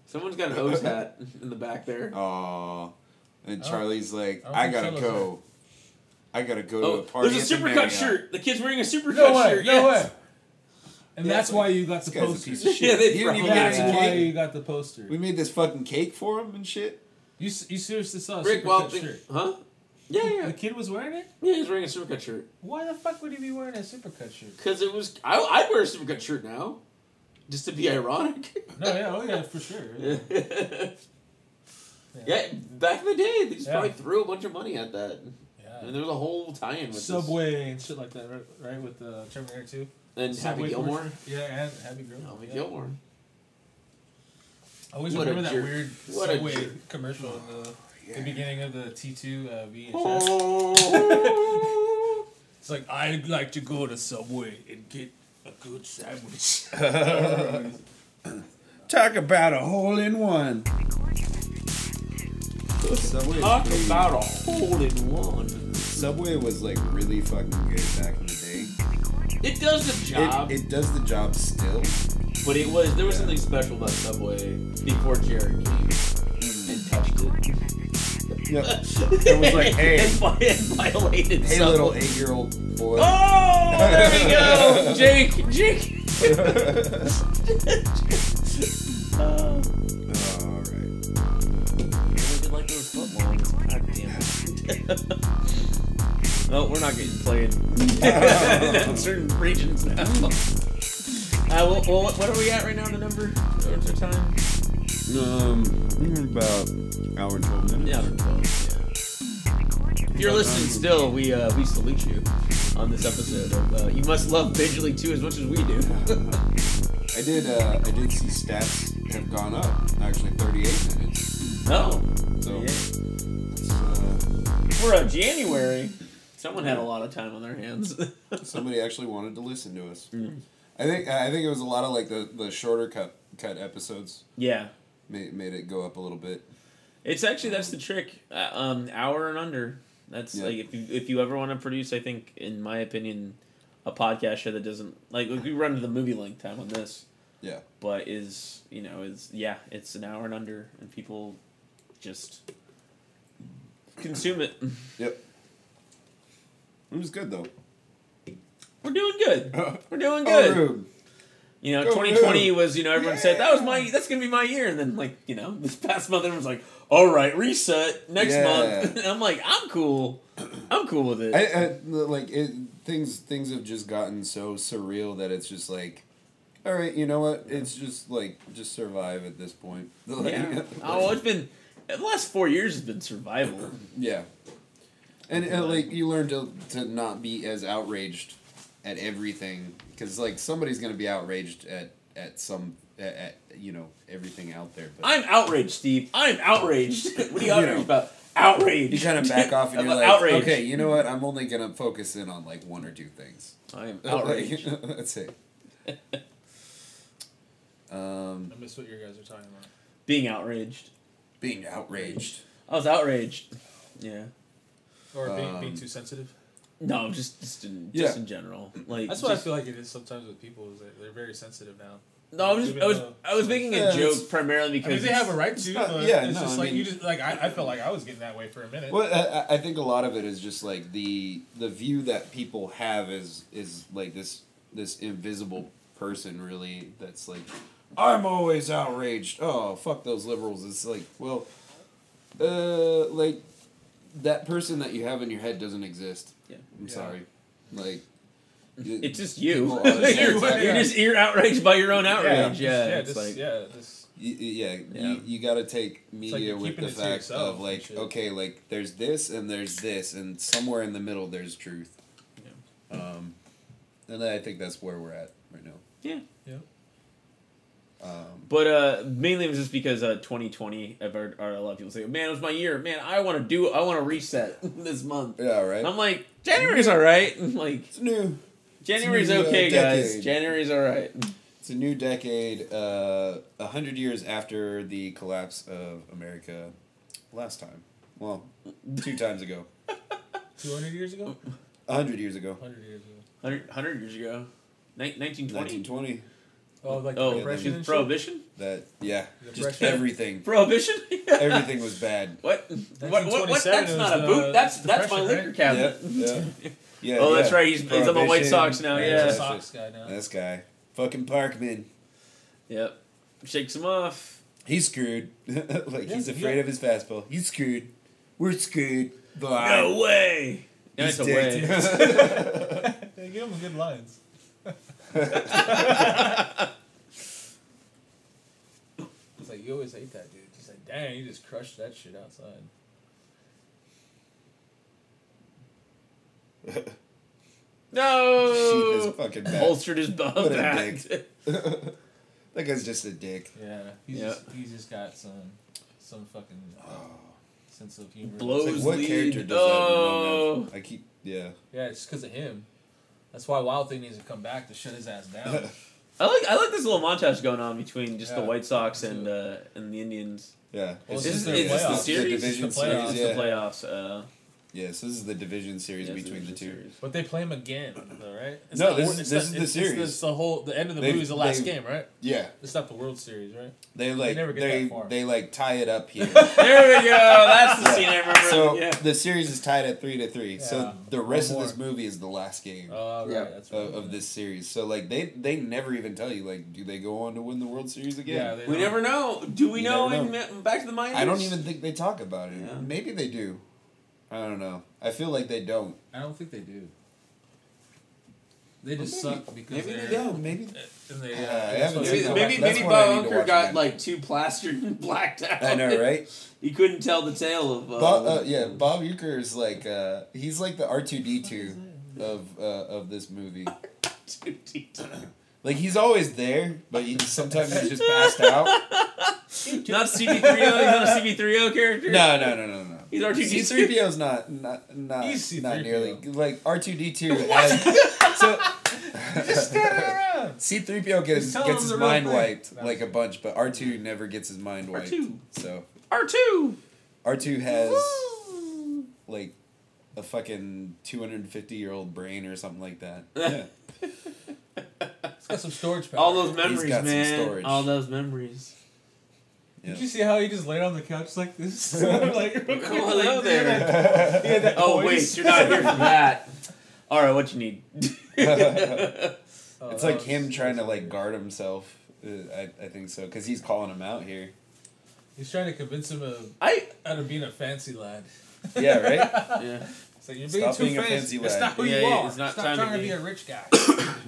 Speaker 1: Someone's got a hose hat in the back there.
Speaker 2: Oh, and
Speaker 3: I don't-
Speaker 2: Charlie's like,
Speaker 3: I don't
Speaker 2: I,
Speaker 3: think
Speaker 2: gotta
Speaker 3: Solo's
Speaker 2: go. I gotta go
Speaker 1: Oh,
Speaker 2: to a party.
Speaker 1: there's a
Speaker 2: at the Marriott."
Speaker 1: supercut shirt. The kid's wearing a supercut
Speaker 3: No way,
Speaker 1: shirt.
Speaker 3: no
Speaker 1: yes.
Speaker 3: way. And
Speaker 1: Yeah,
Speaker 3: that's
Speaker 1: but-
Speaker 3: why you got the
Speaker 2: This guy's a
Speaker 3: poster.
Speaker 2: piece of shit.
Speaker 1: Yeah, they
Speaker 2: He didn't
Speaker 1: probably-
Speaker 2: even get
Speaker 3: That's
Speaker 2: us a
Speaker 3: why
Speaker 2: cake.
Speaker 3: you got the poster.
Speaker 2: We made this fucking cake for him and shit.
Speaker 3: You s- you seriously saw a
Speaker 1: Rick
Speaker 3: supercut
Speaker 1: Wild,
Speaker 3: shirt?
Speaker 1: huh? Yeah, yeah,
Speaker 3: The kid was wearing it.
Speaker 1: yeah. He's wearing a supercut shirt
Speaker 3: Why the fuck would he be wearing a supercut shirt?
Speaker 1: because it was. I, I'd wear a supercut shirt now, just to be ironic.
Speaker 3: No, yeah, oh yeah, for sure.
Speaker 1: yeah,
Speaker 3: Yeah.
Speaker 1: back in the day, they just
Speaker 3: Yeah.
Speaker 1: probably threw a bunch of money at that,
Speaker 3: Yeah.
Speaker 1: and there was a whole tie-in with this.
Speaker 3: Subway and shit like that, right? right with uh, Terminator Two.
Speaker 1: and Happy
Speaker 3: Subway
Speaker 1: Gilmore.
Speaker 3: commercial. Yeah, and Happy Gilmore.
Speaker 1: Happy
Speaker 3: yeah.
Speaker 1: Gilmore.
Speaker 3: I always
Speaker 1: What a
Speaker 3: remember that
Speaker 1: jerk.
Speaker 3: weird
Speaker 1: What a
Speaker 3: Subway
Speaker 1: jerk.
Speaker 3: commercial in the, the beginning of the T2 uh, VHS.
Speaker 1: Oh.
Speaker 3: It's like I'd like to go to Subway and get a good sandwich.
Speaker 4: Talk about a hole in one.
Speaker 2: Subway, is
Speaker 1: Talk
Speaker 2: pretty-
Speaker 1: about a hole in one.
Speaker 2: Subway was like really fucking good back in the
Speaker 1: It does the
Speaker 2: day.
Speaker 1: job,
Speaker 2: It, it does the job still.
Speaker 1: but it was there was something special about Subway before Jared came and touched it.
Speaker 2: Yep.
Speaker 1: It
Speaker 4: was like, hey.
Speaker 1: and, vi- and violated.
Speaker 2: Hey,
Speaker 1: Subway.
Speaker 2: little eight-year-old boy.
Speaker 1: Oh, there we go, Jake. Jake. Uh,
Speaker 2: All right.
Speaker 1: like those footlongs. God damn it. Oh, we're not getting played in certain regions now. Uh, well, well, what are we at right now? The number? What's our time?
Speaker 2: Um, about hour and twelve minutes.
Speaker 1: Yeah, we're close. Yeah. If you're listening still, we uh, we salute you on this episode. Of, uh, you must love Vigilante too as much as we do.
Speaker 2: I did. Uh, I did see stats have gone up. Actually, thirty-eight minutes.
Speaker 1: oh,
Speaker 2: So
Speaker 1: yeah.
Speaker 2: it's, uh,
Speaker 1: we're at January. Someone had a lot of time on their hands.
Speaker 2: somebody actually wanted to listen to us.
Speaker 1: Mm.
Speaker 2: I think. I think it was a lot of like the, the shorter cut cut episodes
Speaker 1: yeah.
Speaker 2: made, made it go up a little bit.
Speaker 1: It's actually that's the trick. Uh, um, hour and under. That's
Speaker 2: Yeah.
Speaker 1: like if you if you ever want to produce, I think, in my opinion, a podcast show that doesn't like we run to the movie length time on this,
Speaker 2: Yeah.
Speaker 1: but is you know is yeah, it's an hour and under, and people just consume it.
Speaker 2: Yep. It was good though.
Speaker 1: We're doing good.
Speaker 2: Oh,
Speaker 1: We're doing good.
Speaker 2: Rube.
Speaker 1: You know,
Speaker 2: Go
Speaker 1: twenty twenty
Speaker 2: Rube.
Speaker 1: was you know everyone said that was my that's gonna be my year, and then like you know this past month everyone's like, all right, reset next
Speaker 2: Yeah.
Speaker 1: month. and I'm like, I'm cool. I'm cool with it.
Speaker 2: I, I like it, things. Things have just gotten so surreal that it's just like, all right, you know what? It's just like just survive at this point. Like,
Speaker 1: Yeah. oh, it's been the last four years has been survival.
Speaker 2: yeah. And uh, like you learn to to not be as outraged at everything because like somebody's gonna be outraged at at some at, at you know everything out there. But
Speaker 1: I'm outraged, Steve. I'm outraged. what are you
Speaker 2: You
Speaker 1: outraged
Speaker 2: know.
Speaker 1: about? Outraged.
Speaker 2: you kind of back off and you're
Speaker 1: About
Speaker 2: like,
Speaker 1: outraged.
Speaker 2: okay, you know what? I'm only gonna focus in on like one or two things.
Speaker 1: I am
Speaker 2: Like,
Speaker 1: outraged.
Speaker 2: That's it. Um,
Speaker 3: I miss what you guys are talking about.
Speaker 1: Being outraged.
Speaker 2: being outraged.
Speaker 1: I was outraged. Yeah.
Speaker 3: Or being, being
Speaker 2: Um,
Speaker 3: too sensitive.
Speaker 1: No, just just in, just
Speaker 2: Yeah.
Speaker 1: in general. Like
Speaker 3: That's what I
Speaker 1: just-
Speaker 3: feel like it is sometimes with people is that they're very sensitive now.
Speaker 1: No, I was just, I was I was making a
Speaker 2: Yeah, it's-
Speaker 1: joke primarily
Speaker 3: I
Speaker 1: because
Speaker 3: mean, they have a right to,
Speaker 2: not-
Speaker 3: but
Speaker 2: yeah,
Speaker 3: it's
Speaker 2: no,
Speaker 3: just
Speaker 2: I
Speaker 3: like you
Speaker 2: mean-
Speaker 3: just like I, I felt like I was getting that way for a minute.
Speaker 2: Well, I- I, I think a lot of it is just like the the view that people have is is like this this invisible person really that's like I'm always outraged. Oh fuck those liberals. It's like well, uh, like that person that you have in your head doesn't exist.
Speaker 1: Yeah.
Speaker 2: I'm
Speaker 3: Yeah.
Speaker 2: sorry. Like
Speaker 1: it's just you.
Speaker 2: People are-
Speaker 1: you're,
Speaker 3: exactly.
Speaker 1: you're just you're outraged by your own outrage.
Speaker 3: just-
Speaker 1: Yeah,
Speaker 3: yeah,
Speaker 1: it's
Speaker 3: just,
Speaker 1: like
Speaker 3: yeah, just
Speaker 2: Y- y- yeah,
Speaker 1: Yeah.
Speaker 2: you, you got to take media
Speaker 3: you're
Speaker 2: with
Speaker 3: keeping
Speaker 2: the
Speaker 3: it to
Speaker 2: fact
Speaker 3: yourself
Speaker 2: of
Speaker 3: and
Speaker 2: like
Speaker 3: shit.
Speaker 2: okay, like there's this and there's this and somewhere in the middle there's truth. Um, and I think that's where we're at right now.
Speaker 1: yeah.
Speaker 3: yeah.
Speaker 2: Um,
Speaker 1: But uh, mainly it was just because uh, 2020, I've heard, heard a lot of people say, man, it was my year. Man, I want to do, I want to reset this month.
Speaker 2: yeah,
Speaker 1: And
Speaker 2: right.
Speaker 1: I'm like, January's all right. like,
Speaker 2: It's new.
Speaker 1: January's
Speaker 2: It's a new, uh,
Speaker 1: okay, guys.
Speaker 2: decade.
Speaker 1: January's all right.
Speaker 2: It's a new decade. Uh, a hundred years after the collapse of America, last time. Well, two times ago.
Speaker 3: Two hundred years ago.
Speaker 2: A hundred years ago.
Speaker 3: Hundred years ago.
Speaker 1: 100, 100 years ago. Nin- 1920?
Speaker 2: 1920.
Speaker 3: Oh, like
Speaker 1: Oh,
Speaker 2: Depression
Speaker 1: just prohibition?
Speaker 2: That yeah, just
Speaker 3: Depression.
Speaker 2: everything.
Speaker 1: Prohibition?
Speaker 2: Everything was bad.
Speaker 1: What? What? What? what?
Speaker 3: 1927
Speaker 1: That's not a
Speaker 3: was,
Speaker 1: boot.
Speaker 3: uh,
Speaker 1: That's that's my
Speaker 3: depression,
Speaker 1: liquor
Speaker 3: right?
Speaker 2: Yeah,
Speaker 1: cabinet.
Speaker 2: yeah, yeah.
Speaker 1: Oh, that's
Speaker 2: yeah.
Speaker 1: right. He's, he's on the White
Speaker 2: Prohibition.
Speaker 1: Sox now.
Speaker 2: Yeah.
Speaker 3: He's a
Speaker 1: Yeah.
Speaker 3: socks guy now.
Speaker 2: This guy, fucking Parkman.
Speaker 1: Yep. Shakes him off.
Speaker 2: He's screwed. like
Speaker 3: Yeah,
Speaker 2: he's
Speaker 3: yeah.
Speaker 2: afraid of his fastball. He's screwed. We're screwed. Bye.
Speaker 1: No way. And
Speaker 2: He's
Speaker 1: it's a
Speaker 2: dead.
Speaker 1: way.
Speaker 3: They give him good lines. it's like you always hate that dude. He's like, dang, you just crushed that shit outside.
Speaker 2: Sheep
Speaker 1: No.
Speaker 2: is fucking bad.
Speaker 1: Holstered his bum
Speaker 2: What a
Speaker 1: back.
Speaker 2: that guy's just a dick.
Speaker 3: Yeah, he's
Speaker 1: Yeah.
Speaker 3: just he's just got some some fucking sense of humor.
Speaker 1: Blows.
Speaker 2: Oh. It's like, what
Speaker 1: lead?
Speaker 2: character does that remind me
Speaker 1: Oh.
Speaker 2: of? I keep, yeah.
Speaker 3: Yeah, it's because of him. That's why Wild Thing needs to come back to shut his ass down.
Speaker 1: I like I like this little montage going on between just the
Speaker 3: Yeah.
Speaker 1: White Sox and uh, and the Indians.
Speaker 2: Yeah.
Speaker 3: Well,
Speaker 2: It's
Speaker 3: this
Speaker 2: just
Speaker 3: is their
Speaker 2: it's just
Speaker 3: playoffs.
Speaker 2: the series.
Speaker 1: It's
Speaker 3: the
Speaker 2: division
Speaker 3: playoffs.
Speaker 2: series,
Speaker 1: It's
Speaker 2: yeah.
Speaker 1: the playoffs. Uh,
Speaker 2: Yeah, so this is the division series
Speaker 1: yeah, it's
Speaker 2: between the two.
Speaker 1: series.
Speaker 3: But they play him again, though, right?
Speaker 2: No,
Speaker 3: not
Speaker 2: this
Speaker 3: wor-
Speaker 2: is-
Speaker 3: it's
Speaker 2: this is
Speaker 3: not-
Speaker 2: the
Speaker 3: it's- it's-
Speaker 2: series.
Speaker 3: It's the whole the end of the
Speaker 2: They've-
Speaker 3: movie's the last
Speaker 2: they've-
Speaker 3: game, right?
Speaker 2: Yeah.
Speaker 3: It's not the World Series, right?
Speaker 2: They like
Speaker 3: never get
Speaker 2: they
Speaker 3: that far.
Speaker 2: they like tie it up here.
Speaker 1: There we go. That's the scene I remember.
Speaker 2: so
Speaker 1: yeah.
Speaker 2: the series is tied at three to three.
Speaker 3: Yeah.
Speaker 2: So the rest of
Speaker 3: One
Speaker 2: this movie is the last game.
Speaker 3: Uh, right,
Speaker 1: Yeah.
Speaker 3: that's right.
Speaker 2: of, of this series. So like they they never even tell you like do they go on to win the World Series
Speaker 3: Yeah,
Speaker 2: again?
Speaker 3: they
Speaker 1: We
Speaker 3: don't-
Speaker 1: never know. Do we
Speaker 2: You
Speaker 1: know,
Speaker 2: never
Speaker 1: in Ma- Back to the Miners?
Speaker 2: I don't even think they talk about it.
Speaker 1: Yeah.
Speaker 2: Maybe they do. I don't know. I feel like they don't.
Speaker 3: I don't think they do. They
Speaker 2: Well,
Speaker 3: just
Speaker 2: maybe-
Speaker 3: suck because
Speaker 2: maybe
Speaker 3: they're.
Speaker 2: they don't. Maybe
Speaker 3: And they, uh,
Speaker 2: Uh, I
Speaker 3: they're
Speaker 2: haven't
Speaker 3: supposed
Speaker 1: Maybe,
Speaker 2: seen
Speaker 3: to-
Speaker 2: that
Speaker 1: maybe,
Speaker 2: That's
Speaker 1: maybe
Speaker 2: one I need
Speaker 1: Bob
Speaker 2: to
Speaker 1: Unker
Speaker 2: watch
Speaker 1: Oh, got
Speaker 2: again.
Speaker 1: like too plastered and blacked out.
Speaker 2: I know, right?
Speaker 1: He couldn't tell the tale of. Uh,
Speaker 4: Oh.
Speaker 2: Bob, uh, yeah, Bob Euchre is like uh, he's like the R two D two of uh, of this movie. Like he's always there, but he, sometimes he's just passed out.
Speaker 1: Not CB3O. He's not a CB3O character.
Speaker 2: No, no, no, no, no.
Speaker 1: He's R2D2.
Speaker 2: C three PO's not not not,
Speaker 3: He's C3PO.
Speaker 2: not nearly like R two D two. So
Speaker 3: around.
Speaker 2: C three PO gets
Speaker 3: Just tell
Speaker 2: gets
Speaker 3: him
Speaker 2: his
Speaker 3: the real
Speaker 2: mind
Speaker 3: thing.
Speaker 2: wiped
Speaker 3: No.
Speaker 2: like a bunch, but R two never gets his mind wiped.
Speaker 1: R2.
Speaker 2: So
Speaker 1: R2.
Speaker 2: R two has
Speaker 1: Woo.
Speaker 2: like a fucking two hundred and fifty year old brain or something like that. Yeah.
Speaker 3: It's got some storage power.
Speaker 1: All those memories,
Speaker 2: got some
Speaker 1: man.
Speaker 2: storage.
Speaker 1: All those memories.
Speaker 2: Yeah.
Speaker 3: Did you see how he just laid on the couch like this? like, real quick,
Speaker 1: hello
Speaker 3: like,
Speaker 1: there.
Speaker 3: yeah, that- yeah, that
Speaker 1: Oh
Speaker 3: voice.
Speaker 1: wait, you're not here for that. All right, what you need?
Speaker 3: Oh,
Speaker 2: It's
Speaker 3: that
Speaker 2: like
Speaker 3: was-
Speaker 2: him trying to like guard himself. Uh, I, I think so because he's calling him out here.
Speaker 3: He's trying to convince him of
Speaker 1: I
Speaker 3: out of being a fancy lad.
Speaker 2: Yeah, right.
Speaker 1: yeah.
Speaker 3: It's like you're being
Speaker 2: Stop
Speaker 3: too
Speaker 2: being a
Speaker 3: fancy.
Speaker 2: fancy
Speaker 3: It's
Speaker 2: lad.
Speaker 3: not who
Speaker 1: Yeah,
Speaker 3: you
Speaker 1: yeah,
Speaker 3: are.
Speaker 1: it's not
Speaker 3: Stop
Speaker 1: time to
Speaker 3: trying to
Speaker 1: be-
Speaker 3: be a rich guy.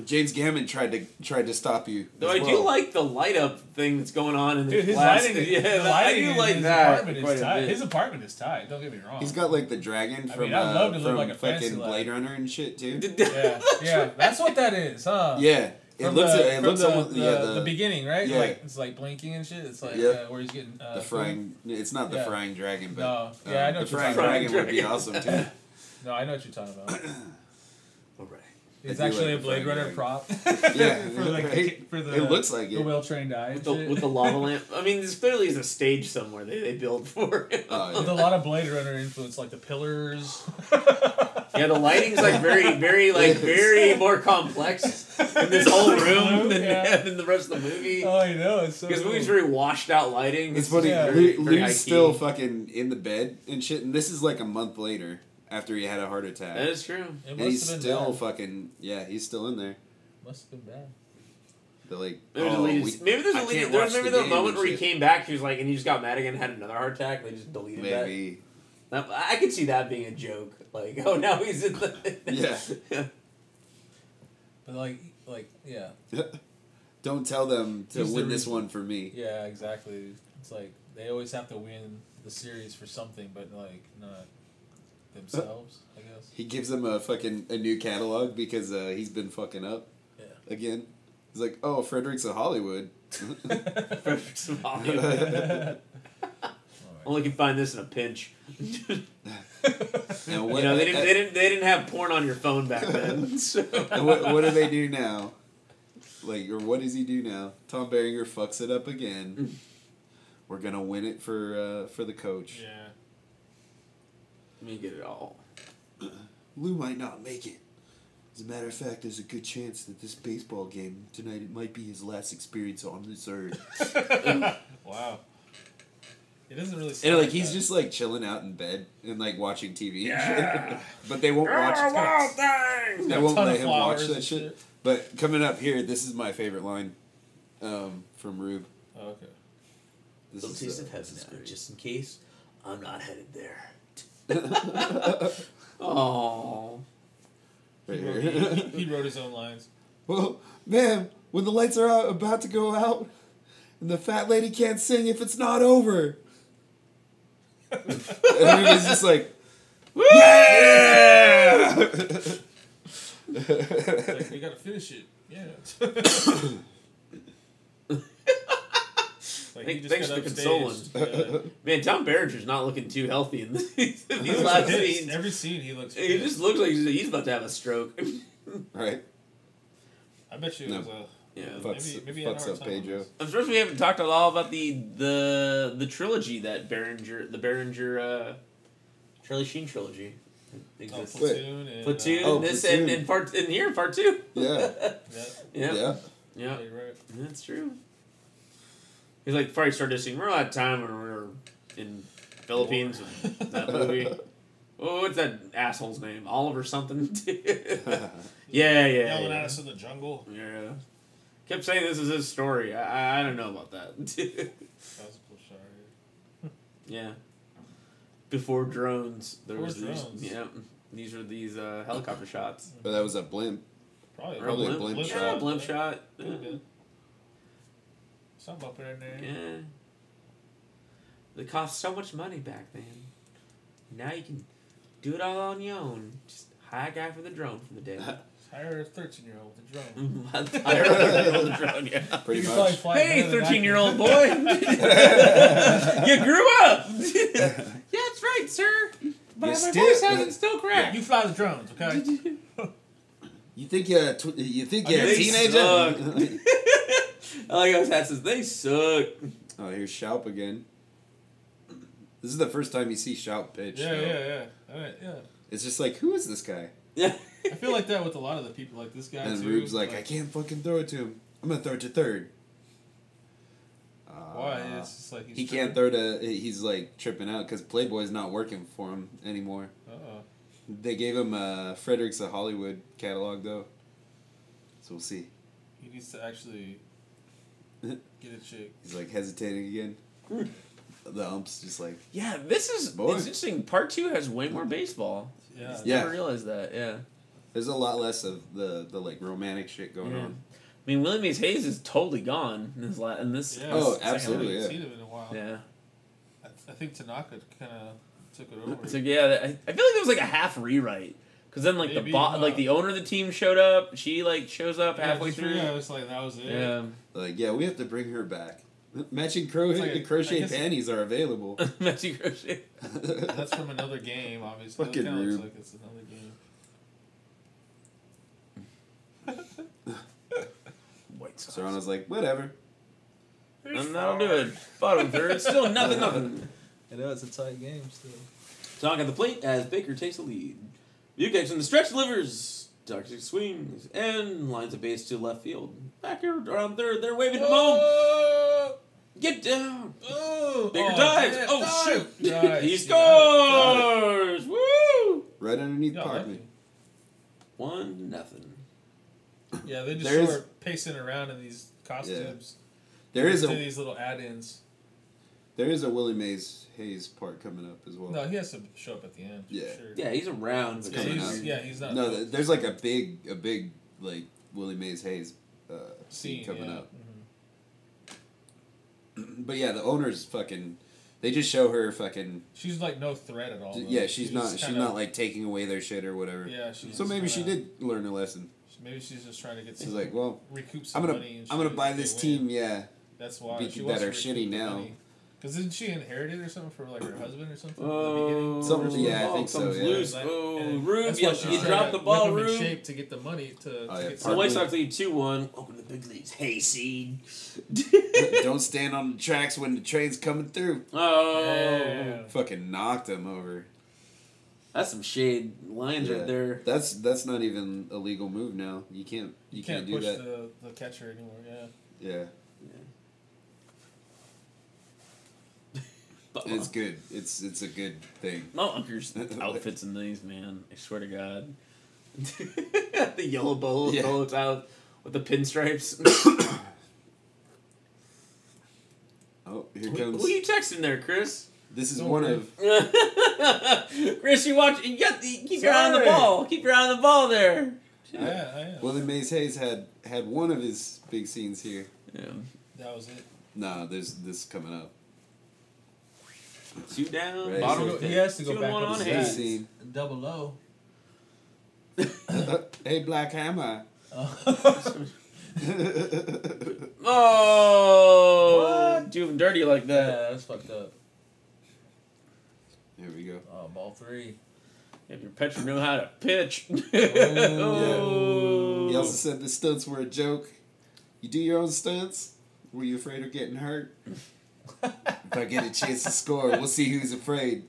Speaker 2: James Gammon tried to tried to stop you.
Speaker 1: Though
Speaker 2: as
Speaker 1: I do
Speaker 2: well.
Speaker 1: like the light up thing that's going on in
Speaker 3: Dude,
Speaker 1: the
Speaker 3: his
Speaker 1: glass.
Speaker 3: lighting,
Speaker 1: yeah,
Speaker 3: the
Speaker 1: I
Speaker 3: lighting
Speaker 1: do
Speaker 3: in
Speaker 1: like
Speaker 3: his
Speaker 1: that.
Speaker 3: apartment
Speaker 1: quite
Speaker 3: is
Speaker 1: a
Speaker 3: tight.
Speaker 1: bit.
Speaker 3: His apartment is tight. Don't get me wrong.
Speaker 2: He's got like the dragon
Speaker 3: I
Speaker 2: from,
Speaker 3: mean, I'd love
Speaker 2: uh,
Speaker 3: to live
Speaker 2: from
Speaker 3: like a fancy
Speaker 2: fucking
Speaker 3: lad.
Speaker 2: Blade Runner and shit too.
Speaker 1: Did-
Speaker 3: yeah, yeah, that's what that is, huh?
Speaker 2: yeah, it
Speaker 3: uh, From
Speaker 2: looks
Speaker 3: the,
Speaker 2: it
Speaker 3: from
Speaker 2: looks
Speaker 3: the,
Speaker 2: almost
Speaker 3: the,
Speaker 2: yeah the,
Speaker 3: the beginning, right?
Speaker 2: yeah.
Speaker 3: Like it's like blinking and shit. It's like
Speaker 2: Yeah.
Speaker 3: uh, where he's getting uh,
Speaker 2: the frying. It's not the
Speaker 3: yeah.
Speaker 2: frying dragon, but uh,
Speaker 3: No. Yeah, I know
Speaker 2: the
Speaker 3: what
Speaker 2: frying
Speaker 3: you're
Speaker 1: talking
Speaker 2: dragon
Speaker 1: about.
Speaker 2: would be awesome too.
Speaker 3: food. No, I know what you're talking about.
Speaker 1: All right.
Speaker 3: It's
Speaker 2: I do
Speaker 3: actually
Speaker 2: like
Speaker 3: a
Speaker 2: the
Speaker 3: Blade
Speaker 2: frying dragon.
Speaker 3: Runner prop.
Speaker 2: Yeah,
Speaker 3: for like the,
Speaker 2: right?
Speaker 3: for the
Speaker 2: It looks like
Speaker 3: the
Speaker 2: it.
Speaker 3: well trained eye. and
Speaker 1: With the,
Speaker 3: shit.
Speaker 1: with the lava lamp. I mean, this clearly is a stage somewhere they, they built for him.
Speaker 2: Oh,
Speaker 3: With a lot of Blade Runner influence, like the pillars. Oh,
Speaker 1: Yeah, the lighting's like very, very, like very more complex in this whole room than,
Speaker 3: Yeah.
Speaker 1: than the rest of the movie.
Speaker 3: Oh, I know. It's so.
Speaker 1: Because the
Speaker 3: cool.
Speaker 1: movie's very washed out lighting.
Speaker 2: It's funny.
Speaker 3: Yeah.
Speaker 2: Lou
Speaker 1: Very- very high-key.
Speaker 2: Lou's still fucking in the bed and shit, and this is like a month later after he had a heart attack,
Speaker 1: That is true.
Speaker 3: It
Speaker 2: and
Speaker 3: must
Speaker 2: he's
Speaker 3: have been
Speaker 2: still
Speaker 3: bad.
Speaker 2: fucking yeah, he's still in there.
Speaker 3: Must have been bad.
Speaker 2: They're like,
Speaker 1: There's
Speaker 2: oh,
Speaker 1: a lead-
Speaker 2: we-
Speaker 1: maybe there's
Speaker 2: I
Speaker 1: a lead,
Speaker 2: can't
Speaker 1: there
Speaker 2: watch
Speaker 1: was maybe
Speaker 2: the
Speaker 1: the,
Speaker 2: game
Speaker 1: moment
Speaker 2: and
Speaker 1: where he
Speaker 2: shit.
Speaker 1: came back, he was like, and he just got mad again and had another heart attack. They just deleted that.
Speaker 2: maybe
Speaker 1: That, I could see that being a joke. Like, oh, now he's in the.
Speaker 2: Yeah.
Speaker 3: But like, like, yeah,
Speaker 2: don't tell them to
Speaker 3: He's the
Speaker 2: win this
Speaker 3: reason.
Speaker 2: one for me.
Speaker 3: yeah, exactly. It's like they always have to win the series for something, but like not themselves, I guess.
Speaker 2: He gives him a fucking a new catalog because uh, he's been fucking up
Speaker 3: Yeah.
Speaker 2: again. He's like, oh, Frederick's a Hollywood.
Speaker 4: Frederick's of Hollywood. Only can find this in a pinch. you
Speaker 2: And what,
Speaker 4: know they didn't, they didn't they didn't have porn on your phone back then. so-
Speaker 2: and what, what do they do now? Like, or what does he do now? Tom Berenger fucks it up again. We're gonna win it for uh, for the coach.
Speaker 3: yeah.
Speaker 4: Let me get it all.
Speaker 2: Lou might not make it. As a matter of fact, there's a good chance that this baseball game tonight it might be his last experience on this earth.
Speaker 3: Wow. It doesn't really. sound
Speaker 2: And like he's
Speaker 3: that.
Speaker 2: just like chilling out in bed and like watching TV. but they won't watch. They
Speaker 3: A
Speaker 2: won't
Speaker 3: ton
Speaker 2: let
Speaker 3: of
Speaker 2: him watch
Speaker 3: flowers
Speaker 2: that
Speaker 3: and
Speaker 2: shit.
Speaker 3: shit.
Speaker 2: But coming up here, this is my favorite line um, from Rube.
Speaker 3: Oh, okay.
Speaker 2: This
Speaker 4: Little
Speaker 2: is,
Speaker 4: taste
Speaker 2: uh,
Speaker 4: of heaven,
Speaker 2: this is
Speaker 4: now,
Speaker 2: great.
Speaker 4: just in case I'm not headed there. Oh,
Speaker 2: Right
Speaker 3: He wrote-
Speaker 2: here.
Speaker 3: he, he wrote his own lines.
Speaker 2: Well, ma'am, when the lights are out, about to go out, and the fat lady can't sing if it's not over. and everybody's just like, yeah!
Speaker 3: It's like, we gotta finish it. Yeah. like,
Speaker 4: Thank- thanks for consoling.
Speaker 3: Yeah.
Speaker 4: man, Tom Berenger's not looking too healthy in these
Speaker 3: He
Speaker 4: these
Speaker 3: looks
Speaker 4: last
Speaker 3: pissed.
Speaker 4: scenes.
Speaker 3: Every scene he looks.
Speaker 4: He
Speaker 3: pissed.
Speaker 4: just looks like he's he's about to have a stroke.
Speaker 2: right?
Speaker 3: I bet you it
Speaker 2: No.
Speaker 3: was a.
Speaker 4: Yeah.
Speaker 2: Fucks-
Speaker 3: maybe he had a
Speaker 2: fucks
Speaker 3: hard
Speaker 2: up
Speaker 3: time with
Speaker 2: Pedro.
Speaker 3: this.
Speaker 4: I'm sure we haven't talked at all about the the the trilogy that Berenger the Berenger uh, Charlie Sheen trilogy
Speaker 3: Oh,
Speaker 4: exists.
Speaker 3: platoon and
Speaker 4: Platoon,
Speaker 3: Uh,
Speaker 2: Oh,
Speaker 4: this and,
Speaker 2: Platoon.
Speaker 4: and part and here part two.
Speaker 2: Yeah,
Speaker 3: yeah,
Speaker 4: Yeah.
Speaker 2: yeah.
Speaker 4: Yeah.
Speaker 3: you're right.
Speaker 4: That's true. He's like probably started singing. We're out of time when we were in Philippines and that movie. Oh, what's that asshole's name? Oliver something. yeah, yeah, yeah.
Speaker 3: Yelling at
Speaker 4: yeah.
Speaker 3: us in the jungle.
Speaker 4: Yeah. Kept saying this is his story. I I- I don't know about that.
Speaker 3: That was cool. Sorry.
Speaker 4: Yeah. Before drones, there
Speaker 3: Before
Speaker 4: was these.
Speaker 3: drones.
Speaker 4: Yeah, these were these uh, helicopter shots.
Speaker 2: But that was a blimp.
Speaker 3: Probably.
Speaker 4: Or
Speaker 2: Probably a
Speaker 4: blimp.
Speaker 2: blimp
Speaker 4: yeah,
Speaker 2: shot.
Speaker 4: blimp shot. Yeah.
Speaker 3: Yeah. Something up in there.
Speaker 4: Yeah. They cost so much money back then. Now you can do it all on your own. Just hire a guy for the drone for the day.
Speaker 3: Hire a 13 year old with a drone.
Speaker 4: hire a guy for the drone. Yeah.
Speaker 2: Pretty
Speaker 3: You could probably
Speaker 2: much.
Speaker 3: fly
Speaker 4: Hey,
Speaker 3: better than I
Speaker 4: thirteen year old
Speaker 3: can.
Speaker 4: boy, you grew up. yeah, that's right, sir. But
Speaker 2: You
Speaker 4: my
Speaker 2: still-
Speaker 4: voice hasn't still cracked.
Speaker 3: You fly the drones, okay?
Speaker 2: You think you're a tw- you think
Speaker 3: I
Speaker 2: you're a
Speaker 3: guess-
Speaker 2: teenager?
Speaker 4: I like those hats. They suck.
Speaker 2: oh, here's Shalp again. This is the first time you see Shalp pitch.
Speaker 3: yeah,
Speaker 2: though.
Speaker 3: yeah, yeah. All right, yeah.
Speaker 2: It's just like, who is this guy?
Speaker 4: Yeah.
Speaker 3: I feel like that with a lot of the people, like this guy
Speaker 2: And
Speaker 3: too.
Speaker 2: Rube's like, I can't fucking throw it to him. I'm gonna throw it to third. Uh,
Speaker 3: Why? it's just like he's
Speaker 2: he can't throw to. He's like tripping out because Playboy's not working for him anymore.
Speaker 3: Uh oh.
Speaker 2: They gave him uh, Fredericks a Hollywood catalog though, so we'll see.
Speaker 3: He needs to actually get a chick.
Speaker 2: He's like hesitating again.
Speaker 3: Hmm.
Speaker 2: the ump's just like,
Speaker 4: Yeah, this is
Speaker 2: Boy.
Speaker 4: it's interesting. Part two has way more baseball.
Speaker 3: Yeah.
Speaker 4: I
Speaker 2: Yeah.
Speaker 4: never realized that. Yeah.
Speaker 2: there's a lot less of the the like romantic shit going
Speaker 4: Yeah.
Speaker 2: on.
Speaker 3: Mm-hmm.
Speaker 4: I mean, William Mays Hayes is totally gone in this. La- in this
Speaker 3: Yeah,
Speaker 2: Oh,
Speaker 3: it's the second time
Speaker 2: absolutely,
Speaker 3: we haven't
Speaker 2: yeah.
Speaker 3: Seen him in a while.
Speaker 4: yeah.
Speaker 3: I, I think Tanaka kind of took it over.
Speaker 4: So yeah, that- I, I feel like there was like a half rewrite because then like
Speaker 3: Maybe,
Speaker 4: the bo-
Speaker 3: uh,
Speaker 4: like the owner of the team showed up. She like shows up
Speaker 3: Yeah,
Speaker 4: halfway
Speaker 3: just-
Speaker 4: through.
Speaker 3: Yeah,
Speaker 4: Yeah.
Speaker 3: it's like that was it.
Speaker 2: Like, yeah, we have to bring her back. Matching cro-
Speaker 3: It's like a- I
Speaker 2: crochet
Speaker 3: guess-
Speaker 2: panties are available.
Speaker 4: Magic crochet.
Speaker 3: That's from another game, obviously.
Speaker 2: Fucking
Speaker 3: it kinda looks
Speaker 2: Rube.
Speaker 3: like it's another game.
Speaker 4: White Sox.
Speaker 2: Serrano's like, whatever.
Speaker 4: And that'll do it. Bottom third. Still nothing. Nothing.
Speaker 3: I know it's a tight game still.
Speaker 4: Talk at the plate as Baker takes the lead. Bukex in the stretch delivers. Dark six swings and lines a base to left field. Backer around third. They're waving to home.
Speaker 3: Oh,
Speaker 4: Get down.
Speaker 3: oh,
Speaker 4: Baker dives.
Speaker 3: damn,
Speaker 4: oh
Speaker 3: dive.
Speaker 4: shoot!
Speaker 3: Nice,
Speaker 4: he
Speaker 3: you got it.
Speaker 1: Oh!
Speaker 4: scores. Woo!
Speaker 2: Right underneath
Speaker 3: Yeah,
Speaker 2: Parkman.
Speaker 3: lefty.
Speaker 4: One to nothing.
Speaker 3: Yeah, they just
Speaker 2: There
Speaker 3: sort
Speaker 2: is-
Speaker 3: of pacing around in these costumes.
Speaker 2: There is
Speaker 3: do
Speaker 2: a
Speaker 3: these little add-ins.
Speaker 2: there is a Willie Mays Hayes part coming up as well.
Speaker 3: No, he has to show up at the end. for
Speaker 2: Yeah.
Speaker 3: sure.
Speaker 4: Yeah, he's around.
Speaker 3: Yeah,
Speaker 4: but
Speaker 2: coming
Speaker 3: he's,
Speaker 2: up.
Speaker 3: yeah, he's not.
Speaker 2: No, th- there's like a big a big like Willie Mays Hayes uh, scene
Speaker 3: scene
Speaker 2: coming
Speaker 3: yeah. Mm-hmm.
Speaker 2: up. But yeah, the owner's fucking. They just show her fucking.
Speaker 3: She's like no threat at all.
Speaker 2: d-
Speaker 3: though.
Speaker 2: yeah, she's, not.
Speaker 3: just
Speaker 2: She's
Speaker 3: kinda-
Speaker 2: not like taking away their shit or whatever.
Speaker 3: Yeah, she's
Speaker 2: so maybe
Speaker 3: just
Speaker 2: she
Speaker 3: kinda-
Speaker 2: did learn her lesson.
Speaker 3: She's Maybe she's just trying to get
Speaker 2: She's
Speaker 3: some,
Speaker 2: like, well,
Speaker 3: recoup some
Speaker 2: I'm gonna
Speaker 3: money. and
Speaker 2: I'm gonna
Speaker 3: shit
Speaker 2: buy
Speaker 3: if they
Speaker 2: this
Speaker 3: win.
Speaker 2: team. Yeah,
Speaker 3: That's why
Speaker 2: be-
Speaker 3: she
Speaker 2: that
Speaker 3: wants to
Speaker 2: are
Speaker 3: recoup
Speaker 2: shitty
Speaker 3: the
Speaker 2: now.
Speaker 3: money. Cause didn't she inherit it or something from like her husband or something?
Speaker 4: Oh,
Speaker 3: at the beginning?
Speaker 2: Some- yeah, I
Speaker 4: oh,
Speaker 2: think so,
Speaker 4: something's
Speaker 2: yeah.
Speaker 4: loose.
Speaker 3: And-
Speaker 4: Oh,
Speaker 3: and
Speaker 4: Rube,
Speaker 3: that's
Speaker 4: yeah,
Speaker 3: why she's
Speaker 4: you
Speaker 3: trying
Speaker 4: dropped
Speaker 3: to
Speaker 4: the
Speaker 3: whip
Speaker 4: ball,
Speaker 3: him in
Speaker 4: Rube.
Speaker 3: shape to get the money to.
Speaker 2: Oh,
Speaker 3: to
Speaker 2: yeah,
Speaker 3: get
Speaker 4: So the
Speaker 2: Partly.
Speaker 4: White Sox lead 2 1. Welcome to the big leagues. Hey, seed.
Speaker 2: don't stand on the tracks when the train's coming through.
Speaker 4: oh.
Speaker 3: Yeah.
Speaker 2: Fucking knocked him over.
Speaker 4: That's some shade lines
Speaker 2: Yeah.
Speaker 4: right there.
Speaker 2: That's that's not even a legal move now. You can't you,
Speaker 3: You
Speaker 2: can't,
Speaker 3: can't,
Speaker 2: do
Speaker 3: push
Speaker 2: that.
Speaker 3: the, the catcher anymore. Yeah.
Speaker 2: yeah,
Speaker 4: But
Speaker 2: it's good. It's it's a good thing.
Speaker 4: my uncle's outfits in these, man. I swear to God. the yellow bowl
Speaker 2: Yeah.
Speaker 4: yeah. out with the pinstripes.
Speaker 2: Oh, here
Speaker 4: Who,
Speaker 2: comes.
Speaker 4: who you texting there, Chris?
Speaker 2: This is
Speaker 3: Don't
Speaker 2: one
Speaker 3: worry.
Speaker 2: of
Speaker 4: Chris, you watch. You got the, keep your eye on the
Speaker 3: Sorry.
Speaker 4: ball. Keep your eye on the ball there.
Speaker 3: Oh, Yeah. yeah,
Speaker 2: Willie Mays Hayes had had one of his big scenes here.
Speaker 4: Yeah.
Speaker 3: That was it.
Speaker 2: Nah, there's this coming up.
Speaker 4: Two down.
Speaker 2: Right.
Speaker 4: Bottom
Speaker 2: So
Speaker 4: of the
Speaker 3: he
Speaker 4: fifth.
Speaker 3: has to go
Speaker 4: Two and
Speaker 3: back
Speaker 4: one
Speaker 3: up
Speaker 4: on
Speaker 3: his
Speaker 2: Big
Speaker 4: Hayes.
Speaker 3: stats.
Speaker 2: scene.
Speaker 3: Double O.
Speaker 2: hey, Black Hammer.
Speaker 4: Oh,
Speaker 3: What?
Speaker 4: do him dirty like that.
Speaker 3: that's fucked up.
Speaker 2: Here we go.
Speaker 3: Oh, ball three.
Speaker 4: If your pitcher knew how to pitch.
Speaker 3: Oh.
Speaker 2: He also said the stunts were a joke. You do your own stunts? Were you afraid of getting hurt? if I get a chance to score, we'll see who's afraid.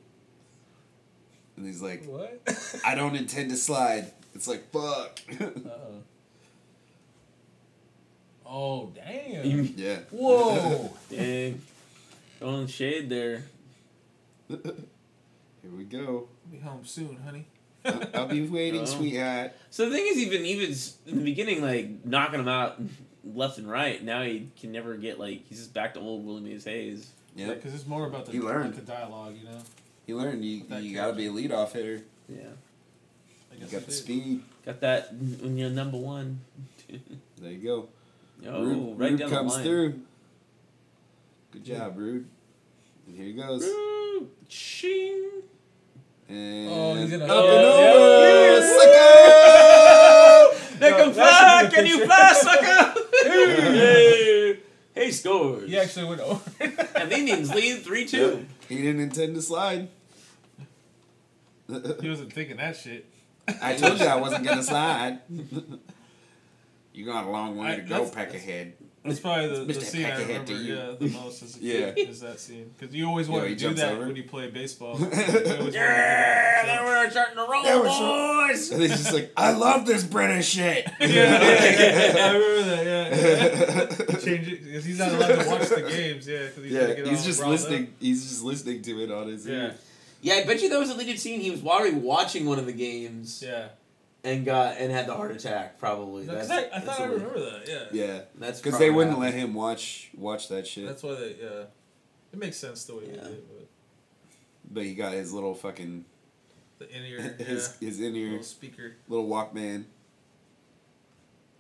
Speaker 2: And he's like,
Speaker 3: What?
Speaker 2: I don't intend to slide. It's like, fuck.
Speaker 3: Uh-oh. Uh-huh. Oh, damn.
Speaker 4: You-
Speaker 2: yeah.
Speaker 3: Whoa.
Speaker 4: Dang. Throwing shade there.
Speaker 2: Here we go.
Speaker 3: be home soon, honey.
Speaker 2: I'll, I'll be waiting,
Speaker 4: Oh.
Speaker 2: sweetheart.
Speaker 4: So the thing is, even even s- in the beginning, like knocking him out left and right. Now he can never get like he's just back to old Willie Mays Hayes.
Speaker 2: Yeah.
Speaker 3: Because it's more about the,
Speaker 2: He learned.
Speaker 3: like, the dialogue, you know?
Speaker 2: You learn you,
Speaker 3: That
Speaker 2: you gotta be a leadoff hitter.
Speaker 4: Yeah,
Speaker 3: I
Speaker 2: You
Speaker 3: guess
Speaker 2: got
Speaker 3: it
Speaker 2: the
Speaker 3: is.
Speaker 2: speed.
Speaker 4: got that when you're number one.
Speaker 2: There you go.
Speaker 4: oh,
Speaker 2: Rube,
Speaker 4: right
Speaker 2: Rube
Speaker 4: down
Speaker 2: comes
Speaker 4: the line.
Speaker 2: through. Good job, Rude. And here he goes.
Speaker 4: Rube, ching.
Speaker 2: And
Speaker 3: Oh, he's gonna-
Speaker 2: up
Speaker 4: Yeah.
Speaker 2: and over, sucker!
Speaker 4: They
Speaker 3: No,
Speaker 4: can
Speaker 3: that's
Speaker 4: fly,
Speaker 3: a good
Speaker 4: can you
Speaker 3: picture.
Speaker 4: fly, sucker? hey, Hey, scores.
Speaker 3: He actually went over.
Speaker 4: and the Indians lead three two.
Speaker 2: he didn't intend to slide.
Speaker 3: he wasn't thinking that shit.
Speaker 2: I told you I wasn't gonna slide. you got a long way
Speaker 3: I-
Speaker 2: to go,
Speaker 3: that's-
Speaker 2: pack ahead.
Speaker 3: That's probably the, the
Speaker 2: Mr.
Speaker 3: scene I
Speaker 2: Peckerhead to
Speaker 3: remember
Speaker 2: you.
Speaker 3: yeah, the most as a kid,
Speaker 2: Yeah.
Speaker 3: is that scene. Because you always
Speaker 2: Yeah,
Speaker 3: want
Speaker 2: he
Speaker 3: to do
Speaker 2: jumps
Speaker 3: that
Speaker 2: over.
Speaker 3: when you play baseball.
Speaker 4: Yeah, they were starting to roll,
Speaker 2: They were
Speaker 4: Oh, boys.
Speaker 2: And he's just like, I love this British shit.
Speaker 3: I remember that, yeah. Change it, because he's not allowed to watch the games, yeah. Cause he's gonna
Speaker 2: yeah,
Speaker 3: get
Speaker 2: he's
Speaker 3: all
Speaker 2: just
Speaker 3: riled
Speaker 2: listening. He's just listening to it on his
Speaker 3: Up. Yeah,
Speaker 2: ear.
Speaker 4: Yeah, I bet you that was a deleted scene. He was already watching one of the games
Speaker 3: yeah.
Speaker 4: and got and had the heart attack. Probably.
Speaker 3: Because
Speaker 4: That's-
Speaker 3: I, I
Speaker 4: that's
Speaker 3: thought I
Speaker 4: the way-
Speaker 3: remember that, yeah.
Speaker 2: Yeah,
Speaker 4: That's
Speaker 2: because they wouldn't let him watch watch that shit.
Speaker 3: That's why they, yeah. It makes sense the way they
Speaker 4: Yeah.
Speaker 3: did it. But
Speaker 2: But he got his little fucking
Speaker 3: the in ear, yeah.
Speaker 2: his his in ear
Speaker 3: little speaker.
Speaker 2: little Walkman.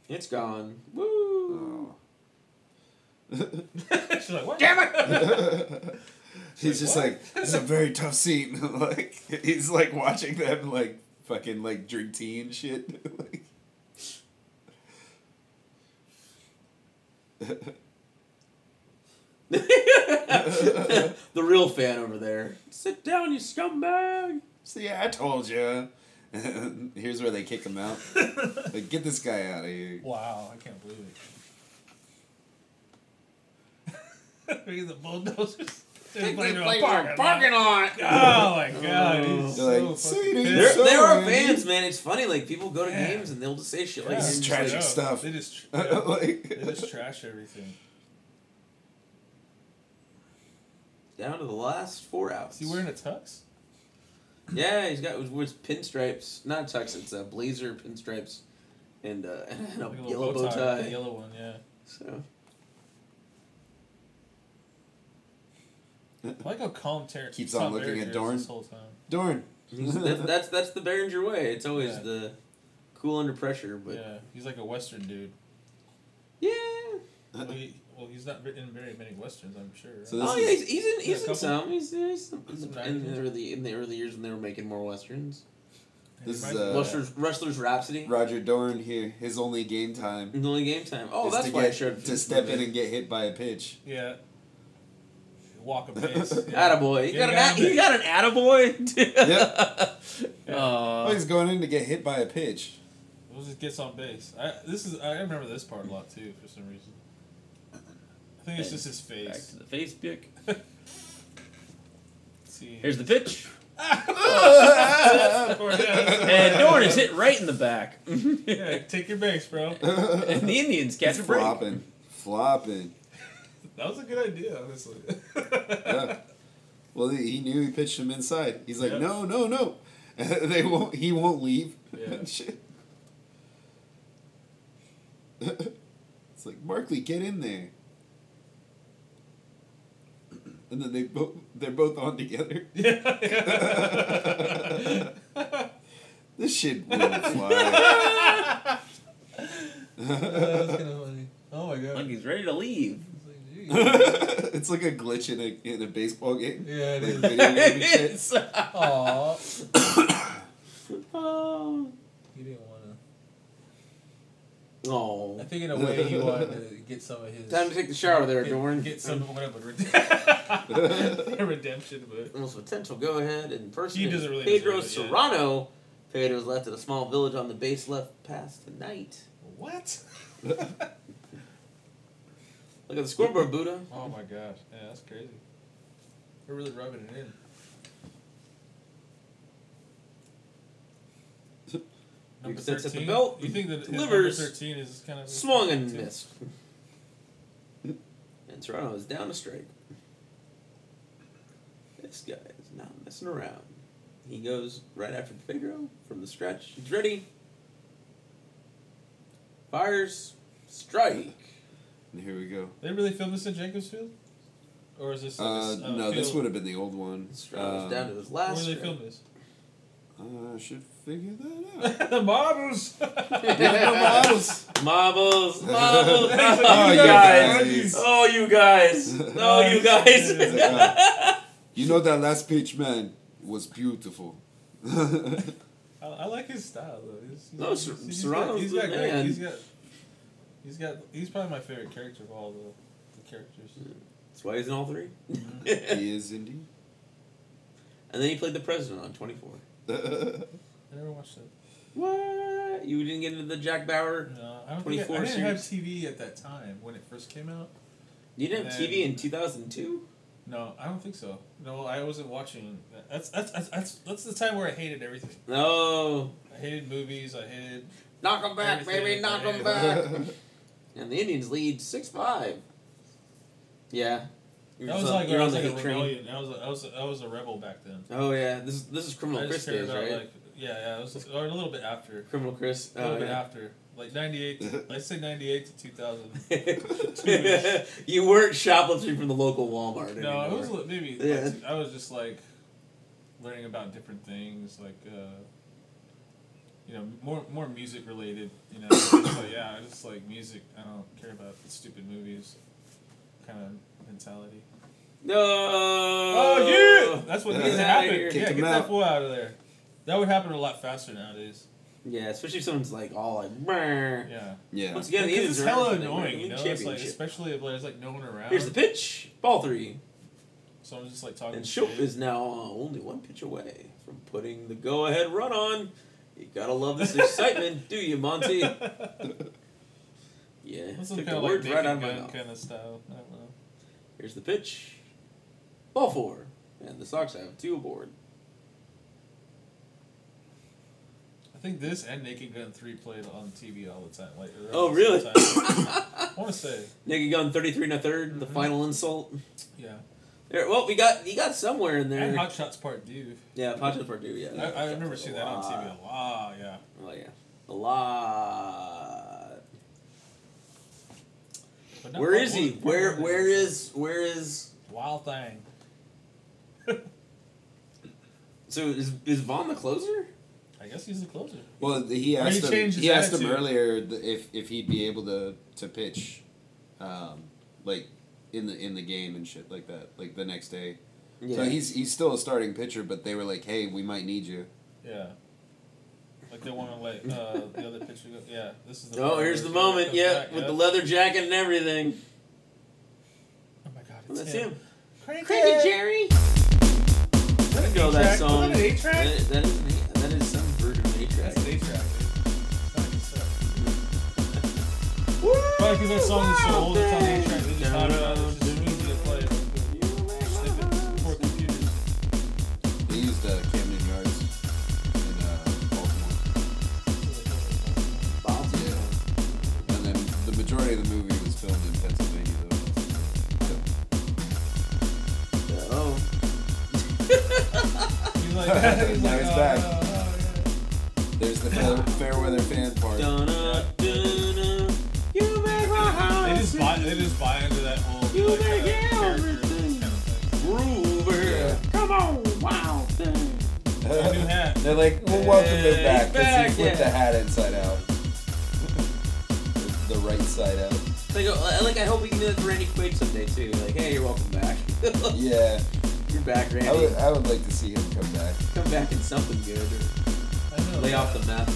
Speaker 4: It's gone. Woo.
Speaker 2: Oh.
Speaker 3: She's like, what?
Speaker 2: he's just
Speaker 3: what?
Speaker 2: like, it's a very tough scene. like he's like watching them like fucking like drink tea and shit. like,
Speaker 4: the real fan over there. Sit down, you scumbag.
Speaker 2: see, I told you. Here's where they kick him out. like, get this guy out of here.
Speaker 3: Wow, I can't believe it. Look at the bulldozers. They're playing in a parking lot.
Speaker 4: lot.
Speaker 3: Oh my god, he's
Speaker 2: They're
Speaker 3: so
Speaker 2: like,
Speaker 3: fucking
Speaker 2: "Sadie,
Speaker 4: There,
Speaker 3: pissed.
Speaker 2: So
Speaker 4: there are
Speaker 2: angry.
Speaker 4: fans, man. It's funny. Like people go to
Speaker 3: Yeah.
Speaker 4: games and they'll just say shit
Speaker 3: Yeah.
Speaker 4: like
Speaker 2: This is
Speaker 4: it's
Speaker 2: tragic
Speaker 4: like,
Speaker 2: stuff.
Speaker 3: They just, yeah, they
Speaker 2: like,
Speaker 3: just trash everything.
Speaker 4: down to the last four outs.
Speaker 3: Is he wearing a tux?
Speaker 4: Yeah, he's got it was, was pinstripes, not tux. It's a blazer, pinstripes, and, uh, and a
Speaker 3: Like little
Speaker 4: yellow bow tie.
Speaker 3: The yellow one, yeah.
Speaker 4: So
Speaker 3: I like how calm Terry
Speaker 2: Keeps on looking at Dorn.
Speaker 3: this whole time.
Speaker 2: Dorn.
Speaker 4: he's- that's, that's that's the Behringer way. It's always
Speaker 3: Yeah.
Speaker 4: the cool under pressure, but
Speaker 3: yeah, he's like a Western dude.
Speaker 4: yeah.
Speaker 3: Well, he, well he's not in very many Westerns, I'm sure.
Speaker 2: Uh-uh. So this
Speaker 4: Oh
Speaker 2: is-
Speaker 4: yeah, he's, he's in
Speaker 3: Yeah, a
Speaker 4: he's in
Speaker 3: couple.
Speaker 4: some. He's, he's, some- he's
Speaker 3: Some
Speaker 4: in the
Speaker 3: magazines.
Speaker 4: early in the early years when they were making more westerns.
Speaker 2: This is
Speaker 3: Everybody-
Speaker 2: uh,
Speaker 1: Wrestlers, Wrestlers Rhapsody.
Speaker 2: Roger Dorn here. His only game time
Speaker 1: The only game time. Oh,
Speaker 2: is
Speaker 1: that's
Speaker 2: to,
Speaker 1: why
Speaker 2: get,
Speaker 1: I showed
Speaker 2: to step in and get hit by a pitch.
Speaker 3: Yeah. Walk a pace. Yeah.
Speaker 1: Attaboy. He
Speaker 3: Yeah,
Speaker 1: got
Speaker 3: you
Speaker 1: an
Speaker 3: got
Speaker 1: at-
Speaker 3: him.
Speaker 1: he got an attaboy.
Speaker 2: Yep.
Speaker 1: Uh,
Speaker 2: oh, he's going in to get hit by a pitch.
Speaker 3: We'll just gets on base. I, this is I remember this part a lot too for some reason. I think it's just his
Speaker 1: back
Speaker 3: face.
Speaker 1: to the face pick.
Speaker 3: See. Ah,
Speaker 1: Here's the pitch.
Speaker 3: That's the part, yeah, that's the
Speaker 1: And
Speaker 3: part.
Speaker 1: Dorn is hit right in the back. and
Speaker 3: Yeah, take your base, bro.
Speaker 1: the Indians catch a break.
Speaker 2: flopping, flopping.
Speaker 3: That was a good idea, honestly.
Speaker 2: Yeah. Well, he he knew he pitched him inside. He's like,
Speaker 3: Yep.
Speaker 2: no, no, no. they won't. He won't leave.
Speaker 3: Yeah.
Speaker 2: Shit. it's like Barkley, get in there. And then they both they're both on together.
Speaker 3: Yeah.
Speaker 2: This shit will fly.
Speaker 3: that was kind of funny. Oh my god.
Speaker 1: Like he's ready to leave.
Speaker 3: It's like, geez.
Speaker 2: it's like a glitch in a in a baseball game.
Speaker 3: Yeah, it
Speaker 2: Like
Speaker 3: is.
Speaker 2: video game and shit.
Speaker 1: It's-
Speaker 3: Aw.
Speaker 1: oh.
Speaker 3: You didn't want to.
Speaker 1: Oh,
Speaker 3: I think in a way
Speaker 2: way
Speaker 3: he
Speaker 2: he
Speaker 3: wanted to get some of his.
Speaker 1: Time to take the shower there, Dorn.
Speaker 3: Get, get some whatever redemption, redemption but
Speaker 1: most potential go ahead and first
Speaker 3: He
Speaker 1: name
Speaker 3: doesn't really
Speaker 1: Pedro
Speaker 3: deserve it, yeah.
Speaker 1: Serrano. Pedro's left at a small village on the base left past tonight.
Speaker 3: what?
Speaker 1: Look at the scoreboard, Buddha.
Speaker 3: Oh my gosh, yeah, that's crazy. We're really rubbing it in. Number
Speaker 1: sets at the
Speaker 3: thirteen.
Speaker 1: belt,
Speaker 3: You think that
Speaker 1: delivers,
Speaker 3: number thirteen is kind of
Speaker 1: Swung and missed. and Serrano is down a strike. This guy is not messing around. He goes right after Pedro from the stretch. He's ready. Fires. Strike.
Speaker 2: And here we go.
Speaker 3: They really filmed this in Jacobsfield, or is this? Like
Speaker 2: Uh,
Speaker 3: this, uh,
Speaker 2: no, this would
Speaker 3: field-
Speaker 2: have been the old one.
Speaker 1: Serrano's
Speaker 2: Um,
Speaker 1: down to his
Speaker 3: Where
Speaker 1: last.
Speaker 3: did they
Speaker 1: strike.
Speaker 3: film this?
Speaker 2: uh, I should figure that out.
Speaker 3: the models.
Speaker 2: Models.
Speaker 1: Marbles, marbles,
Speaker 3: He's
Speaker 1: marbles.
Speaker 3: like,
Speaker 2: Oh,
Speaker 1: you
Speaker 2: you
Speaker 1: guys.
Speaker 2: guys.
Speaker 1: Oh, you guys. Oh, you
Speaker 2: It's
Speaker 1: guys.
Speaker 2: like, ah, you know that last pitch, man, was beautiful.
Speaker 3: I, I like his style though. He's, he's,
Speaker 1: No,
Speaker 3: he's,
Speaker 1: Ser-
Speaker 3: he's got,
Speaker 1: Serrano's
Speaker 3: he's
Speaker 1: the
Speaker 3: got great.
Speaker 1: man.
Speaker 3: He's got. He's got. He's probably my favorite character of all the, the characters.
Speaker 1: Hmm. That's why he's in all three. and
Speaker 2: he is indeed.
Speaker 1: then he played the president on 24.
Speaker 3: I never watched it.
Speaker 1: What? You didn't get into the Jack Bauer?
Speaker 3: No, I don't. Think I, I
Speaker 1: 24
Speaker 3: didn't have TV at that time when it first came out.
Speaker 1: You didn't have
Speaker 3: Then-
Speaker 1: TV in 2002?
Speaker 3: No, I don't think so. No, I wasn't watching. That's that's that's that's, that's the time where I hated everything.
Speaker 1: No.
Speaker 3: I hated movies. I hated.
Speaker 1: Knock him back, baby.
Speaker 3: Everything.
Speaker 1: Knock him back. and the Indians lead 6 5. Yeah. You're,
Speaker 3: That
Speaker 1: just
Speaker 3: was
Speaker 1: on-
Speaker 3: like
Speaker 1: you're
Speaker 3: I
Speaker 1: on
Speaker 3: was
Speaker 1: the
Speaker 3: like a
Speaker 1: hate train.
Speaker 3: rebellion. I was a, I was a, I was a rebel back then.
Speaker 1: Oh, yeah. This is, this is Criminal
Speaker 3: I
Speaker 1: Chris
Speaker 3: just cared
Speaker 1: days,
Speaker 3: about
Speaker 1: right?
Speaker 3: like yeah yeah. It was or a little bit after.
Speaker 1: Criminal Chris.
Speaker 3: A little
Speaker 1: Oh,
Speaker 3: bit
Speaker 1: yeah.
Speaker 3: after, like ninety eight. let's say ninety eight to two thousand.
Speaker 1: you weren't shoplifting from the local Walmart
Speaker 3: No,
Speaker 1: anymore.
Speaker 3: it was li- maybe. like,
Speaker 1: Yeah.
Speaker 3: I was just like learning about different things, like uh, you know, more more music related. You know, so yeah, I just like music. I don't care about stupid movies, kind of mentality.
Speaker 1: no.
Speaker 3: Oh yeah, that's what
Speaker 2: Get
Speaker 3: needs to
Speaker 1: outta
Speaker 3: happen.
Speaker 1: here.
Speaker 3: Yeah,
Speaker 2: Kick
Speaker 3: get
Speaker 2: him
Speaker 3: that
Speaker 2: out.
Speaker 3: fool out of there. That would happen a lot faster nowadays.
Speaker 1: Yeah, especially if someone's like all like. "Brr."
Speaker 3: Yeah,
Speaker 2: Yeah.
Speaker 1: Once again, the
Speaker 3: because
Speaker 1: Indians
Speaker 3: it's
Speaker 1: are
Speaker 3: hella
Speaker 1: in the
Speaker 3: annoying. You
Speaker 1: league
Speaker 3: know, it's like
Speaker 1: championship.
Speaker 3: especially if there's like no one around.
Speaker 1: Here's the pitch, ball three,
Speaker 3: so I'm just like talking.
Speaker 1: and
Speaker 3: shit.
Speaker 1: Schultz is now uh, only one pitch away from putting the go-ahead run on. You gotta love this excitement, do you, Monty? Yeah,
Speaker 3: That's
Speaker 1: took
Speaker 3: kind
Speaker 1: the
Speaker 3: of like
Speaker 1: words right out of my
Speaker 3: gun
Speaker 1: mouth.
Speaker 3: kind of style. I don't know.
Speaker 1: Here's the pitch. Ball four. And the Sox have two aboard.
Speaker 3: I think this and Naked Gun Three played on TV all the time. Like around
Speaker 1: Oh,
Speaker 3: the
Speaker 1: really?
Speaker 3: same time. I want to say,
Speaker 1: Nicky Gunn, 33 and a 3rd the
Speaker 3: Mhm.
Speaker 1: final insult.
Speaker 3: yeah.
Speaker 1: There, well, we got you got somewhere in there.
Speaker 3: And Hot Shots Part Two.
Speaker 1: yeah, Pacho Purdue, yeah.
Speaker 3: I, I remember seeing that on TV a lot. Yeah.
Speaker 1: Oh, yeah. A lot.
Speaker 3: But not
Speaker 1: Where
Speaker 3: Part
Speaker 1: is he?
Speaker 3: One, Part
Speaker 1: Where
Speaker 3: One
Speaker 1: Where is. Where is.
Speaker 3: Wild Thing?
Speaker 1: So is, is Vaughn the closer?
Speaker 3: I guess he's the closer.
Speaker 2: Well, th- he
Speaker 3: Or he
Speaker 2: asked him.
Speaker 3: changed his
Speaker 2: He asked him
Speaker 3: attitude.
Speaker 2: earlier th- if if he'd be able to to pitch, um, like in the in the game and shit like that, like the next day. So he's he's still a starting pitcher, but they were like, "Hey, we might need you."
Speaker 3: Yeah. Like they want to let uh, the other picture go. Yeah, this is the.
Speaker 1: Oh,
Speaker 3: part
Speaker 1: here's the
Speaker 3: where it
Speaker 1: moment.
Speaker 3: comes
Speaker 1: Yeah,
Speaker 3: back,
Speaker 1: with
Speaker 3: yeah.
Speaker 1: the leather jacket and everything.
Speaker 3: Oh my god, it's
Speaker 1: That's
Speaker 3: him.
Speaker 1: him.
Speaker 3: Crank
Speaker 1: Cranky
Speaker 3: it.
Speaker 1: Jerry.
Speaker 3: Let it
Speaker 1: Go that
Speaker 3: eight-track.
Speaker 1: song.
Speaker 3: Let it eight track.
Speaker 1: That- that is an eight- that is some version of eight track.
Speaker 3: That's an eight track. Probably because that song is so old, it's on eight track. They just thought about it. It's just easy to play. Snip it for computers.
Speaker 2: They used uh, Camden Yards in uh, Baltimore. Yeah. And then the majority of the movie was filmed in Pennsylvania,
Speaker 1: Oh.
Speaker 2: though.
Speaker 3: He's like, he's
Speaker 2: Now
Speaker 3: like,
Speaker 2: he's
Speaker 3: oh,
Speaker 2: back.
Speaker 3: no, oh, yeah.
Speaker 2: There's the fair, Fairweather fan part.
Speaker 1: Dunna, dunna. You make my heart
Speaker 3: They just buy. They just buy into that whole.
Speaker 1: You
Speaker 3: like,
Speaker 1: make
Speaker 3: uh, character
Speaker 1: everything.
Speaker 3: Kind of thing.
Speaker 1: groover.
Speaker 2: Yeah.
Speaker 1: Come on, wild thing.
Speaker 3: A new hat.
Speaker 2: They're like, well, welcome
Speaker 1: Hey,
Speaker 2: him back
Speaker 1: he's
Speaker 2: because
Speaker 1: back,
Speaker 2: he flipped
Speaker 1: yeah.
Speaker 2: the hat inside out. The- the right side out.
Speaker 1: Like, uh, like I hope we can do that for Randy Quaid someday too. Like, hey, you're welcome back.
Speaker 2: Yeah,
Speaker 1: You're back, Randy.
Speaker 2: I would, I would like to see him come back.
Speaker 1: Come back in something good.
Speaker 3: I know.
Speaker 1: Or lay off the meth.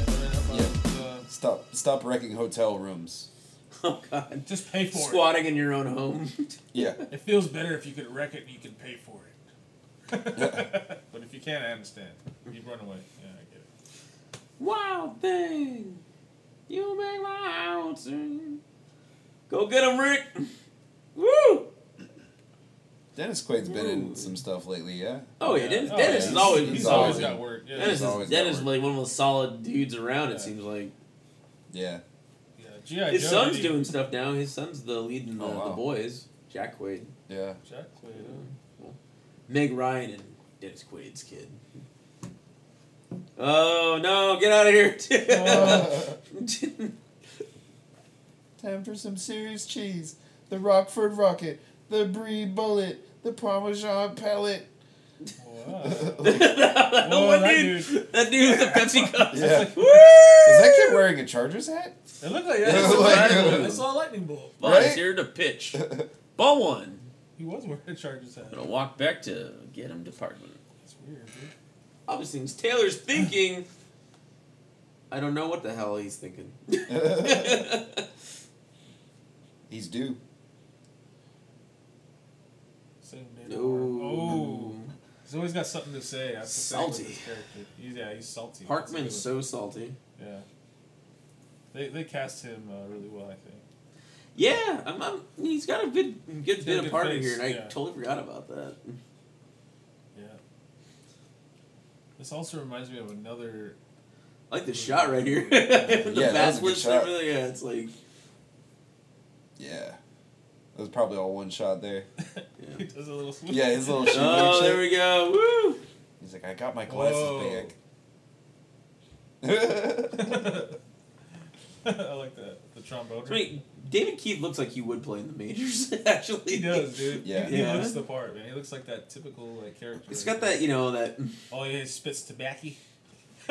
Speaker 3: I don't know about, uh,
Speaker 2: Stop, stop wrecking hotel rooms.
Speaker 1: Oh God.
Speaker 3: Just pay for
Speaker 1: Squatting in your own home.
Speaker 2: Yeah,
Speaker 3: it. It feels better if you could wreck it and you can pay for it. but if you can't, I understand. You run away. Yeah, I get it.
Speaker 1: wild thing. You make my house. sing. Go get him, Rick. Woo!
Speaker 2: Dennis Quaid's been
Speaker 1: Ooh.
Speaker 2: in some stuff lately. Yeah,
Speaker 1: Oh yeah,
Speaker 3: Yeah.
Speaker 1: Dennis,
Speaker 3: Oh,
Speaker 1: Dennis
Speaker 2: yeah.
Speaker 1: is always
Speaker 3: He's
Speaker 2: He's
Speaker 3: always
Speaker 2: always
Speaker 3: got
Speaker 2: in.
Speaker 3: work. Yeah.
Speaker 1: Dennis
Speaker 2: He's
Speaker 1: is
Speaker 2: always got
Speaker 1: Dennis is
Speaker 2: work.
Speaker 1: like one of the solid dudes around. It
Speaker 3: Yeah.
Speaker 1: seems like
Speaker 2: yeah.
Speaker 3: yeah. G.I.
Speaker 1: his
Speaker 3: Joe,
Speaker 1: son's
Speaker 3: did he-
Speaker 1: doing stuff now. His son's the lead in the,
Speaker 2: Oh, wow.
Speaker 1: the boys, Jack Quaid.
Speaker 2: Yeah.
Speaker 3: Jack Quaid. huh?
Speaker 1: Meg Ryan and Dennis Quaid's kid. Oh no! Get out of
Speaker 3: Oh.
Speaker 1: here!
Speaker 2: Time for some serious cheese. The Rockford Rocket, the Brie Bullet, the Parmesan Pellet.
Speaker 3: Wow.
Speaker 1: that,
Speaker 3: Whoa,
Speaker 1: one
Speaker 3: that
Speaker 1: dude, that dude with the Pepsi cup.
Speaker 2: Yeah.
Speaker 1: Like, Woo!
Speaker 2: Is that kid wearing a Chargers hat?
Speaker 3: It looked like
Speaker 2: Yeah,
Speaker 3: that. It's a
Speaker 2: like-
Speaker 3: lightning bolt. I saw a lightning bolt.
Speaker 1: Bob's
Speaker 2: right?
Speaker 1: here to pitch. Ball one.
Speaker 3: He was wearing a Chargers hat.
Speaker 1: Gonna walk back to get him department.
Speaker 3: That's weird, dude.
Speaker 1: Obviously, it's Taylor's thinking. I don't know what the hell he's thinking.
Speaker 2: He's due.
Speaker 3: Same day tomorrow.
Speaker 1: no.
Speaker 3: Oh. He's always got something to say. That's the thing with
Speaker 1: Salty.
Speaker 3: his character. He's, yeah, he's salty.
Speaker 1: Parkman's
Speaker 3: That's a
Speaker 1: so salty.
Speaker 3: good one. Yeah. They, they cast him uh, really well, I think.
Speaker 1: Yeah, I'm, I'm, he's got a good, good
Speaker 3: a
Speaker 1: bit
Speaker 3: good
Speaker 1: of partner
Speaker 3: face,
Speaker 1: here, and I
Speaker 3: yeah.
Speaker 1: totally forgot about that.
Speaker 3: Yeah. This also reminds me of another.
Speaker 1: I like the shot right here.
Speaker 3: Yeah,
Speaker 1: the
Speaker 2: that was a good
Speaker 1: backflips and
Speaker 2: shot.
Speaker 1: everything. Yeah, it's like.
Speaker 2: Yeah. That was probably all one shot there.
Speaker 3: he does a little.
Speaker 2: Yeah, his little shoe.
Speaker 1: Oh, there we go. Woo!
Speaker 2: He's like, I got my glasses
Speaker 3: Whoa. Uh,
Speaker 2: back.
Speaker 3: I like the the trombone.
Speaker 1: I mean, David Keith looks like he would play in the majors, actually.
Speaker 3: He does, dude.
Speaker 2: Yeah.
Speaker 3: He, he
Speaker 1: Yeah.
Speaker 3: looks the part, man. He looks like that typical like character.
Speaker 1: It's got that, you know, that.
Speaker 3: Oh yeah, he spits tobacco.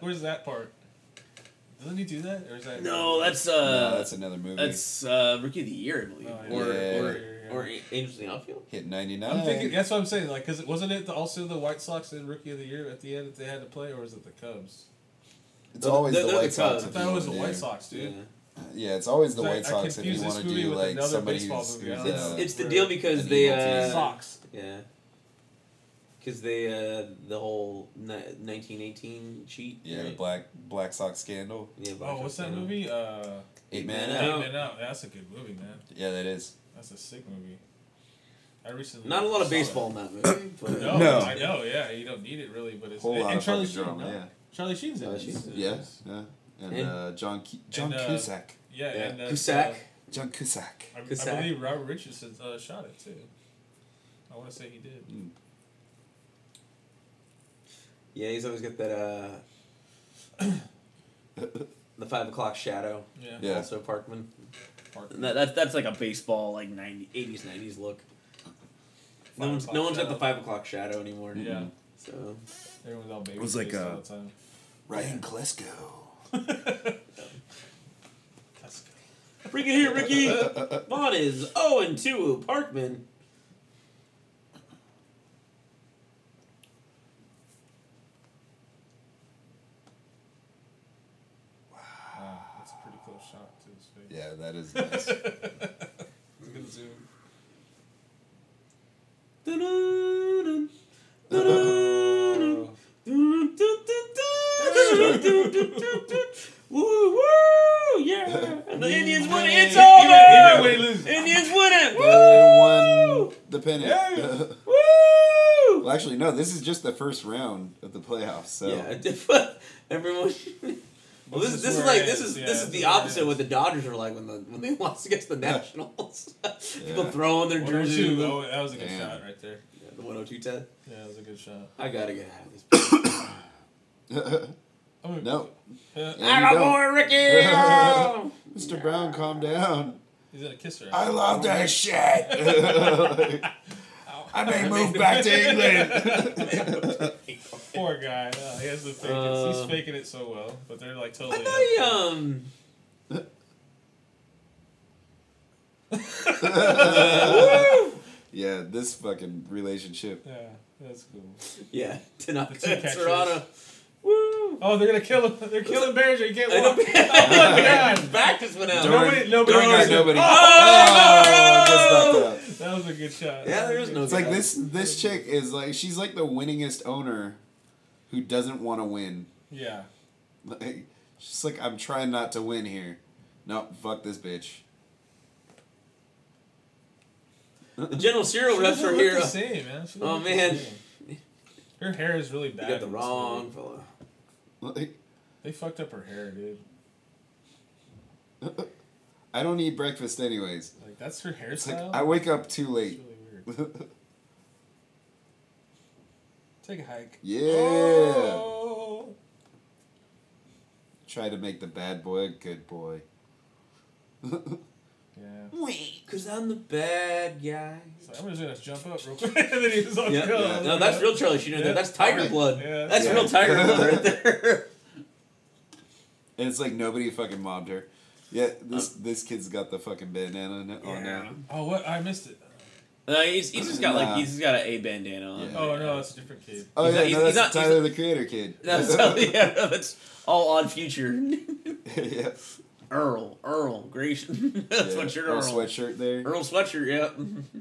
Speaker 3: Where's that part? Doesn't he do that, or is that? Oh,
Speaker 1: No, that's uh,
Speaker 2: no, that's
Speaker 1: that's,
Speaker 2: another movie.
Speaker 1: uh, Rookie of the Year, I believe,
Speaker 3: Oh, yeah.
Speaker 1: or,
Speaker 2: Yeah. Oh.
Speaker 1: or
Speaker 3: Yeah.
Speaker 1: or Angels in the Outfield.
Speaker 2: Hit 99.
Speaker 3: I'm thinking. That's what I'm saying. Like, cause it- wasn't it the, also the White Sox and Rookie of the Year at the end that they had to play, or was it the Cubs?
Speaker 2: it's always
Speaker 1: they're-
Speaker 2: the
Speaker 1: they're the
Speaker 2: White Sox.
Speaker 1: Cubs.
Speaker 3: I
Speaker 2: if
Speaker 3: thought
Speaker 2: you
Speaker 3: it was the
Speaker 2: wanna
Speaker 3: White
Speaker 2: do-
Speaker 3: Sox, dude.
Speaker 2: Yeah, it's always the
Speaker 3: So I-
Speaker 2: White
Speaker 3: I
Speaker 2: Sox if you
Speaker 3: confused this
Speaker 2: want to
Speaker 3: movie
Speaker 2: do
Speaker 3: with
Speaker 2: like
Speaker 3: another
Speaker 2: somebody
Speaker 3: baseball
Speaker 2: who's,
Speaker 3: movie. I
Speaker 2: who's,
Speaker 3: don't
Speaker 1: It's
Speaker 3: know.
Speaker 2: uh,
Speaker 1: it's the
Speaker 3: for
Speaker 1: deal because
Speaker 2: an
Speaker 1: they
Speaker 2: evil
Speaker 1: uh,
Speaker 2: team.
Speaker 3: Sox.
Speaker 1: yeah, because they uh, the whole ni- 1918 cheat.
Speaker 2: yeah, the
Speaker 1: right?
Speaker 2: black Black Sox scandal.
Speaker 1: yeah Black
Speaker 3: Oh, what's
Speaker 1: Ops
Speaker 3: that
Speaker 1: Down.
Speaker 3: movie? Uh,
Speaker 2: Eight
Speaker 1: Eight
Speaker 2: man
Speaker 1: Man
Speaker 2: out.
Speaker 1: Out.
Speaker 3: Eight Men Out. That's a good movie, man.
Speaker 2: Yeah, that is.
Speaker 3: That's a sick movie. I recently
Speaker 1: Not a lot
Speaker 3: saw
Speaker 1: of baseball in that movie.
Speaker 3: that.
Speaker 1: But,
Speaker 3: No,
Speaker 2: No.
Speaker 3: I know. Yeah, you don't need it really, but it's
Speaker 2: Whole
Speaker 3: and,
Speaker 2: lot
Speaker 3: and
Speaker 2: of
Speaker 3: Charlie
Speaker 2: fucking
Speaker 3: Sheen.
Speaker 2: drama,
Speaker 3: no?
Speaker 2: yeah.
Speaker 3: Charlie Sheen's in
Speaker 1: Uh,
Speaker 3: it.
Speaker 1: she's-
Speaker 3: He's-
Speaker 2: Yeah, yeah. And,
Speaker 1: And-
Speaker 2: uh, John Cu- John
Speaker 3: and, uh,
Speaker 2: Cusack.
Speaker 3: Yeah,
Speaker 1: Yeah.
Speaker 3: and uh,
Speaker 1: Cusack.
Speaker 2: John Cusack.
Speaker 3: I, I
Speaker 1: Cusack.
Speaker 3: believe Robert Richardson uh, shot it too. I want to say he did.
Speaker 1: yeah, he's always got that uh, the five o'clock shadow.
Speaker 3: Yeah.
Speaker 2: Yeah.
Speaker 1: Also Parkman.
Speaker 3: Park-
Speaker 1: And That, that that's like a baseball like 90, 80s 90s look. No
Speaker 3: Five
Speaker 1: one's no
Speaker 3: o'clock
Speaker 1: one's at the
Speaker 3: shadow.
Speaker 1: five o'clock shadow anymore.
Speaker 3: Yeah.
Speaker 1: So
Speaker 3: Everyone's all baby.
Speaker 2: was like,
Speaker 3: faced
Speaker 2: uh,
Speaker 3: all the time.
Speaker 2: Ryan Klesko.
Speaker 3: That's good.
Speaker 1: bring it here, Ricky. Vaughn is zero and two. Parkman.
Speaker 3: little shot to his face.
Speaker 2: ah. Yeah, that is nice.
Speaker 3: It's a good zoom.
Speaker 1: Dun-dun-dun. Dun-dun-dun. Woo woo! Yeah, and the Indians win it. It's
Speaker 3: Even when
Speaker 1: over.
Speaker 3: he loses.
Speaker 1: Indians win it.
Speaker 2: they won
Speaker 1: Woo!
Speaker 2: the pennant.
Speaker 3: Yeah.
Speaker 1: Woo!
Speaker 2: well, actually, no. This is just the first round of the playoffs. So
Speaker 1: Yeah, everyone. Well, this,
Speaker 3: is
Speaker 1: this is
Speaker 3: where
Speaker 1: like
Speaker 3: it
Speaker 1: this
Speaker 3: ends.
Speaker 1: is
Speaker 3: Yeah,
Speaker 1: this is the
Speaker 3: this is where it
Speaker 1: opposite of what
Speaker 3: ends.
Speaker 1: the Dodgers were like when the when they lost against the Nationals. People
Speaker 2: Yeah.
Speaker 1: throwing their
Speaker 3: One or
Speaker 1: jerseys.
Speaker 3: two.
Speaker 1: in the-
Speaker 3: That was a good
Speaker 2: Damn.
Speaker 3: shot right there.
Speaker 1: Yeah, The 102 test.
Speaker 3: Yeah, that was a good shot.
Speaker 1: I gotta get out of this.
Speaker 3: I mean,
Speaker 2: no,
Speaker 3: uh,
Speaker 2: Yeah, you don't.
Speaker 1: more, Ricky.
Speaker 2: Mr. Brown, calm down.
Speaker 3: he's at a kisser.
Speaker 2: I love that shit. I may move back to England.
Speaker 3: Poor guy. Uh, he has the fake. it.
Speaker 1: Uh,
Speaker 3: He's faking it so well, but they're like totally.
Speaker 1: I thought he um.
Speaker 2: yeah, this fucking relationship.
Speaker 3: yeah, that's cool.
Speaker 1: Yeah, Tanaka
Speaker 3: The two
Speaker 1: and
Speaker 3: catches.
Speaker 1: Serrano. Woo!
Speaker 3: Oh, they're gonna kill him. They're killing Behringer. He can't
Speaker 1: I know-
Speaker 3: walk. Oh my god.
Speaker 1: Back just went out.
Speaker 3: During- Nobody- nobody
Speaker 2: during
Speaker 3: knows
Speaker 2: that
Speaker 3: it.
Speaker 2: nobody.
Speaker 3: Oh,
Speaker 2: Oh,
Speaker 1: no!
Speaker 2: that's fucked up.
Speaker 3: That was a good shot.
Speaker 1: Yeah, there is no-
Speaker 2: It's like this. This chick is like she's like the winningest owner, who doesn't want to win.
Speaker 3: Yeah.
Speaker 2: Like, she's like I'm trying not to win here. No, fuck this bitch.
Speaker 1: The General Cyril
Speaker 3: She
Speaker 1: reps
Speaker 3: doesn't
Speaker 1: are
Speaker 3: look
Speaker 1: here.
Speaker 3: the
Speaker 1: You
Speaker 3: same, man. She doesn't
Speaker 1: Oh,
Speaker 3: look the
Speaker 1: man.
Speaker 3: same. Her hair is really bad.
Speaker 1: got the
Speaker 3: in this
Speaker 1: wrong
Speaker 3: movie.
Speaker 1: fella.
Speaker 2: Like,
Speaker 3: They fucked up her hair, dude.
Speaker 2: I don't eat breakfast anyways.
Speaker 3: Like that's her hairstyle.
Speaker 2: It's like I wake up too
Speaker 3: It's
Speaker 2: late.
Speaker 3: really weird. Take a hike.
Speaker 2: yeah.
Speaker 3: Oh.
Speaker 2: Try to make the bad boy a good boy.
Speaker 3: Yeah.
Speaker 1: Wait, cause I'm the bad guy.
Speaker 3: So I'm just gonna jump up real quick, and then he was on
Speaker 1: Yeah,
Speaker 3: go.
Speaker 2: yeah.
Speaker 1: no, that's real Charlie Sheen right there.
Speaker 3: Yeah.
Speaker 1: That's tiger
Speaker 2: Alright.
Speaker 1: blood.
Speaker 3: Yeah.
Speaker 1: That's
Speaker 2: Yeah.
Speaker 1: real tiger blood right
Speaker 2: Oh,
Speaker 1: there.
Speaker 2: And it's like nobody fucking mobbed her. Yeah, this
Speaker 1: Uh.
Speaker 2: this kid's got the fucking bandana on
Speaker 1: Oh, no.
Speaker 2: now.
Speaker 3: Oh, what? I missed it.
Speaker 1: No, Uh, he's, he's just got like
Speaker 2: Nah.
Speaker 1: he's just got an A bandana on.
Speaker 2: Yeah.
Speaker 3: Oh no, that's a different kid.
Speaker 2: Oh
Speaker 1: He's
Speaker 2: yeah,
Speaker 1: not- he's-
Speaker 2: no,
Speaker 1: he's
Speaker 2: that's
Speaker 1: not- he's
Speaker 2: Tyler the Creator kid.
Speaker 1: That's how, yeah, no, that's all odd future.
Speaker 2: yeah.
Speaker 1: Earl, Earl, Grayson. that's
Speaker 2: yeah.
Speaker 1: what your
Speaker 2: Little
Speaker 1: Earl.
Speaker 2: sweatshirt there.
Speaker 1: Earl sweatshirt, yeah.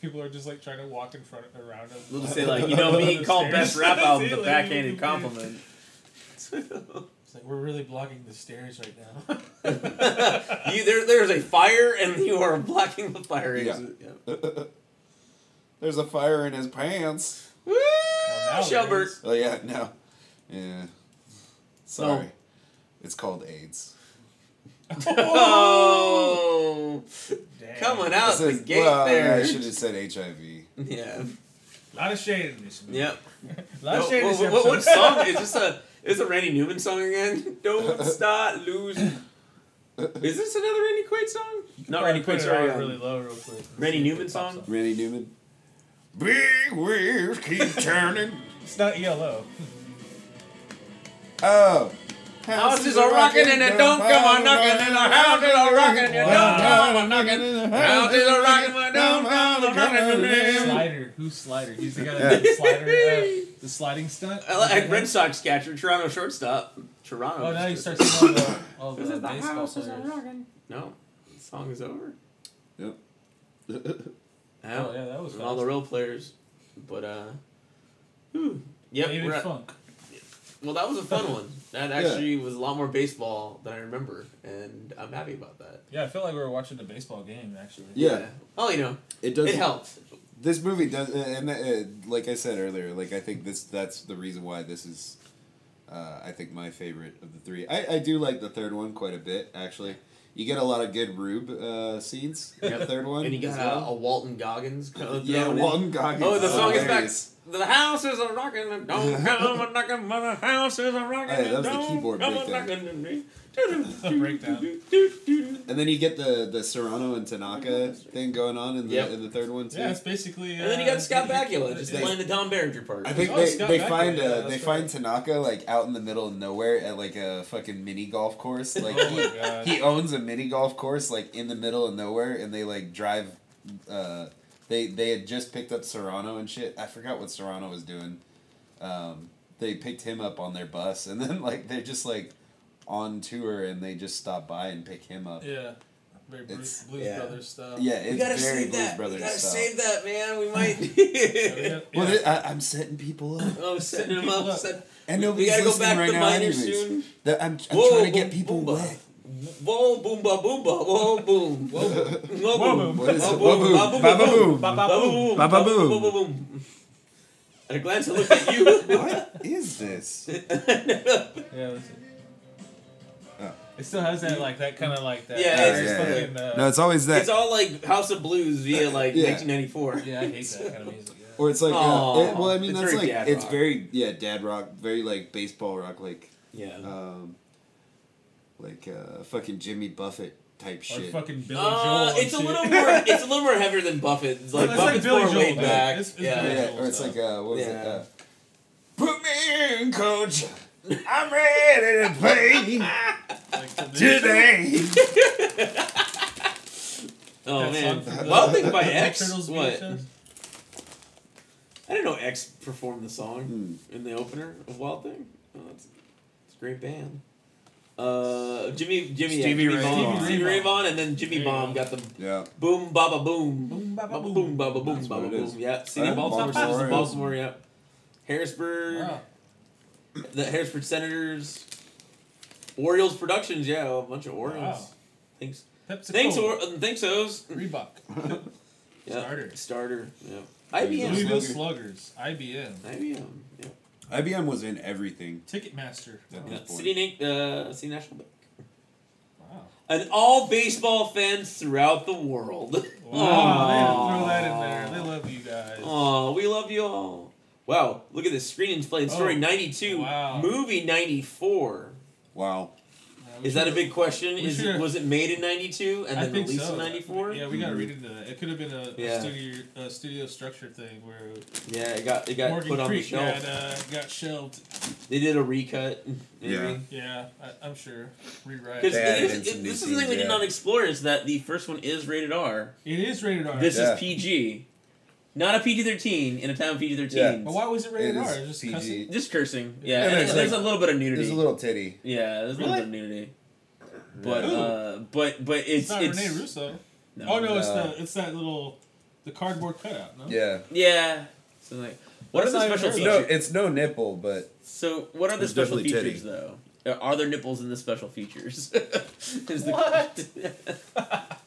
Speaker 3: People are just like trying to walk in front of, around him.
Speaker 1: We'll just say like, you know me, call best rap album the backhanded compliment.
Speaker 3: It's like we're really blocking the stairs right now.
Speaker 1: you, there, there's a fire and you are blocking the fire
Speaker 2: Yeah.
Speaker 1: exit. Yeah.
Speaker 2: There's a fire in his pants.
Speaker 1: Woo!
Speaker 3: now
Speaker 1: Shelbert.
Speaker 3: there's-
Speaker 2: Oh yeah, no. Yeah. Sorry. It's called AIDS.
Speaker 1: Oh,
Speaker 3: Damn.
Speaker 1: coming out
Speaker 2: This
Speaker 1: the
Speaker 2: is-
Speaker 1: gate
Speaker 2: well,
Speaker 1: there.
Speaker 2: I should have said HIV.
Speaker 1: Yeah.
Speaker 3: A lot of shade in this movie.
Speaker 1: Yep.
Speaker 3: A lot of
Speaker 1: No,
Speaker 3: shade in
Speaker 1: what,
Speaker 3: this
Speaker 1: what, what
Speaker 3: episode.
Speaker 1: song is this? A is a Randy Newman song again? Don't start losing. Is this another Randy Quaid song? Not Randy
Speaker 3: Put
Speaker 1: Quaid,
Speaker 3: it
Speaker 1: sorry.
Speaker 3: on
Speaker 1: um,
Speaker 3: really low, real quick.
Speaker 1: Randy Newman song?
Speaker 2: Randy Newman. Big wheels keep turning.
Speaker 3: It's not ELO.
Speaker 2: Oh.
Speaker 1: Houses are rocking and it don't come on knocking and the houses are rocking and it don't come on knocking. Houses are rocking and it don't come on knocking.
Speaker 3: Slider. Who's Slider? He's the guy that did the slider. Uh, the sliding stunt.
Speaker 1: I like Red Sox catcher, Toronto shortstop. Toronto.
Speaker 3: Oh, now you start seeing all the, all
Speaker 1: This
Speaker 3: the
Speaker 1: is the
Speaker 3: baseball
Speaker 1: houses are
Speaker 3: players.
Speaker 1: rocking. No, the song is over.
Speaker 2: Yep.
Speaker 1: Now,
Speaker 3: Oh yeah, that was
Speaker 1: and all
Speaker 3: fun.
Speaker 1: the real players, but uh, whew. yep.
Speaker 3: David
Speaker 1: we're at-
Speaker 3: Funk.
Speaker 1: Well, that was a fun one. That actually was a lot more baseball than I remember, and I'm happy about that.
Speaker 3: Yeah, I felt like we were watching the baseball game actually.
Speaker 2: Yeah.
Speaker 1: Oh, you know,
Speaker 2: It does.
Speaker 1: it helped.
Speaker 2: This movie does, uh, and uh, like I said earlier, like I think this that's the reason why this is, uh, I think my favorite of the three. I, I do like the third one quite a bit actually. You get a lot of good Rube uh, scenes in the
Speaker 1: Yep.
Speaker 2: third one.
Speaker 1: And you
Speaker 2: as
Speaker 1: got a,
Speaker 2: well.
Speaker 1: a Walton Goggins. kind of
Speaker 2: yeah,
Speaker 1: thrown in.
Speaker 2: Walton Goggins.
Speaker 1: Oh, the
Speaker 2: is
Speaker 1: song is back.
Speaker 2: hilarious.
Speaker 1: The houses are rocking, and don't come a knocking, but the houses are rocking.
Speaker 2: Hey, that
Speaker 1: and
Speaker 2: was the
Speaker 1: don't
Speaker 2: keyboard
Speaker 1: come a
Speaker 2: breakdown.
Speaker 1: knocking to me. Do-do-do-do-do-do-do-do.
Speaker 3: Breakdown.
Speaker 2: And then you get the the Serrano and Tanaka thing going on in the
Speaker 1: Yep.
Speaker 2: in the third one too.
Speaker 3: Yeah, it's basically.
Speaker 1: And then you
Speaker 3: uh,
Speaker 1: got Scott Bakula just
Speaker 2: Yeah.
Speaker 1: playing the Tom Berenger part.
Speaker 2: I think
Speaker 3: Oh,
Speaker 2: they,
Speaker 3: Scott
Speaker 2: they
Speaker 3: Bakula,
Speaker 2: find
Speaker 3: yeah,
Speaker 2: uh,
Speaker 3: that's
Speaker 2: they
Speaker 3: right.
Speaker 2: find Tanaka like out in the middle of nowhere at like a fucking mini golf course. Like
Speaker 3: Oh
Speaker 2: he,
Speaker 3: my god.
Speaker 2: he owns a mini golf course like in the middle of nowhere, and they like drive. Uh, they they had just picked up Serrano and shit. I forgot what Serrano was doing. Um, they picked him up on their bus, and then like they're just like on tour, and they just stop by and pick him up. Yeah,
Speaker 3: Yeah. Very Bruce,
Speaker 2: It's-
Speaker 3: Blues
Speaker 1: yeah.
Speaker 3: Brothers stuff.
Speaker 1: We
Speaker 2: it's
Speaker 1: gotta
Speaker 2: very
Speaker 1: save
Speaker 2: Blues
Speaker 1: that.
Speaker 2: Brothers
Speaker 1: we gotta
Speaker 2: stuff.
Speaker 1: save that, man. We might.
Speaker 3: Yeah, we got-
Speaker 2: Well,
Speaker 3: yeah.
Speaker 2: they- I, I'm setting people up.
Speaker 1: oh, setting them up.
Speaker 3: Look.
Speaker 1: Set,
Speaker 2: And
Speaker 1: We- we
Speaker 2: nobody's
Speaker 1: gotta go
Speaker 2: listening
Speaker 1: back
Speaker 2: right
Speaker 1: to
Speaker 2: now
Speaker 1: minors
Speaker 2: anyways.
Speaker 1: soon.
Speaker 2: That- I'm, I'm
Speaker 1: Whoa,
Speaker 2: trying to get
Speaker 1: boom,
Speaker 2: people
Speaker 1: boomba.
Speaker 2: wet.
Speaker 1: Whoa, boomba, boomba. Whoa, boom. Whoa, whoa, boom.
Speaker 2: What is
Speaker 1: Whoa,
Speaker 2: it? Whoa, boom.
Speaker 1: Ba, boom,
Speaker 2: Ba,
Speaker 1: boom. Ba,
Speaker 2: ba, boom.
Speaker 1: boom.
Speaker 2: Ba, ba, boom.
Speaker 1: Ba, ba, boom. At a glance, I looked at you.
Speaker 2: What is this?
Speaker 3: Yeah, that's it.
Speaker 2: Oh.
Speaker 3: It still has that like that kind of like that.
Speaker 1: Yeah,
Speaker 3: it's
Speaker 1: it's
Speaker 3: just
Speaker 1: just
Speaker 2: yeah,
Speaker 3: fucking. Uh,
Speaker 2: No, it's always that.
Speaker 1: it's all like House of Blues via like
Speaker 2: Yeah.
Speaker 1: 1994.
Speaker 3: yeah, I hate that kind of music. Yeah.
Speaker 1: Oh,
Speaker 2: or it's like, uh,
Speaker 1: Aw.
Speaker 2: it- well, I mean,
Speaker 1: It's
Speaker 2: that's
Speaker 1: very
Speaker 2: like,
Speaker 1: dad
Speaker 2: it's
Speaker 1: rock.
Speaker 2: very, yeah, dad rock, very like baseball rock, like,
Speaker 1: Yeah.
Speaker 2: um, like uh, fucking Jimmy Buffett type
Speaker 3: Or
Speaker 2: shit.
Speaker 3: fucking Billy Joel.
Speaker 1: Uh,
Speaker 3: and
Speaker 1: it's a
Speaker 3: shit.
Speaker 1: little more. It's a little more heavier than Buffett. It's like
Speaker 3: It's like
Speaker 1: Buffett's
Speaker 3: Billy
Speaker 1: more
Speaker 3: Joel,
Speaker 1: laid
Speaker 3: man.
Speaker 1: back.
Speaker 3: It's- it's
Speaker 1: yeah.
Speaker 3: Billy
Speaker 2: yeah,
Speaker 3: Joel
Speaker 2: or it's
Speaker 3: stuff.
Speaker 2: like, uh, what was it?
Speaker 1: Yeah.
Speaker 2: Uh, Put me in, coach. I'm ready to play
Speaker 3: Like, the-
Speaker 2: today.
Speaker 1: Oh
Speaker 3: That
Speaker 1: man,
Speaker 3: song from the-
Speaker 1: Wild Thing by
Speaker 3: the
Speaker 1: X.
Speaker 3: Turtles
Speaker 1: What?
Speaker 3: VHS?
Speaker 1: I didn't know X performed the song
Speaker 2: Hmm.
Speaker 1: in the opener of Wild Thing. Oh, that's, it's a great band. Uh, Jimmy, Jimmy, yeah,
Speaker 2: Stevie
Speaker 1: Jimmy
Speaker 2: Ray
Speaker 1: Vaughan.
Speaker 3: Vaughan.
Speaker 1: Stevie Ray Vaughan, and then Jimmy
Speaker 3: There you
Speaker 1: Bomb
Speaker 3: go.
Speaker 1: got the
Speaker 2: Yeah.
Speaker 1: boom, baba, boom,
Speaker 3: Boom, baba,
Speaker 1: baba,
Speaker 3: boom.
Speaker 1: boom, baba, boom,
Speaker 2: That's
Speaker 1: baba,
Speaker 2: what it
Speaker 1: boom.
Speaker 2: is.
Speaker 1: Yeah, see, the
Speaker 2: Alright,
Speaker 1: Baltimore
Speaker 2: Baltimore
Speaker 1: Orioles,
Speaker 2: Orioles.
Speaker 1: Baltimore, yeah. Harrisburg,
Speaker 3: Wow.
Speaker 1: the Harrisburg Senators, Orioles Productions, yeah, a bunch of Orioles.
Speaker 3: Wow.
Speaker 1: Thanks,
Speaker 3: Pepsi
Speaker 1: thanks,
Speaker 3: Cola.
Speaker 1: or, thanks, O's.
Speaker 3: Reebok.
Speaker 1: Yeah.
Speaker 3: Starter.
Speaker 1: Starter. Yep.
Speaker 2: Yeah.
Speaker 1: IBM.
Speaker 3: Louisville
Speaker 2: Slugger.
Speaker 3: Sluggers. IBM.
Speaker 1: IBM. Yep.
Speaker 2: IBM was in everything.
Speaker 3: Ticketmaster.
Speaker 2: That
Speaker 1: Yeah.
Speaker 2: was- Boy.
Speaker 1: City, Nic- uh, City National Bank.
Speaker 3: Wow.
Speaker 1: And all baseball fans throughout the world.
Speaker 3: Wow. They had to throw that in there. They love you guys.
Speaker 1: Aw, we love you all. Wow, look at this. Screenings played. Story
Speaker 3: Oh,
Speaker 1: 92.
Speaker 3: wow.
Speaker 1: Movie 94.
Speaker 2: Wow.
Speaker 3: Yeah, we
Speaker 1: Is that a
Speaker 3: should've-
Speaker 1: big question?
Speaker 3: we
Speaker 1: Is it,
Speaker 3: should've-
Speaker 1: was it made in 92 and
Speaker 3: I
Speaker 1: then
Speaker 3: think
Speaker 1: released
Speaker 3: so.
Speaker 1: in 94?
Speaker 3: Yeah, we gotta read into that. It could have been a, a
Speaker 1: Yeah.
Speaker 3: studio a studio structure thing where
Speaker 1: Yeah, it got it got
Speaker 3: Morgan
Speaker 1: put on
Speaker 3: Creek
Speaker 1: the shelf.
Speaker 3: got uh, got shelved.
Speaker 1: They did a recut. maybe.
Speaker 2: Yeah.
Speaker 3: Yeah, I, I'm sure. Rewrite.
Speaker 1: Because
Speaker 2: They added in some new
Speaker 1: this is the thing we
Speaker 2: scenes,
Speaker 1: did
Speaker 2: yeah.
Speaker 1: not explore is that the first one is rated R.
Speaker 3: It is rated R.
Speaker 1: This
Speaker 2: Yeah.
Speaker 1: is PG, not a PG thirteen in a town PG thirteen.
Speaker 2: Yeah.
Speaker 3: but why was it rated
Speaker 2: It
Speaker 3: R?
Speaker 2: is
Speaker 3: It was just
Speaker 2: PG.
Speaker 3: cussing.
Speaker 1: Just cursing. Yeah,
Speaker 2: Yeah,
Speaker 1: and
Speaker 2: there's
Speaker 1: there's
Speaker 2: like-
Speaker 1: a little bit of nudity.
Speaker 2: There's a little titty.
Speaker 1: yeah, there's a
Speaker 3: Really?
Speaker 1: little bit of nudity. But
Speaker 2: Yeah.
Speaker 1: uh, but but it's
Speaker 3: It's not
Speaker 1: it's,
Speaker 3: Rene Russo.
Speaker 1: No.
Speaker 3: oh no, it's
Speaker 2: no.
Speaker 3: the it's that little the cardboard cutout. No.
Speaker 2: Yeah.
Speaker 1: Yeah. So like, what are
Speaker 3: That's not
Speaker 1: the
Speaker 3: even
Speaker 1: special
Speaker 3: heard of.
Speaker 2: No,
Speaker 1: features?
Speaker 2: it's no nipple, but
Speaker 1: So what are the
Speaker 2: There's
Speaker 1: special
Speaker 2: definitely
Speaker 1: features though? Are there nipples in the special features? Is the-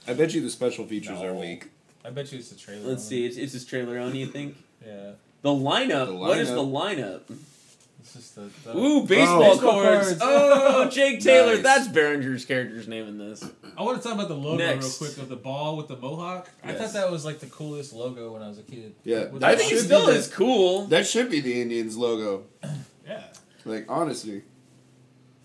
Speaker 2: I bet you the special features
Speaker 3: No.
Speaker 2: are weak.
Speaker 3: I bet you it's the trailer.
Speaker 1: Let's
Speaker 3: on
Speaker 1: see. It's, it's this trailer on. You think
Speaker 3: it. Yeah.
Speaker 1: the lineup?
Speaker 2: The
Speaker 1: What is the lineup?
Speaker 3: It's just the. the
Speaker 1: Ooh, baseball
Speaker 2: Baseball
Speaker 1: cards.
Speaker 3: cards.
Speaker 1: Oh, Jake Taylor.
Speaker 2: Nice.
Speaker 1: That's Behringer's character's name in this.
Speaker 3: I want to talk about the logo
Speaker 1: Next.
Speaker 3: real quick of the ball with the mohawk. I
Speaker 2: Yes.
Speaker 3: thought that was like the coolest logo when I was a kid.
Speaker 2: Yeah,
Speaker 3: With
Speaker 2: I
Speaker 1: I
Speaker 3: the
Speaker 1: think it
Speaker 2: should
Speaker 1: still
Speaker 2: be
Speaker 3: mohawk.
Speaker 2: the-
Speaker 1: is cool.
Speaker 2: That should be the Indians logo.
Speaker 3: yeah,
Speaker 2: Like honestly,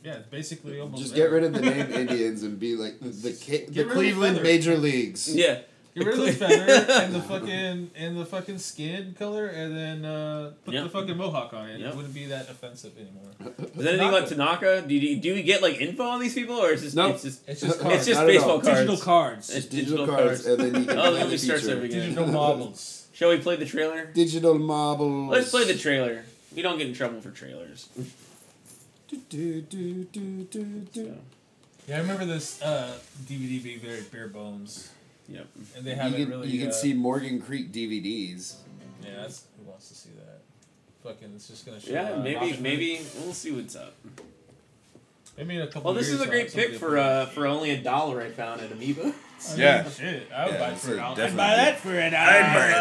Speaker 3: yeah. It's basically almost
Speaker 2: just
Speaker 3: there.
Speaker 2: get rid of the name Indians and be like the the, Ca-
Speaker 3: rid
Speaker 2: the
Speaker 3: of the
Speaker 2: Cleveland
Speaker 3: feather.
Speaker 2: Major Leagues.
Speaker 1: Yeah.
Speaker 3: Get rid of the feather and the fucking and the fucking skin color, and then uh, put
Speaker 1: Yep.
Speaker 3: the fucking mohawk on it.
Speaker 1: Yep.
Speaker 3: It wouldn't be that offensive anymore.
Speaker 1: Is anything about Tanaka? Do you, do we get like info on these people, or is this
Speaker 2: No.
Speaker 1: it's just
Speaker 3: It's just cards.
Speaker 1: it's just
Speaker 2: Not at
Speaker 1: baseball
Speaker 2: all.
Speaker 1: cards?
Speaker 3: digital cards,
Speaker 1: It's
Speaker 2: Digital cards, and then you can
Speaker 1: Oh,
Speaker 2: play
Speaker 1: let
Speaker 2: the
Speaker 1: me start
Speaker 2: feature.
Speaker 1: serving
Speaker 3: digital marbles.
Speaker 1: Shall we play the trailer?
Speaker 2: Digital marbles.
Speaker 1: Let's play the trailer. We don't get in trouble for trailers.
Speaker 2: Do, do, do, do, do, do.
Speaker 3: Yeah, I remember this uh, DVD being very bare bones,
Speaker 1: Yep.
Speaker 3: and they
Speaker 2: You
Speaker 3: haven't
Speaker 2: can,
Speaker 3: really.
Speaker 2: you can
Speaker 3: uh,
Speaker 2: see Morgan Creek DVDs.
Speaker 3: Yeah, that's, who wants to see that? Fucking, it's just gonna show.
Speaker 1: Yeah,
Speaker 3: uh,
Speaker 1: maybe
Speaker 3: Hoffman.
Speaker 1: maybe we'll see what's up.
Speaker 3: Maybe in a couple.
Speaker 1: Well, this is
Speaker 3: years
Speaker 1: a
Speaker 3: I'll
Speaker 1: great
Speaker 3: have somebody
Speaker 1: pick
Speaker 3: up
Speaker 1: for
Speaker 3: there.
Speaker 1: uh for only a dollar I found at Amoeba.
Speaker 3: I mean,
Speaker 2: Yeah.
Speaker 3: Shit, I would
Speaker 2: Yeah,
Speaker 3: buy it
Speaker 2: it's
Speaker 3: for a
Speaker 2: a
Speaker 3: dollar. I'd
Speaker 2: definite
Speaker 3: buy
Speaker 2: pick.
Speaker 3: that for a dollar.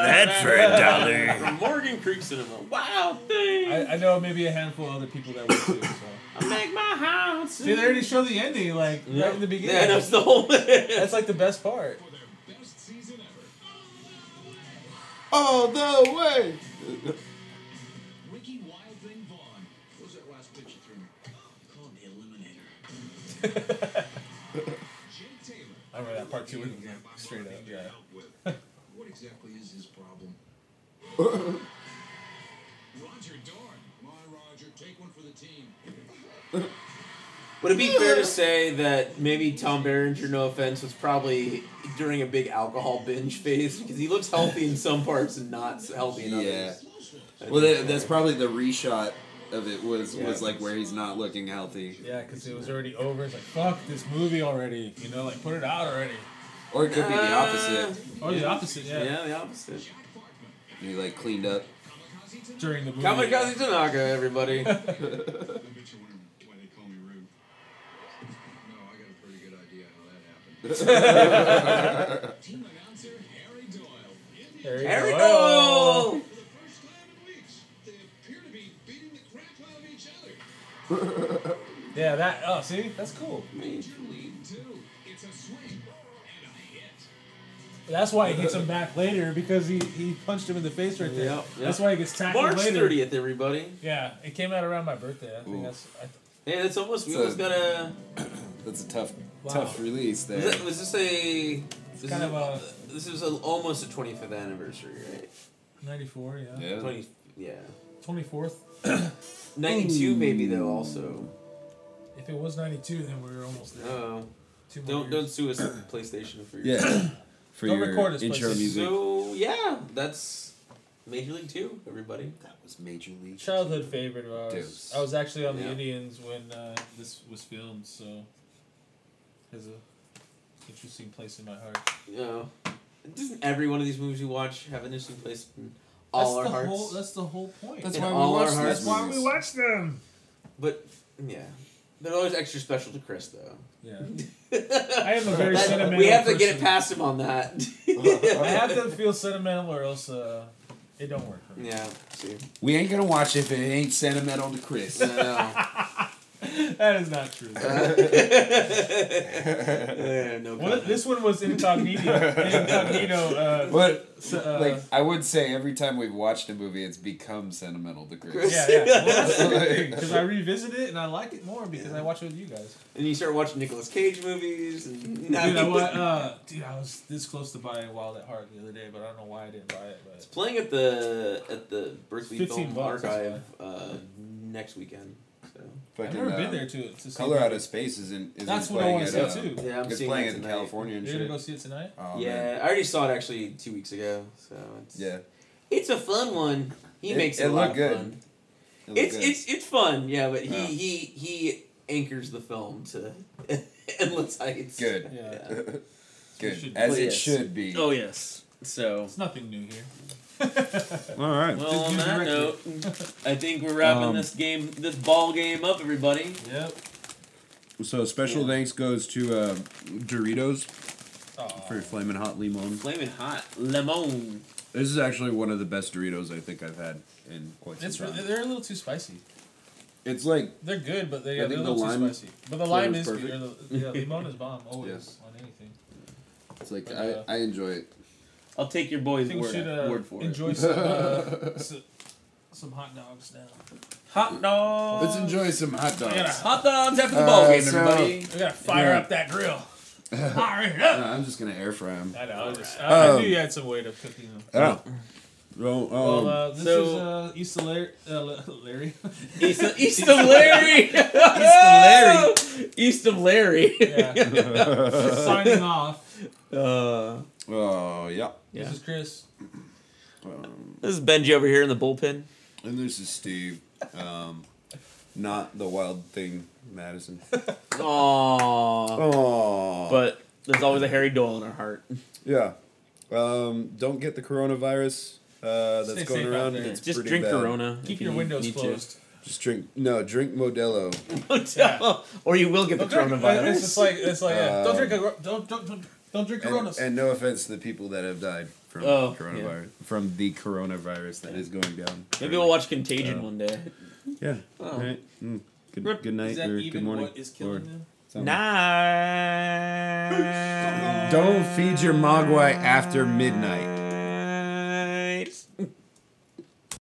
Speaker 2: that for a dollar.
Speaker 1: From Morgan Creek Cinema. Wow thing.
Speaker 3: I, I know maybe a handful of other people that would too. So.
Speaker 1: I make my house.
Speaker 3: See, they already show the ending, like right in the beginning.
Speaker 1: Yeah, that's the whole.
Speaker 3: That's like the best part.
Speaker 2: All the way.
Speaker 5: Ricky Wild Thing Vaughn. What was that last pitch you threw me? Call it the Eliminator. Jake Taylor.
Speaker 3: I remember that part too. It was,
Speaker 5: Yeah,
Speaker 3: like, straight up,
Speaker 5: Bobby
Speaker 3: yeah.
Speaker 5: help with. what exactly is his problem? Roger Dorn. My Roger, take one for the team.
Speaker 1: Would it be fair to say that maybe Tom Berenger, no offense, was probably during a big alcohol binge phase because he looks healthy in some parts and not healthy in
Speaker 2: Yeah.
Speaker 1: others.
Speaker 2: Well, that, that's probably the reshot of it was
Speaker 1: Yeah.
Speaker 2: was like where he's not looking healthy,
Speaker 3: Yeah, because it was already over. It's like, fuck this movie already. You know, like, put it out already.
Speaker 2: or it could be the opposite.
Speaker 1: Ah.
Speaker 3: Or the opposite,
Speaker 1: Yeah,
Speaker 3: yeah.
Speaker 1: the opposite.
Speaker 2: He like cleaned up.
Speaker 3: During the movie.
Speaker 1: Kamikaze Tanaka, everybody.
Speaker 5: I've been wondering why they call me Rube. No, I got a pretty good idea how that happened. Team announcer Harry Doyle. In the-
Speaker 3: There you
Speaker 1: Harry
Speaker 3: go.
Speaker 1: Doyle!
Speaker 5: For the first time in weeks, they appear to be beating the crap out of each other.
Speaker 3: Yeah, that. Oh, see? That's cool.
Speaker 5: Major league, too. It's a swing and a hit.
Speaker 3: That's why he hits him back later because he, he punched him in the face right there.
Speaker 1: Yep, yep.
Speaker 3: That's why he gets tackled
Speaker 1: March
Speaker 3: later.
Speaker 1: 30th, everybody.
Speaker 3: Yeah, it came out around my birthday. I think
Speaker 2: Ooh.
Speaker 3: that's. I,
Speaker 1: Hey, that's almost, we
Speaker 2: So-
Speaker 1: almost got a.
Speaker 2: That's a tough
Speaker 3: Wow.
Speaker 2: tough release there.
Speaker 1: Was, that, was this a. This
Speaker 3: kind
Speaker 1: is
Speaker 3: of a-
Speaker 1: This is a, almost a 25th anniversary, right?
Speaker 3: 94, yeah.
Speaker 2: yeah.
Speaker 1: 20, yeah.
Speaker 3: 24th.
Speaker 1: 92
Speaker 3: Hmm.
Speaker 1: maybe though also.
Speaker 3: If it was 92, then we were almost there.
Speaker 1: Oh,
Speaker 3: Two more
Speaker 1: don't don't
Speaker 3: years.
Speaker 1: sue us PlayStation for your
Speaker 2: Yeah. For
Speaker 3: Don't
Speaker 2: your
Speaker 3: record this,
Speaker 2: intro
Speaker 3: please.
Speaker 2: music.
Speaker 1: So yeah, that's Major League Two. Everybody.
Speaker 2: that was major league.
Speaker 3: Childhood favorite of ours.
Speaker 2: Deuce.
Speaker 3: I was actually on
Speaker 1: Yeah.
Speaker 3: the Indians when uh, this was filmed, so. Has a interesting place in my heart.
Speaker 1: You know, doesn't every one of these movies you watch have an interesting place in all
Speaker 3: that's
Speaker 1: our
Speaker 3: the
Speaker 1: hearts?
Speaker 3: Whole, that's the whole point.
Speaker 2: That's
Speaker 1: In
Speaker 2: why we
Speaker 1: all our
Speaker 2: watched
Speaker 1: hearts.
Speaker 2: this.
Speaker 1: That's
Speaker 2: movies.
Speaker 3: watch them.
Speaker 1: but yeah, they're always extra special to Chris though.
Speaker 3: Yeah. I am a very
Speaker 1: That-
Speaker 3: sentimental.
Speaker 1: we have to get it
Speaker 3: person.
Speaker 1: past him on that.
Speaker 3: I have to feel sentimental, or else uh, it don't work for me.
Speaker 1: yeah. See.
Speaker 2: We ain't gonna watch if it ain't sentimental to Chris.
Speaker 1: No, no.
Speaker 3: That is not true.
Speaker 1: Eh, no
Speaker 3: What,
Speaker 1: comment.
Speaker 3: this one was incognito. incognito. Uh,
Speaker 2: But
Speaker 3: s- uh,
Speaker 2: like I would say every time we've watched a movie it's become sentimental to Chris.
Speaker 3: yeah, yeah. Well, that's the good thing because I revisit it and I like it more because I watch it with you guys.
Speaker 1: And you start watching Nicolas Cage movies. And now
Speaker 3: Dude, I,
Speaker 1: he-
Speaker 3: wa- uh, dude, I was this close to buying Wild at Heart the other day, but I don't know why I didn't buy it. But
Speaker 1: Playing at the at the Berkeley
Speaker 3: 15
Speaker 1: Film
Speaker 3: bucks,
Speaker 1: Archive uh, next weekend. So
Speaker 3: I've never been there to to see.
Speaker 2: uh, Color
Speaker 3: it.
Speaker 2: Out of Space isn't. isn't
Speaker 3: That's what I
Speaker 2: playing
Speaker 3: want to
Speaker 2: at,
Speaker 3: see
Speaker 2: uh,
Speaker 3: too.
Speaker 1: yeah, I'm
Speaker 2: It's
Speaker 1: seeing
Speaker 2: playing
Speaker 1: it
Speaker 2: in
Speaker 1: tonight.
Speaker 2: California and
Speaker 3: You're gonna
Speaker 2: shit.
Speaker 3: go see it tonight?
Speaker 2: Oh,
Speaker 1: yeah,
Speaker 2: man.
Speaker 1: I already saw it actually two weeks ago. So it's
Speaker 2: Yeah.
Speaker 1: it's a fun one. He
Speaker 2: It-
Speaker 1: makes it,
Speaker 2: it
Speaker 1: a lot
Speaker 2: looked good.
Speaker 1: of fun.
Speaker 2: It looked
Speaker 1: It's
Speaker 2: good.
Speaker 1: it's it's fun, yeah. But he
Speaker 2: Yeah.
Speaker 1: he he anchors the film to endless heights.
Speaker 2: Good.
Speaker 3: Yeah.
Speaker 1: Yeah.
Speaker 2: Good.
Speaker 3: should
Speaker 2: As
Speaker 1: play
Speaker 2: it
Speaker 1: it.
Speaker 2: should be.
Speaker 1: Oh yes. So
Speaker 3: It's nothing new here.
Speaker 2: All right.
Speaker 1: well, on
Speaker 3: you
Speaker 1: that
Speaker 3: directed
Speaker 1: note, I think we're wrapping
Speaker 2: Um,
Speaker 1: this game, this ball game up, everybody.
Speaker 3: Yep.
Speaker 2: So special
Speaker 1: Yeah.
Speaker 2: thanks goes to uh, Doritos
Speaker 3: Aw.
Speaker 2: for flaming hot limon.
Speaker 1: Flaming hot lemon.
Speaker 2: This is actually one of the best Doritos I think I've had in quite some
Speaker 3: It's
Speaker 2: time.
Speaker 3: really, they're a little too spicy.
Speaker 2: it's like
Speaker 3: They're good, but they,
Speaker 2: I
Speaker 3: they're a
Speaker 2: think the
Speaker 3: little too
Speaker 2: lime
Speaker 3: spicy. But the lime is
Speaker 2: flavor's
Speaker 3: good. Or the, yeah, limon is bomb always
Speaker 2: Yes.
Speaker 3: on anything.
Speaker 2: it's like
Speaker 3: Uh,
Speaker 2: I, I enjoy it.
Speaker 1: I'll take your
Speaker 3: I
Speaker 1: boy's
Speaker 3: think we
Speaker 1: word,
Speaker 3: should uh,
Speaker 1: word for
Speaker 3: enjoy
Speaker 1: it.
Speaker 3: some, uh, some some hot dogs now. Hot dogs.
Speaker 2: Let's enjoy some hot dogs.
Speaker 3: gotta-
Speaker 1: Hot dogs after the
Speaker 2: Uh,
Speaker 1: ball game,
Speaker 2: so-
Speaker 1: everybody.
Speaker 3: We gotta fire
Speaker 2: Yeah.
Speaker 3: up that grill. Fire it
Speaker 2: No,
Speaker 3: up.
Speaker 2: uh, I'm just gonna air fry them.
Speaker 3: I know. I, just, I, I
Speaker 2: Um,
Speaker 3: knew you had some way of cooking them.
Speaker 2: Oh. Well, um,
Speaker 3: Well, uh, this
Speaker 1: so-
Speaker 3: is uh, East of Larry. Uh, La- Larry.
Speaker 1: East of, East of Larry. East of Oh!
Speaker 2: Larry.
Speaker 1: East of Larry.
Speaker 3: Yeah. Signing off.
Speaker 1: Uh,
Speaker 2: oh yeah. Um,
Speaker 1: yeah.
Speaker 3: This is Chris.
Speaker 1: This is Benji over here in the bullpen.
Speaker 2: And this is Steve. Um, not the wild thing, Madison.
Speaker 1: Aww.
Speaker 2: Oh,
Speaker 1: But there's always a Harry Doyle in our heart.
Speaker 2: yeah. Um, don't get the coronavirus uh, that's
Speaker 3: Stay
Speaker 2: going
Speaker 3: safe out
Speaker 2: around.
Speaker 3: there.
Speaker 2: It's
Speaker 1: Just
Speaker 2: pretty
Speaker 1: drink
Speaker 2: bad.
Speaker 1: Corona. if
Speaker 3: Keep
Speaker 1: you
Speaker 3: your windows
Speaker 1: need to.
Speaker 3: closed.
Speaker 2: Just drink. No, drink Modelo.
Speaker 1: Don't- or you will get the
Speaker 3: Don't drink-
Speaker 1: coronavirus.
Speaker 3: It's just like it's like yeah.
Speaker 2: Um,
Speaker 3: don't drink a, don't don't don't, don't drink
Speaker 2: And,
Speaker 3: Coronas.
Speaker 2: and no offense to the people that have died from
Speaker 1: Oh,
Speaker 2: coronavirus, from the coronavirus that is going down.
Speaker 1: Maybe we'll watch Contagion one day.
Speaker 2: Yeah.
Speaker 1: Oh.
Speaker 2: All right. Mm. Good, good night
Speaker 3: is that
Speaker 2: or
Speaker 3: even
Speaker 2: good morning.
Speaker 3: what is killing them?
Speaker 2: something.
Speaker 1: Night.
Speaker 2: Um, Don't feed your mogwai after midnight.